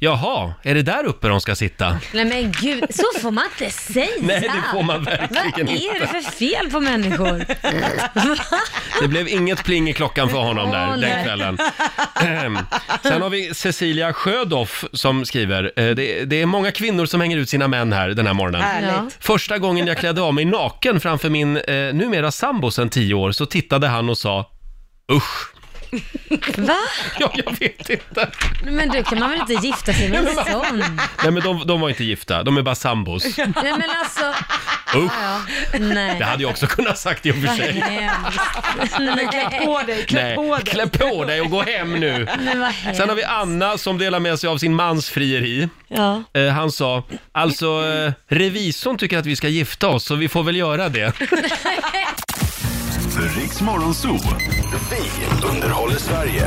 Speaker 1: jaha, är det där uppe de ska sitta?
Speaker 2: Nej men gud, så får man inte säga!
Speaker 1: Nej, det får man verkligen
Speaker 2: Vad är det
Speaker 1: inte.
Speaker 2: för fel på människor?
Speaker 1: Det blev inget pling i klockan för honom där
Speaker 2: Åh,
Speaker 1: den
Speaker 2: nej.
Speaker 1: kvällen. Ehm, Sen har vi Cecilia Sjödoff som skriver, eh, det, det är många kvinnor som hänger ut sina män här den här morgonen.
Speaker 23: Härligt.
Speaker 1: Första gången jag klädde av mig naken framför min eh, numera sambo sedan tio år så tittade han och sa, usch.
Speaker 2: Va?
Speaker 1: Ja, jag vet inte.
Speaker 2: Nej, Men du, kan man väl inte gifta sig med en sån?
Speaker 1: Nej men de, de var inte gifta, de är bara sambos.
Speaker 2: Nej men alltså,
Speaker 1: Usch.
Speaker 2: ja, nej.
Speaker 1: Det hade jag också kunnat sagt i och för
Speaker 2: Vad
Speaker 1: sig.
Speaker 2: hemskt. Nej.
Speaker 6: klä på dig,
Speaker 1: Nej, klä på dig och gå hem nu.
Speaker 6: Nej, vad
Speaker 1: Sen har vi Anna som delar med sig av sin mans frieri.
Speaker 6: Ja.
Speaker 1: Eh, han sa, alltså eh, revisorn tycker att vi ska gifta oss så vi får väl göra det.
Speaker 4: Riks Morgonzoo. Vi underhåller Sverige.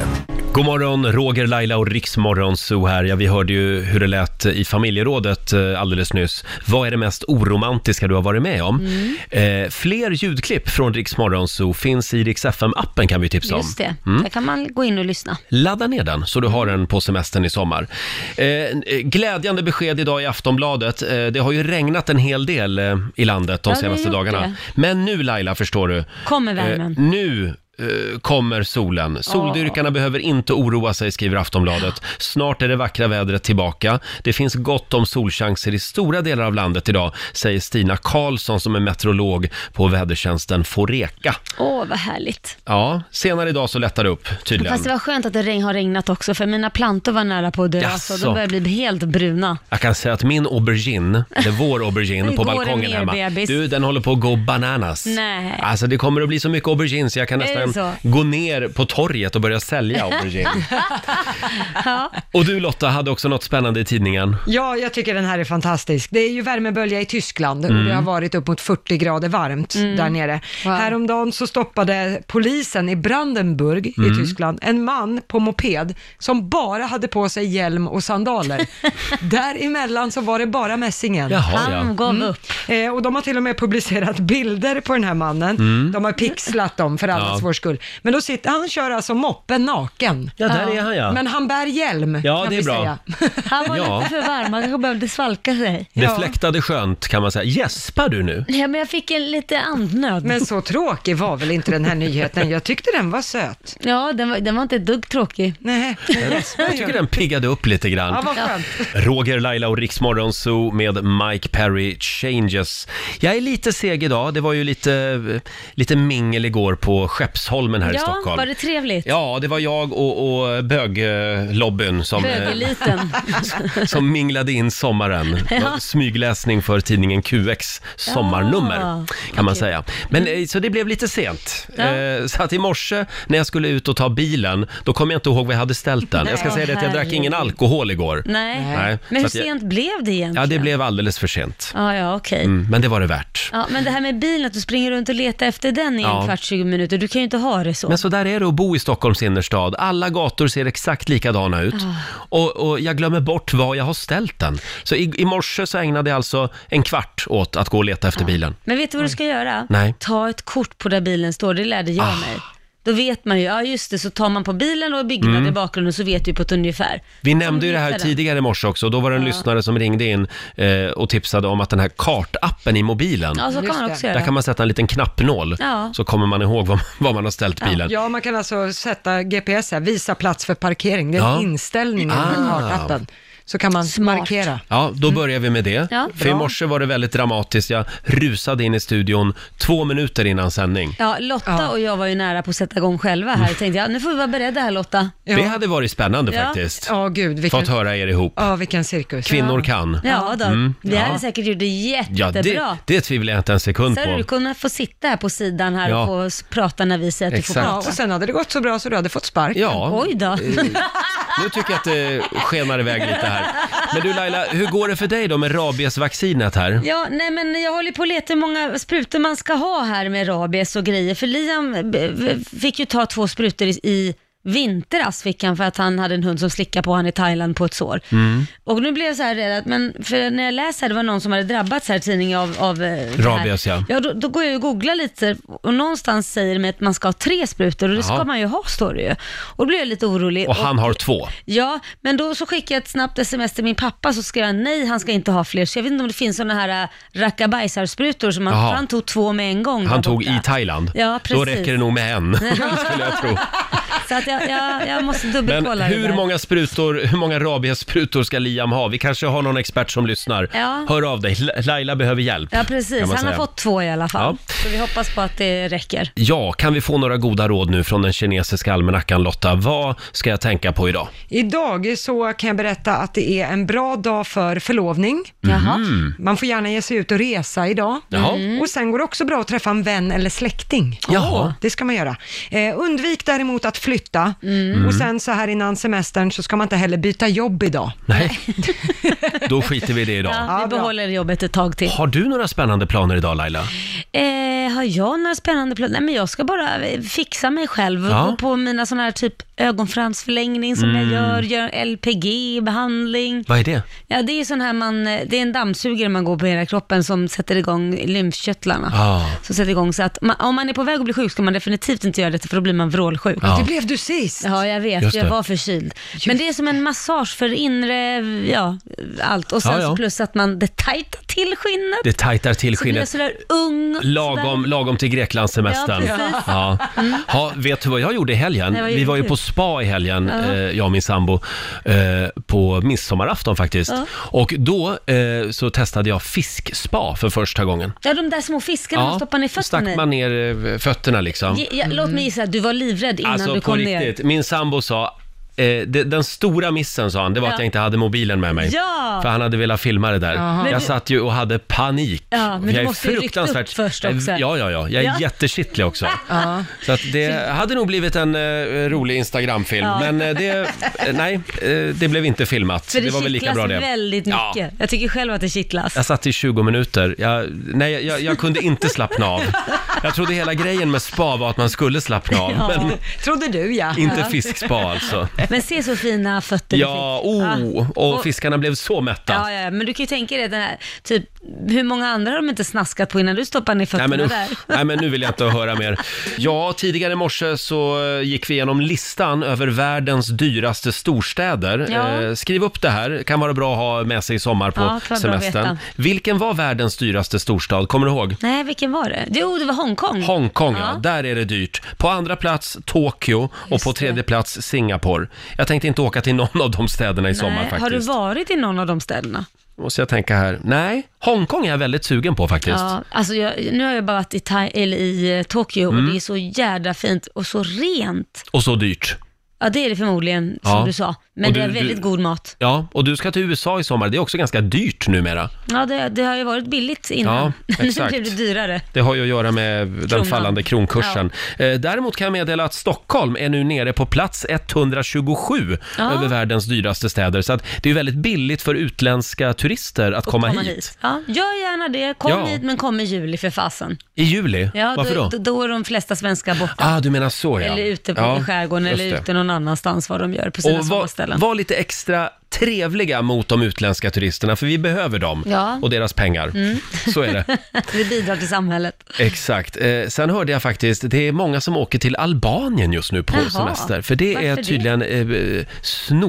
Speaker 1: God morgon, Roger, Laila och Riksmorgon Zoo här. Ja, vi hörde ju hur det lät i familjerådet eh, alldeles nyss. Vad är det mest oromantiska du har varit med om?
Speaker 5: Mm.
Speaker 1: Eh, fler ljudklipp från Riksmorgon Zoo finns i Rix FM-appen kan vi tipsa om.
Speaker 5: Just det,
Speaker 1: Mm.
Speaker 5: där kan man gå in och lyssna.
Speaker 1: Ladda ner den så du har den på semestern i sommar. Eh, eh, glädjande besked idag i Aftonbladet. Eh, det har ju regnat en hel del eh, i landet de
Speaker 5: Ja, det har
Speaker 1: senaste
Speaker 5: gjort
Speaker 1: dagarna.
Speaker 5: det.
Speaker 1: Men nu Laila, förstår du.
Speaker 5: Kommer värmen.
Speaker 1: Eh, nu eh, kommer solen. Soldyrkarna behöver inte oroa sig, skriver Aftonbladet. Snart är det vackra vädret tillbaka. Det finns gott om solchanser i stora delar av landet idag, säger Stina Karlsson som är meteorolog på vädertjänsten Foreka.
Speaker 5: Åh, vad härligt.
Speaker 1: Ja, senare idag så lättar det upp tydligen.
Speaker 5: Fast det var skönt att det regn har regnat också, för mina plantor var nära på att dö,
Speaker 1: Jaså.
Speaker 5: så de börjar bli helt bruna.
Speaker 1: Jag kan säga att min aubergine, eller vår aubergine
Speaker 5: Det
Speaker 1: på
Speaker 5: går
Speaker 1: balkongen
Speaker 5: mer,
Speaker 1: hemma,
Speaker 5: bebis.
Speaker 1: du den håller på att gå bananas.
Speaker 5: Nej.
Speaker 1: Alltså det kommer att bli så mycket aubergine så jag kan
Speaker 5: Är det
Speaker 1: nästan
Speaker 5: så?
Speaker 1: gå ner på torget och börja sälja aubergine.
Speaker 5: ja.
Speaker 1: och du Lotta hade också något spännande i tidningen.
Speaker 3: Ja, jag tycker den här är fantastisk. Det är ju värmebölja i Tyskland och
Speaker 1: Mm.
Speaker 3: det har varit upp mot 40 grader varmt där nere. Häromdagen så stoppade polisen i Brandenburg i
Speaker 6: Mm.
Speaker 3: Tyskland en man på moped som bara hade på sig hjälm och sandaler. Däremellan så var det bara mässingen.
Speaker 6: Jaha, Han ja. gav
Speaker 3: upp. Eh, och de har till och med publicerat bilder på den här mannen.
Speaker 6: Mm.
Speaker 3: De har pixlat dem för allas
Speaker 6: Ja.
Speaker 3: vår skull. Men då sitter han kör alltså moppen naken.
Speaker 1: Ja, där är han, ja.
Speaker 3: Men han bär hjälm,
Speaker 1: Ja,
Speaker 3: kan
Speaker 1: det är
Speaker 3: vi
Speaker 1: bra.
Speaker 3: säga.
Speaker 5: Han var
Speaker 1: Ja.
Speaker 5: lite för varm, han kanske behövde svalka sig.
Speaker 1: Det fläktade skönt kan man säga. Gäspar du nu?
Speaker 5: Ja, men jag fick en lite andnöd.
Speaker 3: Men så tråkig var väl inte den här nyheten? Jag tyckte den var söt.
Speaker 5: Ja, den var, den var inte ett dugg tråkig.
Speaker 3: Nej.
Speaker 1: Jag tycker den piggade upp lite grann.
Speaker 5: Ja, vad skönt.
Speaker 1: Roger, Laila och Riksmorgon Zoo med Mike Perry, Changes. Jag är lite seg idag. Det var ju lite, lite mingel igår på Skeppsholmen här i
Speaker 5: Ja,
Speaker 1: Stockholm.
Speaker 5: var det trevligt?
Speaker 1: Ja, det var jag och, och böglobbyn som, eh,
Speaker 5: Bögeliten.
Speaker 1: som minglade in sommaren. Det var
Speaker 5: Ja.
Speaker 1: Smygläsning för tidningen QX sommarnummer,
Speaker 5: Ja,
Speaker 1: kan man säga. Men, eh, Så det blev lite sent.
Speaker 5: Ja.
Speaker 1: Eh, Så att i morse när jag skulle ut och ta bilen, då kom jag inte ihåg var jag hade ställt den. Jag ska
Speaker 5: Nej.
Speaker 1: säga det att jag drack
Speaker 5: Herregud.
Speaker 1: ingen alkohol igår.
Speaker 5: Nej.
Speaker 1: så
Speaker 5: Men hur
Speaker 1: att jag-
Speaker 5: sent blev det egentligen?
Speaker 1: Ja, det blev alldeles för sent.
Speaker 5: Ja, ja, okej.
Speaker 1: Mm, men det var det värt.
Speaker 5: Ja, men det här med bilen, att du springer runt och letar efter den i en
Speaker 1: Ja.
Speaker 5: kvart, 20 minuter. Du kan ju
Speaker 2: inte ha det så.
Speaker 1: Men så där är det att bo i Stockholms innerstad. Alla gator ser exakt likadana ut.
Speaker 2: Ah.
Speaker 1: Och, och jag glömmer bort var jag har ställt den. Så i, i morse så ägnade jag alltså en kvart åt att gå och leta
Speaker 3: Ah.
Speaker 1: efter bilen.
Speaker 2: Men vet du vad du ska göra?
Speaker 1: Nej.
Speaker 2: Ta ett kort på där bilen står, det lärde jag
Speaker 1: Ah.
Speaker 2: mig. Då vet man ju, ja just det, så tar man på bilen och byggnaden
Speaker 1: Mm.
Speaker 2: i bakgrunden så vet du på ett ungefär.
Speaker 1: Vi nämnde ju det här
Speaker 2: hittade.
Speaker 1: tidigare i morse också. Då var det en lyssnare som ringde in eh, och tipsade om att den här kartappen i mobilen.
Speaker 3: Ja, så kan Just man också det. göra.
Speaker 1: Där kan man sätta en liten knappnål
Speaker 3: Ja.
Speaker 1: så kommer man ihåg var, var man har ställt bilen.
Speaker 3: Ja, man kan alltså sätta GPS här, visa plats för parkering. Det är
Speaker 1: Ja.
Speaker 3: en inställning i den här
Speaker 1: Ah.
Speaker 3: kartappen. Så kan man markera.
Speaker 1: Ja, då
Speaker 3: Mm.
Speaker 1: börjar vi med det.
Speaker 2: Ja.
Speaker 1: För i
Speaker 2: Bra.
Speaker 1: morse var det väldigt dramatiskt. Jag rusade in i studion två minuter innan sändning.
Speaker 2: Ja, Lotta och jag var ju nära på att sätta igång själva här. Tänkte jag, nu får vi vara beredda här Lotta.
Speaker 1: Det Mm. hade varit spännande
Speaker 2: Ja.
Speaker 1: faktiskt.
Speaker 3: Ja, gud. Vilken...
Speaker 1: Fått höra er ihop.
Speaker 3: Ja, vilken cirkus.
Speaker 1: Kvinnor kan.
Speaker 2: Ja, då.
Speaker 1: Mm.
Speaker 2: vi hade
Speaker 1: Ja.
Speaker 2: säkert gjort det jättebra.
Speaker 1: Ja, det, det tvivlar jag inte en sekund
Speaker 2: Så hade du
Speaker 1: på.
Speaker 2: kunnat få sitta här på sidan här
Speaker 1: Ja.
Speaker 2: och få s- prata när vi säger att du får
Speaker 1: Exakt.
Speaker 2: prata.
Speaker 1: Ja, och
Speaker 3: sen hade det gått så bra så du hade fått sparken.
Speaker 1: Ja. Eh,
Speaker 2: Oj då.
Speaker 1: Nu tycker jag att det skenar iväg lite här. Men du Laila, hur går det för dig då med rabiesvaccinet här?
Speaker 2: Ja, nej men jag håller på att leta hur många sprutor man ska ha här med rabies och grejer. För Liam eh, b- b- fick ju ta två sprutor i, i vintras fick han för att han hade en hund som slickade på han i Thailand på ett sår.
Speaker 7: Mm.
Speaker 2: Och nu blev jag så här rädd, att, men för när jag läser det var någon som hade drabbats här i tidningen av, av eh, det här.
Speaker 7: Rabies, ja.
Speaker 2: Ja, då, då går jag ju och googlar lite och någonstans säger de att man ska ha tre sprutor och det
Speaker 1: Jaha.
Speaker 2: ska man ju ha står det ju. Och då blev jag lite orolig.
Speaker 1: Och han har två.
Speaker 2: Ja, men då så skickade jag ett snabbt sms till min pappa så skrev jag nej, han ska inte ha fler. Så jag vet inte om det finns sådana här äh, rackabajsarsprutor som man,
Speaker 1: Jaha.
Speaker 2: för han tog två med en gång.
Speaker 1: Han
Speaker 2: där
Speaker 1: tog
Speaker 2: borta.
Speaker 1: i Thailand.
Speaker 2: Ja,
Speaker 1: Då
Speaker 2: precis.
Speaker 1: räcker det nog med en, skulle jag tro.
Speaker 2: Så att jag, jag, jag måste
Speaker 1: Men
Speaker 2: dubbelkolla det
Speaker 1: hur
Speaker 2: där.
Speaker 1: många, sprutor, hur många rabiessprutor ska Liam ha? Vi kanske har någon expert som lyssnar.
Speaker 2: Ja.
Speaker 1: Hör av dig. La- Laila behöver hjälp.
Speaker 2: Ja,
Speaker 1: kan
Speaker 2: precis.
Speaker 1: man
Speaker 2: Han har
Speaker 1: säga.
Speaker 2: fått två i alla fall.
Speaker 1: Ja.
Speaker 2: Så vi hoppas på att det räcker.
Speaker 1: Ja, kan vi få några goda råd nu från den kinesiska almanackan Lotta? Vad ska jag tänka på idag?
Speaker 3: Idag så kan jag berätta att det är en bra dag för förlovning.
Speaker 1: Jaha. Mhm.
Speaker 3: Man får gärna ge sig ut och resa idag.
Speaker 1: Jaha. Mm.
Speaker 3: Och sen går det också bra att träffa en vän eller släkting.
Speaker 1: Jaha.
Speaker 3: Det ska man göra. Eh, undvik däremot att flytta.
Speaker 1: Mm.
Speaker 3: Och sen så här innan semestern så ska man inte heller byta jobb idag.
Speaker 1: Nej, då skiter vi i det idag.
Speaker 2: Ja, vi behåller jobbet ett tag till.
Speaker 1: Har du några spännande planer idag Laila?
Speaker 2: Eh, har jag några spännande planer? Nej, men jag ska bara eh, fixa mig själv.
Speaker 1: Ja.
Speaker 2: Gå på mina sådana här typ ögonfransförlängning som
Speaker 1: Mm.
Speaker 2: jag gör, gör LPG-behandling.
Speaker 1: Vad är det?
Speaker 2: Ja, det är sån här man, eh, det är en dammsugare man går på hela kroppen som sätter igång lymfkörtlarna.
Speaker 1: Ja.
Speaker 2: Som sätter igång så att man, om man är på väg att bli sjuk ska man definitivt inte göra det för då blir man vrålsjuk.
Speaker 1: Ja. Det
Speaker 3: blev du sist.
Speaker 2: Ja, jag vet.
Speaker 1: Just
Speaker 2: Jag
Speaker 1: det.
Speaker 2: var förkyld. Men det är som en massage för inre, ja, allt. Och sen
Speaker 1: Ja, ja.
Speaker 2: Så plus att man, det tajtar till skinnet.
Speaker 1: Det tajtar till
Speaker 2: Så blir jag
Speaker 1: skinnet.
Speaker 2: sådär ung.
Speaker 1: Lagom, lagom till Greklandssemestern.
Speaker 2: Ja, precis.
Speaker 1: ja.
Speaker 2: Mm.
Speaker 1: Ja, vet du vad jag gjorde i helgen?
Speaker 2: Nej, vad gjorde
Speaker 1: Vi var ju
Speaker 2: du?
Speaker 1: på spa i helgen,
Speaker 2: Ja.
Speaker 1: eh, jag och min sambo, eh, på midsommarafton faktiskt.
Speaker 2: Ja.
Speaker 1: Och då eh, så testade jag fiskspa för första gången.
Speaker 2: Ja, de där små fiskarna man stoppar ner fötterna
Speaker 1: stack
Speaker 2: i.
Speaker 1: man ner eh, fötterna liksom.
Speaker 2: Ge- ja, Låt mig gissa, du var livrädd innan
Speaker 1: alltså
Speaker 2: du kom
Speaker 1: på
Speaker 2: ner.
Speaker 1: riktigt, min sambo sa Eh, det, den stora missen sa han, det var
Speaker 2: Ja.
Speaker 1: att jag inte hade mobilen med mig.
Speaker 2: Ja.
Speaker 1: För han hade velat filma det där.
Speaker 2: Jaha. Men
Speaker 1: Jag
Speaker 2: du-
Speaker 1: satt ju och hade panik.
Speaker 2: Ja, men
Speaker 1: För
Speaker 2: du
Speaker 1: jag är
Speaker 2: måste ju rycka upp
Speaker 1: fruktansvärt- Eh,
Speaker 2: först också.
Speaker 1: Ja, ja, ja. Jag är
Speaker 2: Ja.
Speaker 1: jättekittlig också.
Speaker 2: Ja.
Speaker 1: Så att det hade nog blivit en eh, rolig Instagram-film,
Speaker 2: Ja.
Speaker 1: men eh, det, eh, nej, eh, det blev inte filmat.
Speaker 2: För det,
Speaker 1: var väl lika
Speaker 2: kittlas
Speaker 1: bra det.
Speaker 2: väldigt mycket.
Speaker 1: Ja.
Speaker 2: Jag tycker själv att det kittlas.
Speaker 1: Jag satt i 20 minuter. Jag, nej, jag, jag kunde inte slappna av. Jag trodde hela grejen med spa var att man skulle slappna av,
Speaker 2: Ja.
Speaker 1: men
Speaker 3: Trodde du ja.
Speaker 1: inte fiskspa alltså.
Speaker 2: Men se så fina fötter
Speaker 1: Ja,
Speaker 2: du fick. Ah.
Speaker 1: oh, och fiskarna blev så mätta.
Speaker 2: Ja, ja, men du kan ju tänka dig den här, typ, hur många andra har de inte snaskat på innan du stoppar ner fötterna
Speaker 1: Nej men,
Speaker 2: där?
Speaker 1: usch, nej men nu vill jag inte höra mer. Ja, tidigare i morse så eh, gick vi igenom listan över världens dyraste storstäder.
Speaker 2: Ja.
Speaker 1: Eh, skriv upp det här, kan vara bra att ha med sig i sommar på
Speaker 2: Ja, kan vara bra att
Speaker 1: semestern.
Speaker 2: veta.
Speaker 1: Vilken var världens dyraste storstad, kommer du ihåg?
Speaker 2: Nej, vilken var det? Jo, det var Hongkong.
Speaker 1: Hongkong, ja. Där är det dyrt. På andra plats Tokyo och på tredje plats Singapore. Jag tänkte inte åka till någon av de städerna i sommar
Speaker 2: Nej,
Speaker 1: faktiskt.
Speaker 2: Har du varit i någon av de städerna?
Speaker 1: Måste jag tänka här. Nej, Hongkong är jag väldigt sugen på faktiskt.
Speaker 2: Ja, alltså jag, nu har jag bara varit i, Thai, eller i eh, Tokyo
Speaker 1: Mm.
Speaker 2: och det är så jädra fint och så rent.
Speaker 1: Och så dyrt.
Speaker 2: Ja, det är det förmodligen, som
Speaker 1: Ja.
Speaker 2: du sa.
Speaker 1: Och
Speaker 2: Men
Speaker 1: du-
Speaker 2: det är väldigt
Speaker 1: du-
Speaker 2: god mat.
Speaker 1: Ja, och du ska till USA i sommar. Det är också ganska dyrt numera.
Speaker 2: Ja, det, det har ju varit billigt innan.
Speaker 1: Ja,
Speaker 2: nu
Speaker 1: exakt.
Speaker 2: blir det dyrare.
Speaker 1: Det har ju att göra med den
Speaker 2: Kronan.
Speaker 1: fallande kronkursen. Eh, Däremot kan jag meddela att Stockholm är nu nere på plats 127
Speaker 2: Ja.
Speaker 1: över världens dyraste städer. Så att det är väldigt billigt för utländska turister att
Speaker 2: att
Speaker 1: komma, hit.
Speaker 2: Ja, gör gärna det. Kom
Speaker 1: Ja.
Speaker 2: hit, men kom i juli för fasen.
Speaker 1: I juli?
Speaker 2: Ja,
Speaker 1: Varför då?
Speaker 2: Då, då är de flesta svenskar borta.
Speaker 1: Ah, du menar så ja.
Speaker 2: Eller ute på
Speaker 1: ja,
Speaker 2: i skärgården
Speaker 1: just
Speaker 2: eller
Speaker 1: det.
Speaker 2: ute någon annanstans vad de gör på sina
Speaker 1: Och var,
Speaker 2: sommarställen.
Speaker 1: var lite extra trevliga mot de utländska turisterna, för vi behöver dem
Speaker 2: Ja.
Speaker 1: och deras pengar.
Speaker 2: Mm.
Speaker 1: Så är det.
Speaker 2: det bidrar till samhället.
Speaker 1: Exakt. Eh, sen hörde jag faktiskt, det är många som åker till Albanien just nu på
Speaker 2: Jaha.
Speaker 1: semester, för det är
Speaker 2: Varför det?
Speaker 1: tydligen Eh,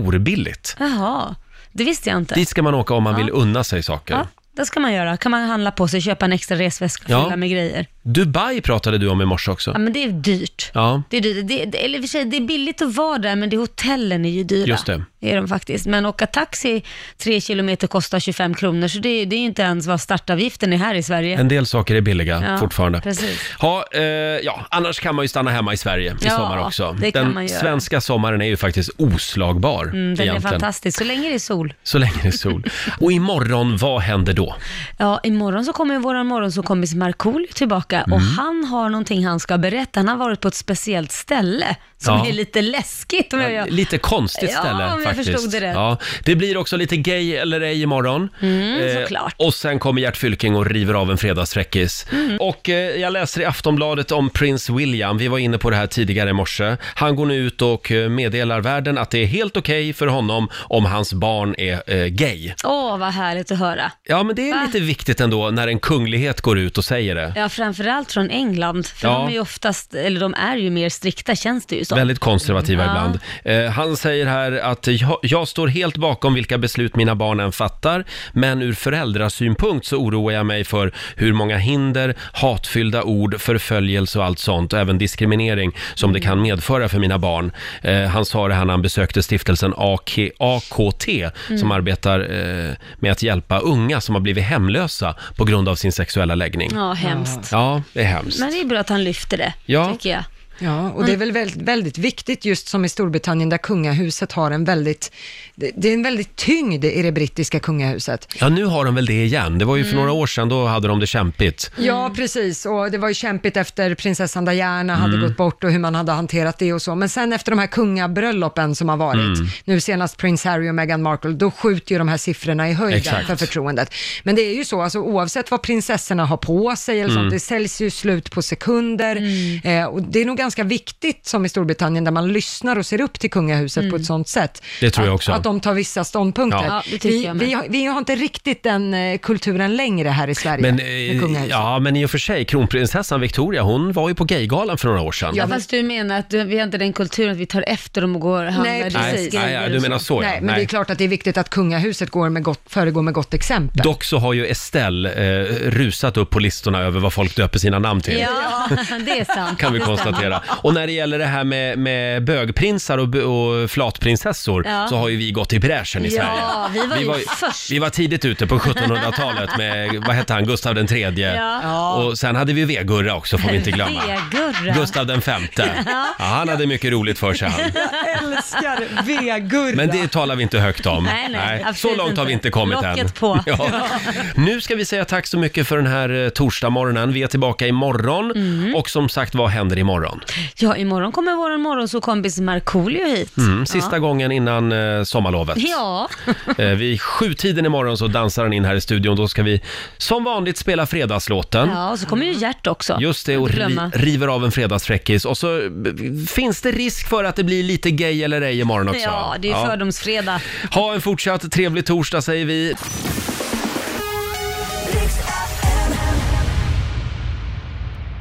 Speaker 1: snorbilligt.
Speaker 2: Jaha, det visste jag inte.
Speaker 1: Dit ska man åka om man
Speaker 2: Ja.
Speaker 1: vill unna sig saker.
Speaker 2: Ja, det ska man göra. Kan man handla på sig, köpa en extra resväska
Speaker 1: Ja.
Speaker 2: och fylla med grejer.
Speaker 1: Dubai pratade du om i morse också.
Speaker 2: Ja, men det är dyrt.
Speaker 1: Ja,
Speaker 2: Det är, dyrt. Det, det, eller i och för sig, det är billigt att vara där, men det, hotellen är ju dyra.
Speaker 1: just det.
Speaker 2: Det är de faktiskt. Men åka taxi tre kilometer kostar 25 kronor, så det, det är ju inte ens vad startavgiften är här i Sverige.
Speaker 1: En del saker är billiga
Speaker 2: Ja,
Speaker 1: fortfarande.
Speaker 2: precis.
Speaker 1: Ha, eh, ja, annars kan man ju stanna hemma i Sverige i
Speaker 2: Ja,
Speaker 1: sommar också.
Speaker 2: det kan
Speaker 1: Den
Speaker 2: man göra.
Speaker 1: svenska sommaren är ju faktiskt oslagbar
Speaker 2: Mm, den är
Speaker 1: egentligen.
Speaker 2: fantastisk, så länge det är sol.
Speaker 1: Så länge det är sol. Och imorgon, vad händer då?
Speaker 2: Ja, imorgon så kommer vår morgonsåkompis Markoolio tillbaka och
Speaker 1: Mm.
Speaker 2: han har någonting han ska berätta. Han har varit på ett speciellt ställe som
Speaker 1: Ja.
Speaker 2: är lite läskigt. Om jag gör.
Speaker 1: Lite konstigt
Speaker 2: Ja,
Speaker 1: ställe
Speaker 2: om jag
Speaker 1: faktiskt.
Speaker 2: förstod det rätt.
Speaker 1: Ja, det blir också lite gay eller ej imorgon. Eh,
Speaker 2: Mm, såklart.
Speaker 1: och sen kommer Gert Fylking och river av en fredagsfräckis.
Speaker 2: Mm.
Speaker 1: Och eh, jag läser i Aftonbladet om prins William. Vi var inne på det här tidigare i morse. Han går nu ut och eh, meddelar världen att det är helt okej för honom om hans barn är eh, gay.
Speaker 2: Åh, vad härligt att höra.
Speaker 1: Ja, men det är
Speaker 2: Va?
Speaker 1: lite viktigt ändå när en kunglighet går ut och säger det.
Speaker 2: Ja, framförallt från England, för
Speaker 1: Ja.
Speaker 2: de är ju oftast, eller de är ju mer strikta känns det ju som.
Speaker 1: Väldigt konservativa
Speaker 2: Alltså. Mm, Ja.
Speaker 1: ibland. Eh, han säger här att jag, jag står helt bakom vilka beslut mina barn än fattar, men ur föräldrasynpunkt så oroar jag mig för hur många hinder, hatfyllda ord, förföljelse och allt sånt, och även diskriminering som det kan medföra för mina barn. Eh, han sa det här när han besökte stiftelsen AK, AKT, som
Speaker 7: Mm.
Speaker 1: arbetar eh, med att hjälpa unga som har blivit hemlösa på grund av sin sexuella läggning.
Speaker 2: Ja, hemskt.
Speaker 1: Ja, det är hemskt.
Speaker 2: Men det är bra att han lyfter det,
Speaker 1: Ja.
Speaker 2: tycker jag.
Speaker 3: Ja, och det är väl väldigt, väldigt viktigt just som i Storbritannien där kungahuset har en väldigt, det det är en väldigt tyngd i det brittiska kungahuset.
Speaker 1: Ja, nu har de väl det igen. Det var ju för
Speaker 3: Mm.
Speaker 1: några år sedan, då hade de det kämpigt.
Speaker 3: Ja, precis. Och det var ju kämpigt efter prinsessan Diana hade
Speaker 1: Mm.
Speaker 3: gått bort och hur man hade hanterat det och så. Men sen efter de här kungabröllopen som har varit,
Speaker 1: Mm.
Speaker 3: nu senast prins Harry och Meghan Markle, då skjuter ju de här siffrorna i höjden
Speaker 1: Exakt.
Speaker 3: för förtroendet. Men det är ju så, alltså, oavsett vad prinsessorna har på sig eller
Speaker 1: Mm.
Speaker 3: sånt, det säljs ju slut på sekunder.
Speaker 2: Mm.
Speaker 3: Eh, och det är nog ganska viktigt som i Storbritannien där man lyssnar och ser upp till kungahuset på ett sånt sätt.
Speaker 1: Det tror jag
Speaker 3: att,
Speaker 1: också.
Speaker 3: Att de tar vissa ståndpunkter.
Speaker 1: Ja. Ja,
Speaker 2: Mm. det tycker
Speaker 3: vi,
Speaker 2: jag med.
Speaker 3: vi, har, vi har inte riktigt den eh, kulturen längre här i Sverige.
Speaker 1: Men,
Speaker 3: med liksom.
Speaker 1: eh,
Speaker 3: kungahuset.
Speaker 1: ja, men i och för sig, kronprinsessan Victoria, hon var ju på Gaygalan för några år sedan.
Speaker 2: Ja, fast du menar att du, vi har inte den kulturen att vi tar efter dem och går och handlar
Speaker 3: Nej,
Speaker 2: deras
Speaker 3: precis.
Speaker 2: grejer
Speaker 1: Nej, nej, du
Speaker 2: och
Speaker 1: menar så, ja.
Speaker 3: Nej, men
Speaker 1: Nej.
Speaker 3: det är klart att det är viktigt att kungahuset går med gott, föregår med gott exempel.
Speaker 1: Dock så har ju Estelle eh, rusat upp på listorna över vad folk döper sina namn till.
Speaker 2: Ja, det är sant.
Speaker 1: Kan vi
Speaker 2: Det stämmer.
Speaker 1: konstatera. Och när det gäller det här med, med bögprinsar och, bö- och flatprinsessor
Speaker 2: Ja.
Speaker 1: så har ju vi gått i bräschen i
Speaker 2: Ja,
Speaker 1: Sverige.
Speaker 2: vi var ju först.
Speaker 1: Vi var tidigt ute på 1700-talet med, vad hette han, Gustav den tredje.
Speaker 2: Ja.
Speaker 1: Och sen hade vi Vegurra också, får vi inte glömma.
Speaker 2: Vegurra.
Speaker 1: Gustav den femte. Ja, han hade mycket roligt för sig han.
Speaker 3: Jag älskar V-Gurra.
Speaker 1: Men det talar vi inte högt om.
Speaker 2: Nej, nej,
Speaker 1: Så
Speaker 2: absolut
Speaker 1: långt har vi
Speaker 2: inte.
Speaker 1: inte kommit än.
Speaker 2: Locket på.
Speaker 1: Ja. Nu ska vi säga tack så mycket för den här eh, torsdagsmorgonen. Vi är tillbaka imorgon
Speaker 2: Mm.
Speaker 1: och som sagt, vad händer imorgon?
Speaker 2: Ja, imorgon kommer vår morgonsåkompis Markoolio hit.
Speaker 1: Mm, sista
Speaker 2: ja.
Speaker 1: gången innan eh, sommarlovet.
Speaker 2: Ja,
Speaker 1: Eh, vid sjutiden imorgon så dansar han in här i studion. Då ska vi som vanligt spela fredagslåten.
Speaker 2: ja och så kommer ju Gert också.
Speaker 1: Just det, och
Speaker 2: Inte
Speaker 1: ri
Speaker 2: glömma.
Speaker 1: river av en fredagsfräckis. Och så eh, finns det risk för att det blir lite gay eller ej imorgon också.
Speaker 2: Ja, det är ju fördomsfredag.
Speaker 1: Ha en fortsatt trevlig torsdag säger vi.